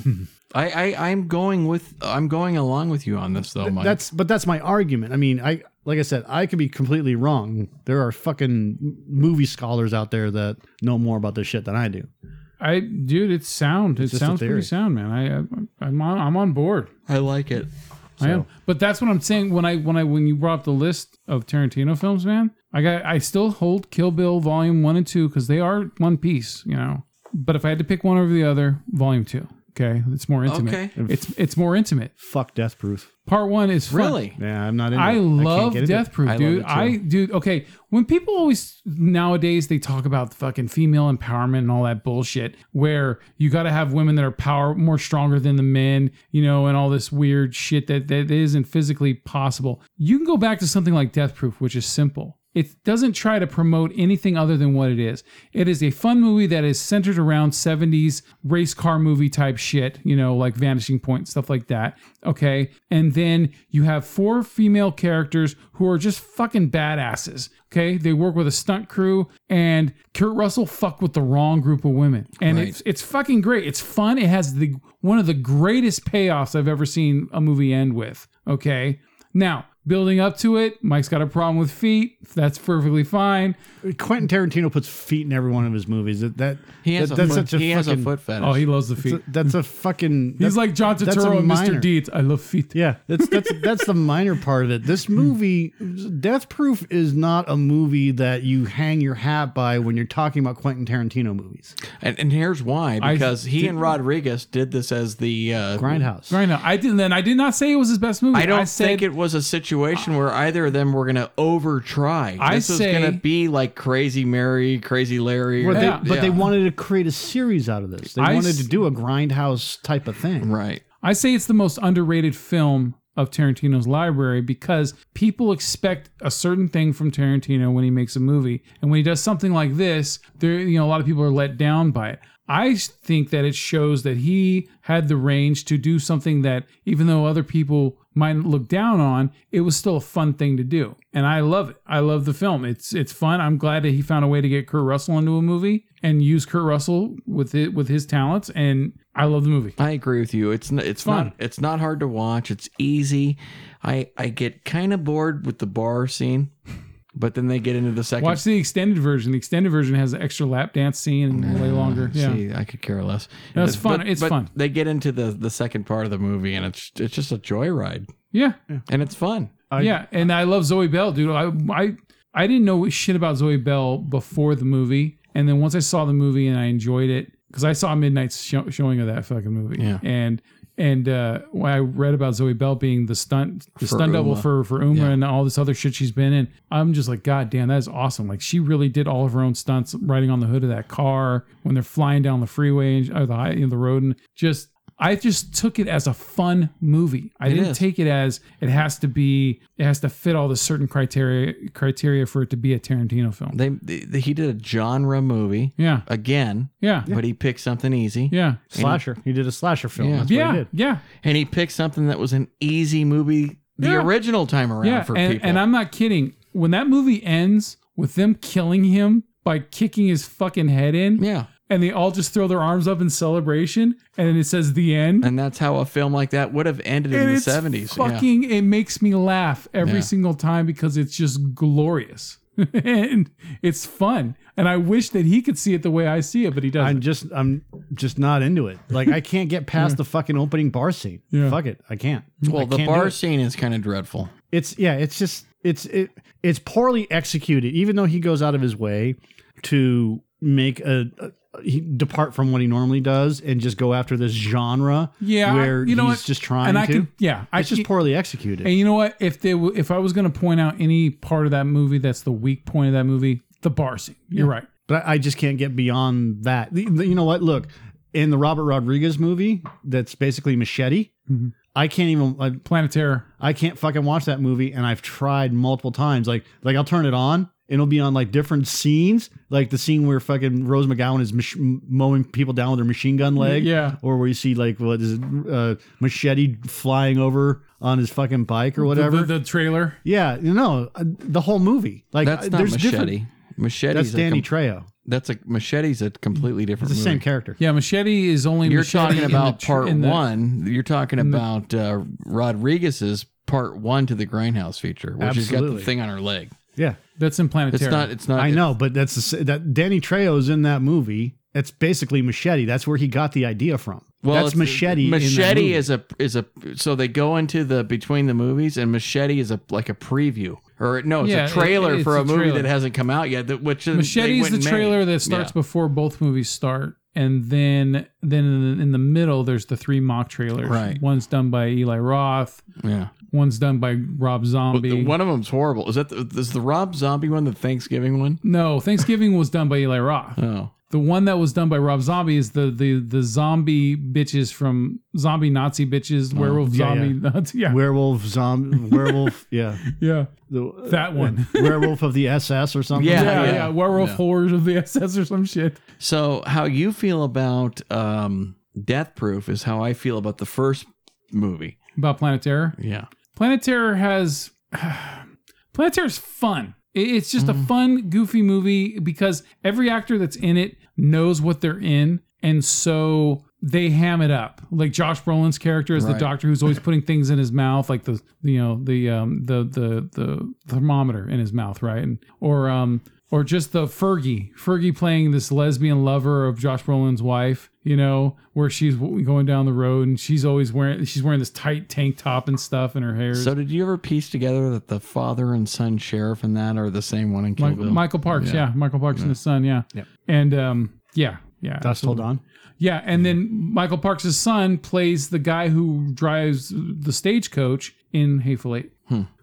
Speaker 3: I, I I'm going with I'm going along with you on this though, Mike.
Speaker 1: that's but that's my argument. I mean, I like I said, I could be completely wrong. There are fucking movie scholars out there that know more about this shit than I do.
Speaker 2: I dude, it's sound. It
Speaker 1: just a
Speaker 2: sounds
Speaker 1: theory.
Speaker 2: pretty sound, man. I, I I'm on I'm on board.
Speaker 3: I like it.
Speaker 2: I am. But that's what I'm saying when I when I when you brought up the list of Tarantino films, man. I got I still hold Kill Bill Volume One and Two because they are one piece, you know. But if I had to pick one over the other, Volume Two. Okay, it's more intimate.
Speaker 3: Okay.
Speaker 2: It's it's more intimate.
Speaker 1: Fuck Death Proof.
Speaker 2: Part one is fun.
Speaker 3: Really?
Speaker 1: Yeah, I'm not. Into it.
Speaker 2: I
Speaker 1: can't
Speaker 2: love
Speaker 1: get into
Speaker 2: Death
Speaker 1: it.
Speaker 2: Proof,
Speaker 3: I love
Speaker 2: dude.
Speaker 3: it too.
Speaker 2: I dude, okay. When people always nowadays they talk about fucking female empowerment and all that bullshit, where you got to have women that are power more stronger than the men, you know, and all this weird shit that that isn't physically possible. You can go back to something like Death Proof, which is simple. It doesn't try to promote anything other than what it is. It is a fun movie that is centered around 70s race car movie type shit, you know, like Vanishing Point, stuff like that. Okay. And then you have four female characters who are just fucking badasses. Okay. They work with a stunt crew, and Kurt Russell fucked with the wrong group of women. And
Speaker 3: Right.
Speaker 2: it's, it's fucking great. It's fun. It has the one of the greatest payoffs I've ever seen a movie end with. Okay. Now, building up to it, Mike's got a problem with feet. That's perfectly fine.
Speaker 1: Quentin Tarantino puts feet in every one of his movies. That, that
Speaker 3: He has
Speaker 1: that-
Speaker 3: a
Speaker 1: that's
Speaker 3: foot,
Speaker 1: such a
Speaker 3: he has a
Speaker 1: fucking-
Speaker 3: foot fetish.
Speaker 2: Oh, he loves the feet.
Speaker 1: that's a- That's a fucking.
Speaker 2: He's
Speaker 1: that's-
Speaker 2: like John
Speaker 1: that's a
Speaker 2: Turturro and
Speaker 1: minor.
Speaker 2: Mr. Deeds. I love feet.
Speaker 1: Yeah, Hmm. that's that's that's the minor part of it. This movie, Death Proof, is not a movie that you hang your hat by when you're talking about Quentin Tarantino movies.
Speaker 3: And, and here's why
Speaker 2: I
Speaker 3: because he and Rodriguez did this as the uh,
Speaker 1: Grindhouse.
Speaker 2: Right now, I didn't. Then I did not say it was his best movie.
Speaker 3: I don't
Speaker 2: said,
Speaker 3: think it was a situation where either of them were going to over try.
Speaker 2: I
Speaker 3: this
Speaker 2: say-
Speaker 3: was going to be like Crazy Mary, Crazy Larry.
Speaker 1: Where they-
Speaker 2: Yeah.
Speaker 1: But they
Speaker 3: yeah.
Speaker 1: wanted to create a series out of this. They
Speaker 2: I
Speaker 1: wanted
Speaker 2: s-
Speaker 1: to do a grindhouse type of thing.
Speaker 3: right.
Speaker 2: I say it's the most underrated film of Tarantino's library because people expect a certain thing from Tarantino when he makes a movie, and when he does something like this, there you know a lot of people are let down by it. I think that it shows that he had the range to do something that even though other people might look down on, it was still a fun thing to do. And I love it. I love the film. It's it's fun. I'm glad that he found a way to get Kurt Russell into a movie and use Kurt Russell with it with his talents and I love the movie.
Speaker 3: I agree with you. It's n- it's
Speaker 2: Fun.
Speaker 3: not it's not hard to watch. It's easy. I I get kind of bored with the bar scene, but then they get into the second.
Speaker 2: Watch the extended version. The extended version has an extra lap dance scene and way longer. Yeah.
Speaker 3: See, Ah, I could care less.
Speaker 2: No, it's fun.
Speaker 3: But-
Speaker 2: It's
Speaker 3: but
Speaker 2: fun.
Speaker 3: They get into the the second part of the movie, and it's it's just a joyride,
Speaker 2: Yeah.
Speaker 3: and it's fun.
Speaker 2: yeah. And I love Zoe Bell, dude. I I I didn't know shit about Zoe Bell before the movie. And then once I saw the movie and I enjoyed it, because I saw Midnight's show, showing of that fucking movie.
Speaker 3: Yeah.
Speaker 2: And and uh, when I read about Zoe Bell being the stunt the
Speaker 3: For
Speaker 2: stunt double
Speaker 3: Uma.
Speaker 2: for for Uma
Speaker 3: Yeah.
Speaker 2: and all this other shit she's been in, I'm just like, God damn, that is awesome. Like she really did all of her own stunts, riding on the hood of that car when they're flying down the freeway and- or the high, you know, the road, and just I just took it as a fun movie. I didn't
Speaker 3: is.
Speaker 2: take it as it has to be, it has to fit all the certain criteria criteria for it to be a Tarantino film.
Speaker 3: They, they he did a genre movie
Speaker 2: Yeah,
Speaker 3: again,
Speaker 2: yeah,
Speaker 3: but he picked something easy.
Speaker 2: yeah,
Speaker 1: Slasher. He did a slasher film.
Speaker 3: Yeah.
Speaker 1: That's what he
Speaker 2: yeah,
Speaker 1: did.
Speaker 2: yeah.
Speaker 3: and he picked something that was an easy movie the
Speaker 2: Yeah.
Speaker 3: original time around for
Speaker 2: and,
Speaker 3: people.
Speaker 2: and I'm not kidding. When that movie ends with them killing him by kicking his fucking head in,
Speaker 3: yeah,
Speaker 2: and they all just throw their arms up in celebration, and then it says the end.
Speaker 3: and that's how a film like that would have ended
Speaker 2: and
Speaker 3: in the
Speaker 2: it's
Speaker 3: seventies. Yeah.
Speaker 2: Fucking, it makes me laugh every
Speaker 3: Yeah.
Speaker 2: single time because it's just glorious and it's fun. And I wish that he could see it the way I see it, but he
Speaker 1: I'm
Speaker 2: doesn't.
Speaker 1: just I'm just not into it. Like I can't get past the fucking opening bar scene.
Speaker 2: Yeah.
Speaker 1: Fuck it. I can't. I
Speaker 3: Well, the
Speaker 1: can't do
Speaker 3: bar
Speaker 1: it.
Speaker 3: scene is kind of dreadful.
Speaker 1: it's yeah it's just it's it, it's poorly executed even though he goes out of his way to make a, a he depart from what he normally does and just go after this genre
Speaker 2: Yeah,
Speaker 1: where
Speaker 2: you know
Speaker 1: he's
Speaker 2: what?
Speaker 1: just trying
Speaker 2: and I
Speaker 1: to.
Speaker 2: Can, yeah, I
Speaker 1: it's just
Speaker 2: can't-
Speaker 1: poorly executed.
Speaker 2: And you know what? If they, w- if I was going to point out any part of that movie that's the weak point of that movie, the bar scene. You're right.
Speaker 1: but I I just can't get beyond that. The- the- You know what? Look, in the Robert Rodriguez movie, that's basically Machete.
Speaker 2: Mhm.
Speaker 1: I can't even. I,
Speaker 2: Planet Terror.
Speaker 1: I can't fucking watch that movie, and I've tried multiple times. Like, like I'll turn it on, and it'll be on like different scenes, like the scene where fucking Rose McGowan is mach- mowing people down with her machine gun leg,
Speaker 2: Yeah.
Speaker 1: or where you see like what is it, uh, machete flying over on his fucking bike or whatever.
Speaker 2: The, the, the trailer.
Speaker 1: yeah, you know uh, the whole movie. Like,
Speaker 3: That's
Speaker 1: uh,
Speaker 3: not
Speaker 1: there's
Speaker 3: machete.
Speaker 1: different. That's
Speaker 3: Machete's
Speaker 1: Danny
Speaker 3: a com-
Speaker 1: Trejo.
Speaker 3: that's a machete's a completely
Speaker 1: It's
Speaker 3: different.
Speaker 1: the same
Speaker 3: movie.
Speaker 1: character.
Speaker 2: Yeah, Machete is only.
Speaker 3: You're
Speaker 2: Machete
Speaker 3: talking
Speaker 2: in
Speaker 3: about
Speaker 2: the tr-
Speaker 3: part
Speaker 2: in the-
Speaker 3: one. You're talking about uh, Rodriguez's part one to the Grindhouse feature, where she's got
Speaker 1: Absolutely.
Speaker 3: the thing on her leg.
Speaker 1: Yeah,
Speaker 2: That's in Planet
Speaker 3: It's
Speaker 2: Terror.
Speaker 3: not. It's not.
Speaker 1: I know, but that's the, s- that Danny Trejo's in that movie. That's basically machete. That's where he got the idea from. that's
Speaker 3: it's- uh,
Speaker 1: machete. in that
Speaker 3: Machete
Speaker 1: movie.
Speaker 3: is a is a so they go into the between the movies and machete is a like a preview or no, it's
Speaker 2: Yeah,
Speaker 3: a
Speaker 2: it-
Speaker 3: trailer
Speaker 2: it's
Speaker 3: for
Speaker 2: a
Speaker 3: a, movie
Speaker 2: trailer.
Speaker 3: that hasn't come out yet. That, which
Speaker 2: Machete is the trailer that starts before both movies start, and then then in the, in the middle there's the three mock trailers.
Speaker 3: Right.
Speaker 2: One's done by Eli Roth.
Speaker 3: before. Yeah,
Speaker 2: One's done by Rob
Speaker 3: But
Speaker 2: Zombie.
Speaker 3: the- one of them's horrible. Is that the, is the Rob Zombie one the Thanksgiving one?
Speaker 2: no, Thanksgiving was done by Eli Roth.
Speaker 3: Oh,
Speaker 2: The one that was done by Rob Zombie is the the the zombie bitches from zombie Nazi
Speaker 3: Oh,
Speaker 2: bitches, werewolf
Speaker 1: yeah,
Speaker 2: zombie
Speaker 1: yeah.
Speaker 2: Nazi. Yeah,
Speaker 1: werewolf zombie werewolf yeah
Speaker 2: yeah,
Speaker 1: the,
Speaker 2: that one.
Speaker 1: werewolf of the ss or something
Speaker 3: Yeah,
Speaker 2: Yeah, yeah,
Speaker 3: yeah.
Speaker 2: werewolf
Speaker 3: Yeah.
Speaker 2: horrors of the SS or some shit.
Speaker 3: so how you feel about um, Death Proof is how I feel about the first movie.
Speaker 2: About Planet Terror.
Speaker 3: Yeah,
Speaker 2: Planet Terror has Planet Terror's fun. It- It's just a fun, goofy movie because every actor that's in it knows what they're in, and so they ham it up. Like Josh Brolin's character is the
Speaker 3: Right.
Speaker 2: doctor who's always putting things in his mouth, like the you know the um, the the the thermometer in his mouth, right? And, or um or just the Fergie, Fergie playing this lesbian lover of Josh Brolin's wife, you know, where she's w- going down the road and she's always wearing she's wearing this tight tank top and stuff, and her hair. is
Speaker 3: So did you ever piece together that the father and son sheriff and that are the same one in Kill
Speaker 2: Mi-
Speaker 3: Bill?
Speaker 2: Michael Parks, yeah. Michael Parks and his son, yeah.
Speaker 1: Yep.
Speaker 2: And um, yeah, yeah.
Speaker 1: dust hold on
Speaker 2: Yeah, and then Michael Parks' son plays the guy who drives the stagecoach in Hateful Eight.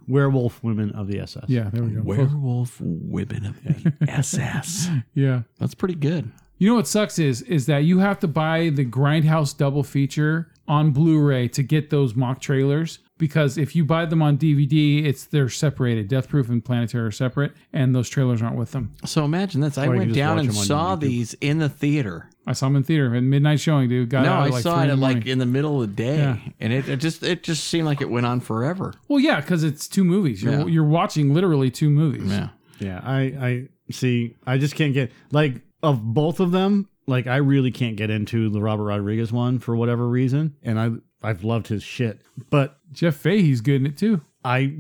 Speaker 1: werewolf women of the ss
Speaker 2: Yeah, there we go.
Speaker 3: Werewolf women of the SS.
Speaker 2: Yeah.
Speaker 3: That's pretty good.
Speaker 2: You know what sucks is is that you have to buy the Grindhouse double feature on Blu-ray to get those mock trailers because if you buy them on DVD, it's they're separated. Death Proof and Planetary are separate, and those trailers aren't with them.
Speaker 3: So imagine this. I
Speaker 1: Or you
Speaker 3: went
Speaker 1: just
Speaker 3: down
Speaker 1: watch
Speaker 3: and
Speaker 1: them on
Speaker 3: saw
Speaker 1: YouTube.
Speaker 3: these in the theater.
Speaker 2: I saw them in theater at midnight showing, dude. Got
Speaker 3: no,
Speaker 2: out
Speaker 3: I
Speaker 2: at Oh, like
Speaker 3: saw
Speaker 2: three in
Speaker 3: it
Speaker 2: the
Speaker 3: at
Speaker 2: morning.
Speaker 3: like in the middle of the day,
Speaker 2: Yeah.
Speaker 3: and it, it just it just seemed like it went on forever.
Speaker 2: Well, yeah, because it's two movies. You're,
Speaker 3: Yeah.
Speaker 2: you're watching literally two movies.
Speaker 3: Yeah,
Speaker 1: yeah i i see i just can't get like of both of them like i really can't get into the robert rodriguez one for whatever reason and i i've loved his shit but
Speaker 2: Jeff Fahey's good in it too.
Speaker 1: I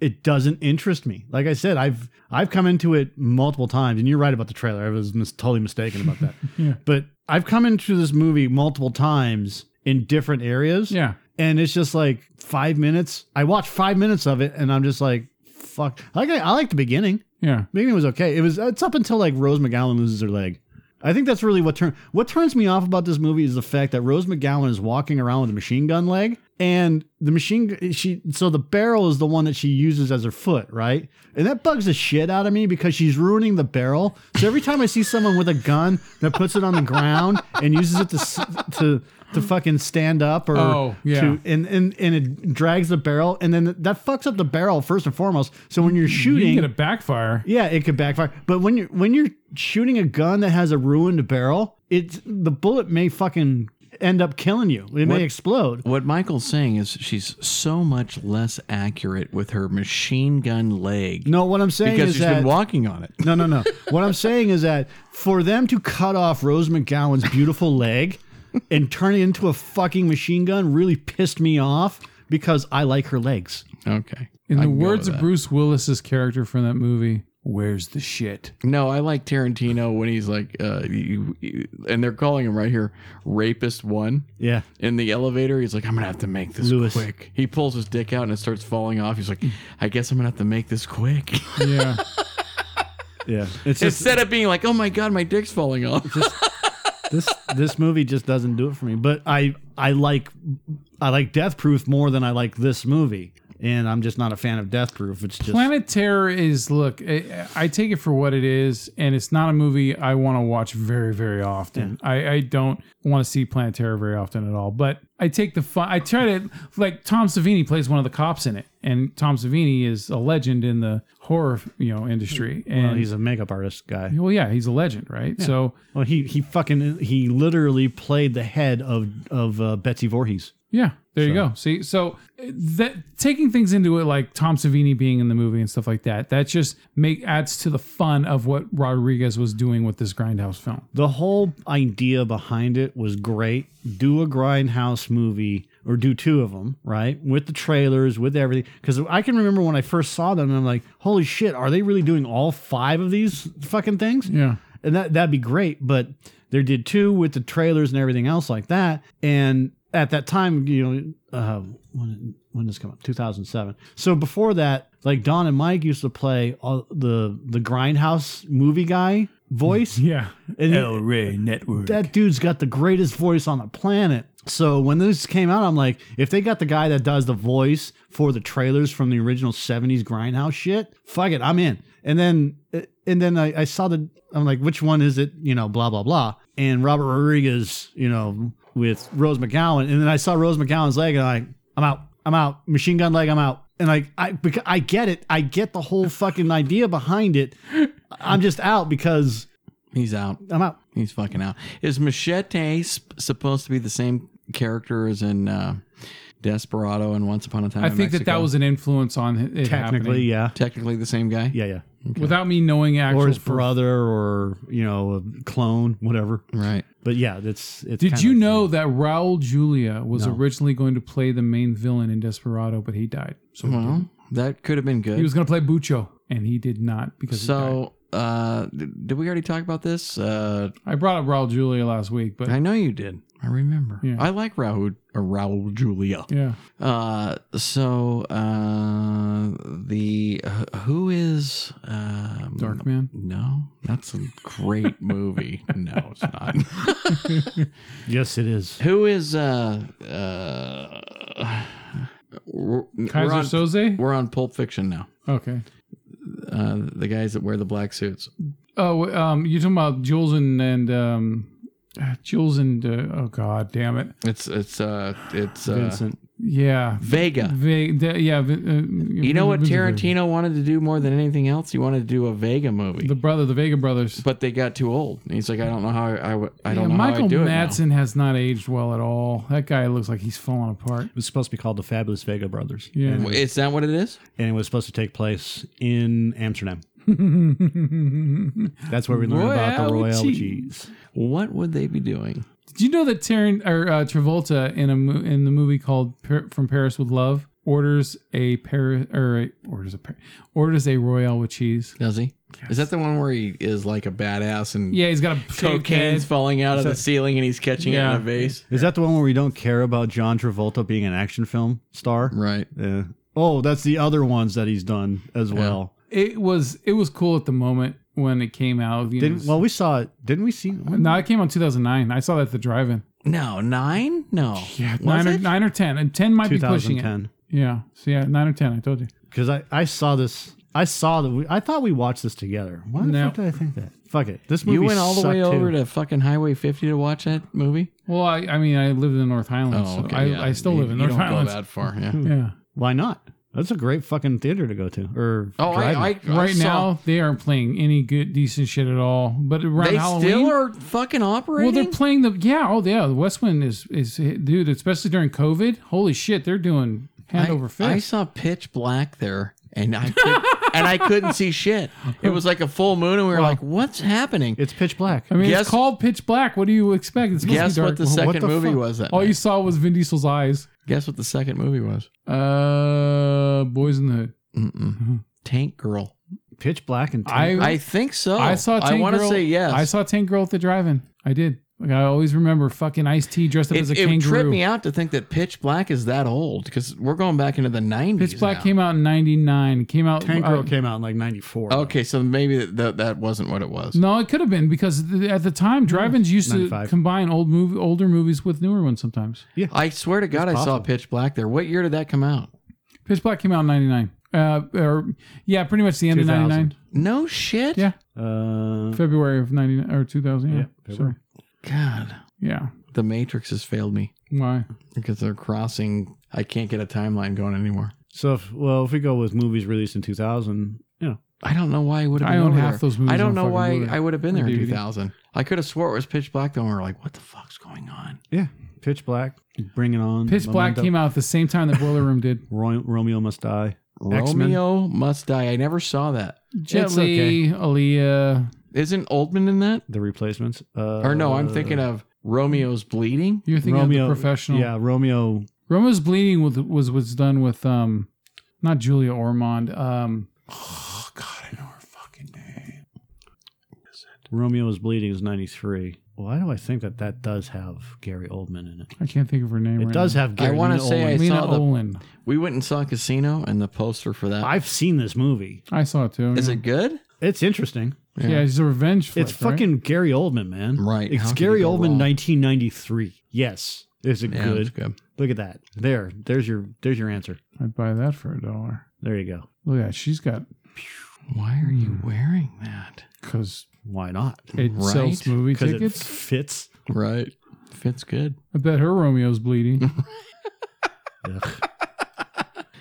Speaker 1: it doesn't interest me. Like I said, I've I've come into it multiple times, and you're right about the trailer. I was mis- totally mistaken about that.
Speaker 2: Yeah.
Speaker 1: But I've come into this movie multiple times in different areas.
Speaker 2: Yeah.
Speaker 1: And it's just like five minutes. I watched five minutes of it, and I'm just like, fuck. Like I, I like the beginning.
Speaker 2: Yeah.
Speaker 1: Beginning was okay. It was. It's up until like Rose McGowan loses her leg. I think that's really what turn what turns me off about this movie is the fact that Rose McGowan is walking around with a machine gun leg, and the machine gu- she so the barrel is the one that she uses as her foot, right? And that bugs the shit out of me because she's ruining the barrel. So every time I see someone with a gun that puts it on the ground and uses it to s- to to fucking stand up or
Speaker 2: Oh, yeah.
Speaker 1: to and and and it drags the barrel, and then that fucks up the barrel first and foremost. So when you're
Speaker 2: You
Speaker 1: shooting,
Speaker 2: can get a backfire.
Speaker 1: yeah, it could backfire. But when you're when you're shooting a gun that has a ruined barrel, it's the bullet may fucking end up killing you. It
Speaker 3: What-
Speaker 1: may explode.
Speaker 3: what Michael's saying is she's so much less accurate with her machine gun leg
Speaker 1: No, what I'm saying
Speaker 3: because
Speaker 1: is
Speaker 3: she's
Speaker 1: that
Speaker 3: been walking on it.
Speaker 1: no, no, no. what I'm saying is that for them to cut off Rose McGowan's beautiful leg and turn it into a fucking machine gun really pissed me off because I like her legs.
Speaker 3: Okay.
Speaker 2: In
Speaker 3: I
Speaker 2: the
Speaker 3: can go
Speaker 2: words
Speaker 3: with
Speaker 2: of
Speaker 3: that.
Speaker 2: Bruce Willis's character from that movie, where's the shit?
Speaker 3: No, I like Tarantino when he's like, uh, you, you- and they're calling him right here, rapist one.
Speaker 1: Yeah.
Speaker 3: in the elevator. He's like, I'm gonna have to make this
Speaker 1: Lewis.
Speaker 3: quick. He pulls his dick out and it starts falling off. He's like, I guess I'm gonna have to make this quick.
Speaker 2: Yeah.
Speaker 1: Yeah. It's just
Speaker 3: Instead of being like, Oh my god, my dick's falling off.
Speaker 1: this this movie just doesn't do it for me. But I I like I like Death Proof more than I like this movie, and I'm just not a fan of Death Proof. It's just
Speaker 2: Planet Terror is look. I, I take it for what it is, and it's not a movie I want to watch very, very often. I, I don't want to see Planet Terror very often at all. But I take the fun. I try to like Tom Savini plays one of the cops in it, and Tom Savini is a legend in the horror you know industry. And
Speaker 1: well, he's a makeup artist guy.
Speaker 2: well, yeah, he's a legend, right? So
Speaker 1: Well, he he fucking he literally played the head of of uh, Betsy Voorhees.
Speaker 2: Yeah, there you go. See, so uh, that taking things into it, like Tom Savini being in the movie and stuff like that, that just make adds to the fun of what Rodriguez was doing with this Grindhouse film.
Speaker 1: The whole idea behind it was great. Do a grindhouse movie or do two of them, right? With the trailers, with everything. Because I can remember when I first saw them, and I'm like, "Holy shit! Are they really doing all five of these fucking things?"
Speaker 2: Yeah,
Speaker 1: and that that'd be great. But they did two with the trailers and everything else like that. And at that time, you know, uh, when when this come up, two thousand seven. So before that, like Don and Mike used to play all the the grindhouse movie guy voice.
Speaker 2: yeah,
Speaker 1: And he-
Speaker 3: Ray Network.
Speaker 1: that dude's got the greatest voice on the planet. So when this came out, I'm like, if they got the guy that does the voice for the trailers from the original '70s grindhouse shit, fuck it, I'm in. And then, and then I, I saw the, I'm like, which one is it? You know, blah blah blah. And Robert Rodriguez, you know, with Rose McGowan. And then I saw Rose McGowan's leg, and I'm like, I'm out, I'm out, machine gun leg, I'm out. And like, I because I get it, I get the whole fucking idea behind it. I'm just out because
Speaker 3: He's out.
Speaker 1: I'm out.
Speaker 3: He's fucking out. Is Machete sp- supposed to be the same character as in uh, Desperado and Once Upon a Time?
Speaker 2: I
Speaker 3: in
Speaker 2: think that that
Speaker 3: Mexico?
Speaker 2: was an influence on it. it
Speaker 1: Technically,
Speaker 2: happening.
Speaker 1: yeah,
Speaker 3: technically the same guy.
Speaker 1: yeah, yeah.
Speaker 2: without me knowing actual.
Speaker 1: or his
Speaker 2: per-
Speaker 1: brother or you know a clone whatever
Speaker 3: Right.
Speaker 1: but yeah that's it's
Speaker 2: Did
Speaker 1: kind
Speaker 2: you
Speaker 1: of-
Speaker 2: know that Raul Julia was
Speaker 1: No.
Speaker 2: originally going to play the main villain in Desperado, but he died. So he didn't.
Speaker 3: Well, that could have been good.
Speaker 2: he was going to play Bucho, and he did not because he died.
Speaker 3: so, uh, d- did we already talk about this? Uh,
Speaker 2: I brought up Raul Julia last week, but
Speaker 3: I know you did. I remember.
Speaker 2: Yeah.
Speaker 3: I like Raul or Raul Julia.
Speaker 2: yeah,
Speaker 3: Uh, so uh, the uh, who is um,
Speaker 2: Dark Man.
Speaker 3: No, that's a great movie. No, it's not.
Speaker 1: yes it is
Speaker 3: who is uh uh? We're,
Speaker 2: Kaiser
Speaker 3: we're on,
Speaker 2: Soze.
Speaker 3: we're on Pulp Fiction now.
Speaker 2: Okay.
Speaker 3: Uh, the guys that wear the black suits.
Speaker 2: Oh, um, you're talking about Jules and and um, ah, Jules and uh, oh god damn it,
Speaker 3: It's it's uh it's uh,
Speaker 1: vincent
Speaker 2: yeah,
Speaker 3: Vega.
Speaker 2: Ve- the- yeah. Ve- uh,
Speaker 3: You know what Tarantino wanted to do more than anything else? He wanted to do a Vega movie,
Speaker 2: the brother, the Vega brothers.
Speaker 3: but they got too old. And he's like, I don't know how I, I, w- I don't
Speaker 2: yeah,
Speaker 3: know
Speaker 2: Michael
Speaker 3: how I do it now.
Speaker 2: Madsen has not aged well at all. That guy looks like he's falling apart.
Speaker 1: it was supposed to be called the fabulous vega brothers
Speaker 2: Yeah.
Speaker 1: and,
Speaker 3: Is that what it is?
Speaker 1: and it was supposed to take place in amsterdam
Speaker 2: Did
Speaker 1: that's where we learned about the
Speaker 2: Royale
Speaker 1: royal
Speaker 2: cheese.
Speaker 1: cheese
Speaker 3: What would they be doing?
Speaker 2: you know that Tarant or uh, Travolta in a mo- in the movie called Par- From Paris with Love orders a Paris or a, orders a Par- orders a Royale with cheese?
Speaker 3: Does he? Is that the one where he is like a badass and
Speaker 2: Yeah, he's got a shaved
Speaker 3: cocaine's
Speaker 2: head.
Speaker 3: falling out of the ceiling and he's catching it
Speaker 2: Yeah.
Speaker 3: in a vase?
Speaker 1: is that the one where we don't care about john travolta being an action film star
Speaker 3: Right.
Speaker 1: yeah. oh that's the other ones that he's done as well
Speaker 2: it was it was cool at the moment when it came out. You
Speaker 1: didn't
Speaker 2: know,
Speaker 1: well we saw it didn't we see
Speaker 2: no, it came out in 2009. I saw that at the drive-in.
Speaker 3: No, nine? No. Yeah,
Speaker 2: nine or nine or ten, and ten might be pushing it.
Speaker 1: 2010
Speaker 2: Yeah, so yeah, nine or ten. I told you.
Speaker 1: because I, I saw this. I saw that. We, I thought we watched this together. Why the
Speaker 2: No.
Speaker 1: fuck did I think that? Fuck it. This movie
Speaker 3: You went all the way
Speaker 1: sucked,
Speaker 3: over
Speaker 1: too.
Speaker 3: to fucking Highway 50 to watch that movie?
Speaker 2: Well, I, I mean, I lived in North Highlands. so I,
Speaker 3: Oh, yeah.
Speaker 2: I still
Speaker 3: You-
Speaker 2: live in
Speaker 3: you
Speaker 2: North
Speaker 3: don't
Speaker 2: Highlands.
Speaker 3: Go that far, yeah.
Speaker 2: Yeah.
Speaker 1: Why not? That's a great fucking theater to go to. Or
Speaker 3: Oh, I, I, I
Speaker 2: Right
Speaker 3: saw-
Speaker 2: now, they aren't playing any good, decent shit at all. But around
Speaker 3: they
Speaker 2: Halloween,
Speaker 3: still are fucking
Speaker 2: well,
Speaker 3: operating.
Speaker 2: they're playing the yeah, oh yeah, the West Wind is is dude, especially during COVID. Holy shit, they're doing hand
Speaker 3: I,
Speaker 2: over
Speaker 3: I
Speaker 2: fist.
Speaker 3: saw pitch black there, and I could, and I couldn't see shit. It was like a full moon, and we were like, "What's happening?"
Speaker 1: it's pitch black.
Speaker 2: I, mean,
Speaker 3: guess-
Speaker 2: it's called Pitch Black. What do you expect? It's supposed
Speaker 3: Guess
Speaker 2: to be
Speaker 3: what
Speaker 2: dark.
Speaker 3: the second
Speaker 1: the
Speaker 3: movie
Speaker 1: fuck?
Speaker 3: was? That
Speaker 2: all
Speaker 3: night?
Speaker 2: you saw was Vin Diesel's eyes.
Speaker 3: guess what the second movie was?
Speaker 2: Uh, Boys in the Hood.
Speaker 3: Mm-mm. Tank Girl.
Speaker 1: Pitch black and
Speaker 2: I
Speaker 3: I think so.
Speaker 2: I saw. Tank
Speaker 3: I want to
Speaker 2: Girl-
Speaker 3: say yes.
Speaker 2: I saw Tank Girl at the drive-in. I did. Like I always remember fucking Ice T dressed up
Speaker 3: It,
Speaker 2: as a
Speaker 3: it would trip
Speaker 2: kangaroo.
Speaker 3: me out to think that Pitch Black is that old because we're going back into the 90s.
Speaker 2: Pitch Black
Speaker 3: now.
Speaker 2: came out in '99. Came out.
Speaker 1: Tank
Speaker 2: uh,
Speaker 1: Girl came out in like '94.
Speaker 3: Okay, so maybe that, that, that wasn't what it was.
Speaker 2: No, it could have been because th- at the time,
Speaker 1: Mm,
Speaker 2: drive-ins used
Speaker 1: 95.
Speaker 2: to combine old movie, older movies with newer ones sometimes.
Speaker 3: I swear to God, I saw
Speaker 1: possible.
Speaker 3: Pitch Black there. What year did that come out?
Speaker 2: Pitch Black came out in '99. Uh, or yeah, pretty much the end of
Speaker 1: 2000.
Speaker 2: '99,
Speaker 3: No shit.
Speaker 2: Yeah.
Speaker 3: Oh.
Speaker 1: Uh,
Speaker 2: February of '99 or 2000. Yeah,
Speaker 1: Yeah, February.
Speaker 2: So,
Speaker 3: God,
Speaker 2: yeah.
Speaker 3: the Matrix has failed me
Speaker 2: Why?
Speaker 3: because they're crossing. I can't get a timeline going anymore.
Speaker 1: so, if, well, if we go with movies released in 2000, you know,
Speaker 3: I don't know why I would have.
Speaker 2: I
Speaker 3: been
Speaker 2: own
Speaker 3: over
Speaker 2: half
Speaker 3: there.
Speaker 2: those movies
Speaker 3: I
Speaker 2: on
Speaker 3: don't know
Speaker 2: fucking
Speaker 3: why
Speaker 2: Blu-ray
Speaker 3: I would have been there in
Speaker 2: DVD.
Speaker 3: 2000. I could have swore it was Pitch Black, though. And we were like, what the fuck's going on?
Speaker 1: yeah, Pitch Black, Bring It On,
Speaker 2: Pitch Black came out at the same time that Boiler Room did.
Speaker 1: Roy, Romeo Must Die. X-Men.
Speaker 3: Romeo must die. I never saw that.
Speaker 2: Jet
Speaker 1: It's
Speaker 2: Li, Aaliyah.
Speaker 3: Isn't Oldman in that?
Speaker 1: The Replacements. Uh,
Speaker 3: Or no, I'm thinking of Romeo's bleeding.
Speaker 2: You're thinking
Speaker 1: Romeo
Speaker 2: of the professional.
Speaker 1: Yeah, Romeo.
Speaker 2: Romeo's bleeding was was was done with um, not Julia Ormond. Um, oh God, I know her fucking name.
Speaker 1: Romeo is bleeding is 93. Why do I think that that does have Gary Oldman in it?
Speaker 2: I can't think of her name.
Speaker 1: It
Speaker 2: right
Speaker 1: does
Speaker 2: now.
Speaker 1: have Gary
Speaker 3: wanna
Speaker 1: Oldman.
Speaker 3: say I-
Speaker 2: Lena
Speaker 3: saw the-
Speaker 2: Olin.
Speaker 3: We went and saw Casino, and the poster for that.
Speaker 1: I've seen this movie.
Speaker 2: I saw it too.
Speaker 3: Is
Speaker 2: yeah.
Speaker 3: it good?
Speaker 1: It's interesting.
Speaker 2: Yeah. it's a revenge. Flick,
Speaker 1: It's
Speaker 2: right?
Speaker 1: fucking Gary Oldman, man.
Speaker 3: Right. How
Speaker 1: It's
Speaker 3: could
Speaker 1: Gary
Speaker 3: you go
Speaker 1: Oldman,
Speaker 3: wrong?
Speaker 1: 1993. Yes. Is it
Speaker 3: Yeah,
Speaker 1: good?
Speaker 3: it's good.
Speaker 1: Look at that. There. There's your. There's your answer.
Speaker 2: I'd buy that for a dollar.
Speaker 1: There you go.
Speaker 2: Look at that. she's got
Speaker 3: Why are you wearing that?
Speaker 2: because
Speaker 1: Why not?
Speaker 2: it
Speaker 3: Right?
Speaker 2: sells movie
Speaker 1: Because it
Speaker 2: tickets.
Speaker 1: fits.
Speaker 3: Right. Fits good.
Speaker 2: I bet her Romeo's bleeding.
Speaker 1: Ugh.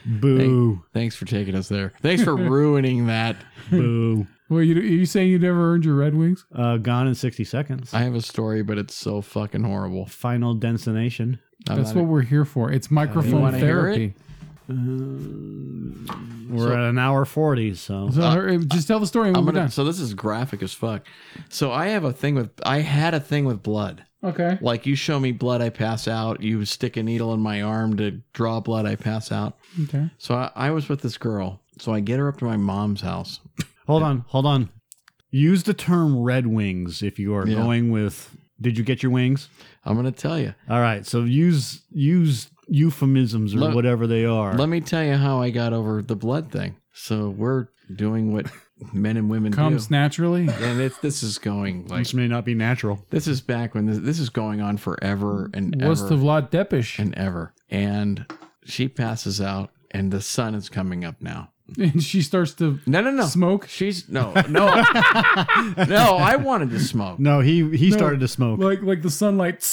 Speaker 1: boo.
Speaker 3: Thanks for taking us there. Thanks for ruining that.
Speaker 1: Boo.
Speaker 2: well, you you saying you never earned your Red Wings?
Speaker 1: Uh, gone in 60 seconds.
Speaker 3: I have a story, but it's so fucking horrible.
Speaker 1: Final destination.
Speaker 3: I'm
Speaker 2: That's
Speaker 3: not-
Speaker 2: what we're here for. It's microphone
Speaker 3: wanna hear it?
Speaker 2: therapy.
Speaker 1: We're at an hour 40, so.
Speaker 2: So her- just tell the story and
Speaker 3: Uh, I'm
Speaker 2: we'll be
Speaker 3: gonna.
Speaker 2: done.
Speaker 3: So this is graphic as fuck. So I have a thing with. I had a thing with blood.
Speaker 2: Okay.
Speaker 3: Like you show me blood, I pass out. You stick a needle in my arm to draw blood, I pass out.
Speaker 2: Okay.
Speaker 3: So I, I was with this girl. So I get her up to my mom's house.
Speaker 1: Hold on, hold on. Use the term red wings if you are
Speaker 3: Yeah.
Speaker 1: going with did you get your wings?
Speaker 3: I'm gonna tell you.
Speaker 1: All right, so use use euphemisms or
Speaker 3: Let-
Speaker 1: whatever they are.
Speaker 3: Let me tell you how I got over the blood thing. So we're doing what men and women
Speaker 2: Comes
Speaker 3: do,
Speaker 2: naturally.
Speaker 3: and it's this is going like
Speaker 1: this may not be natural.
Speaker 3: this is back when this, this is going on forever and
Speaker 2: What's the
Speaker 3: ever
Speaker 2: Vlad Depish?
Speaker 3: and ever. And she passes out, and the sun is coming up now.
Speaker 2: And she starts to
Speaker 3: No, no, no.
Speaker 2: smoke.
Speaker 3: She's no, no, no. I wanted to smoke.
Speaker 1: No, he he started to smoke.
Speaker 2: Like like the sunlight.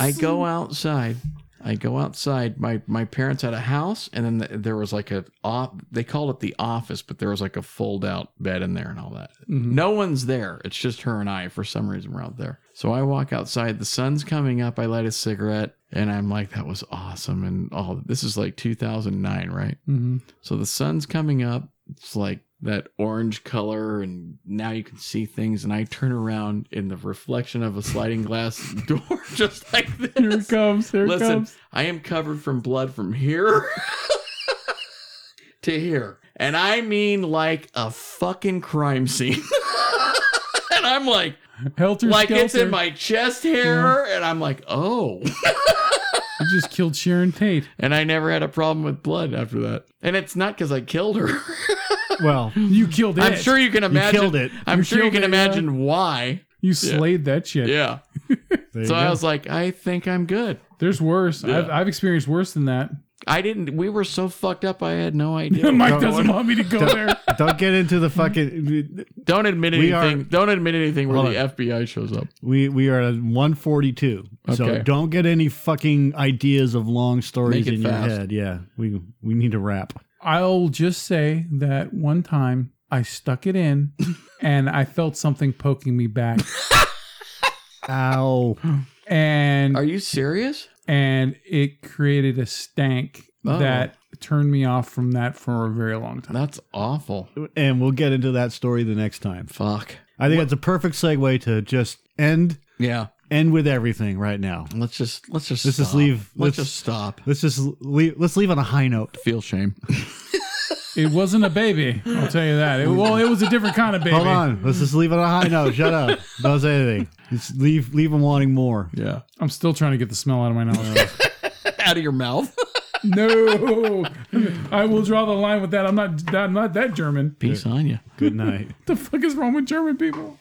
Speaker 3: I go outside. I go outside. My my parents had a house, and then th there was like a off. They called it the office, but there was like a fold out bed in there and all that. No one's there. It's just her and I. For some reason, we're out there. So I walk outside. The sun's coming up. I light a cigarette, and I'm like, "That was awesome." And all this is like 2009, right?
Speaker 2: Mhm.
Speaker 3: So the sun's coming up. It's like that orange color, and now you can see things. And I turn around in the reflection of a sliding glass door, just like this.
Speaker 2: Here it comes. Here it
Speaker 3: Listen,
Speaker 2: comes.
Speaker 3: I am covered from blood from here to here. And I mean like a fucking crime scene. and I'm like,
Speaker 2: Helter
Speaker 3: like
Speaker 2: Skelter.
Speaker 3: it's in my chest hair. And I'm like, oh.
Speaker 2: You just killed Sharon Tate.
Speaker 3: And I never had a problem with blood after that. And it's not because I killed her.
Speaker 1: Well,
Speaker 2: You killed it.
Speaker 3: I'm sure you can imagine.
Speaker 1: killed it.
Speaker 3: I'm
Speaker 2: You
Speaker 3: sure you
Speaker 2: killed
Speaker 3: can
Speaker 2: it, yeah.
Speaker 3: imagine why.
Speaker 2: you slayed that shit.
Speaker 3: Yeah.
Speaker 1: there you
Speaker 3: So I
Speaker 1: go.
Speaker 3: was like, I think I'm good.
Speaker 2: There's worse.
Speaker 3: Yeah.
Speaker 2: I've, I've experienced worse than that.
Speaker 3: I didn't. We were so fucked up. I had no idea.
Speaker 2: Mike doesn't want me to go
Speaker 1: Don't-
Speaker 2: there.
Speaker 1: Don't get into the fucking
Speaker 3: Don't admit
Speaker 1: We are-
Speaker 3: anything. don't admit anything where
Speaker 1: Hold
Speaker 3: the FBI shows up.
Speaker 1: we we are at 142. So
Speaker 3: Okay.
Speaker 1: don't get any fucking ideas of long stories
Speaker 3: Make it
Speaker 1: in your
Speaker 3: fast.
Speaker 1: head. Yeah. We we need to wrap.
Speaker 2: I'll just say that one time I stuck it in and I felt something poking me back.
Speaker 1: Ow.
Speaker 2: And
Speaker 3: Are you serious?
Speaker 2: and it created a stank
Speaker 3: Oh.
Speaker 2: that turned me off from that for a very long time.
Speaker 3: That's awful.
Speaker 1: And we'll get into that story the next time.
Speaker 3: Fuck.
Speaker 1: I think that's a perfect segue to just end
Speaker 3: Yeah.
Speaker 1: end with everything right now.
Speaker 3: Let's just let's just
Speaker 1: Let's just
Speaker 3: stop.
Speaker 1: leave-
Speaker 3: Let's
Speaker 1: let's-
Speaker 3: just stop.
Speaker 1: Let's just leave, let's leave on a high note.
Speaker 3: Feel shame.
Speaker 2: It wasn't a baby. I'll tell you that. It, well, it was a different kind of baby.
Speaker 1: Hold on. Let's just leave it on a high note. Shut up. Don't say anything. Just leave leave them wanting more.
Speaker 3: Yeah.
Speaker 2: I'm still trying to get the smell out of my nose.
Speaker 3: Out of your mouth.
Speaker 2: no, I will draw the line with that. I'm not. I'm not that German.
Speaker 3: Peace on you.
Speaker 1: Good night.
Speaker 2: What the fuck is wrong with German people?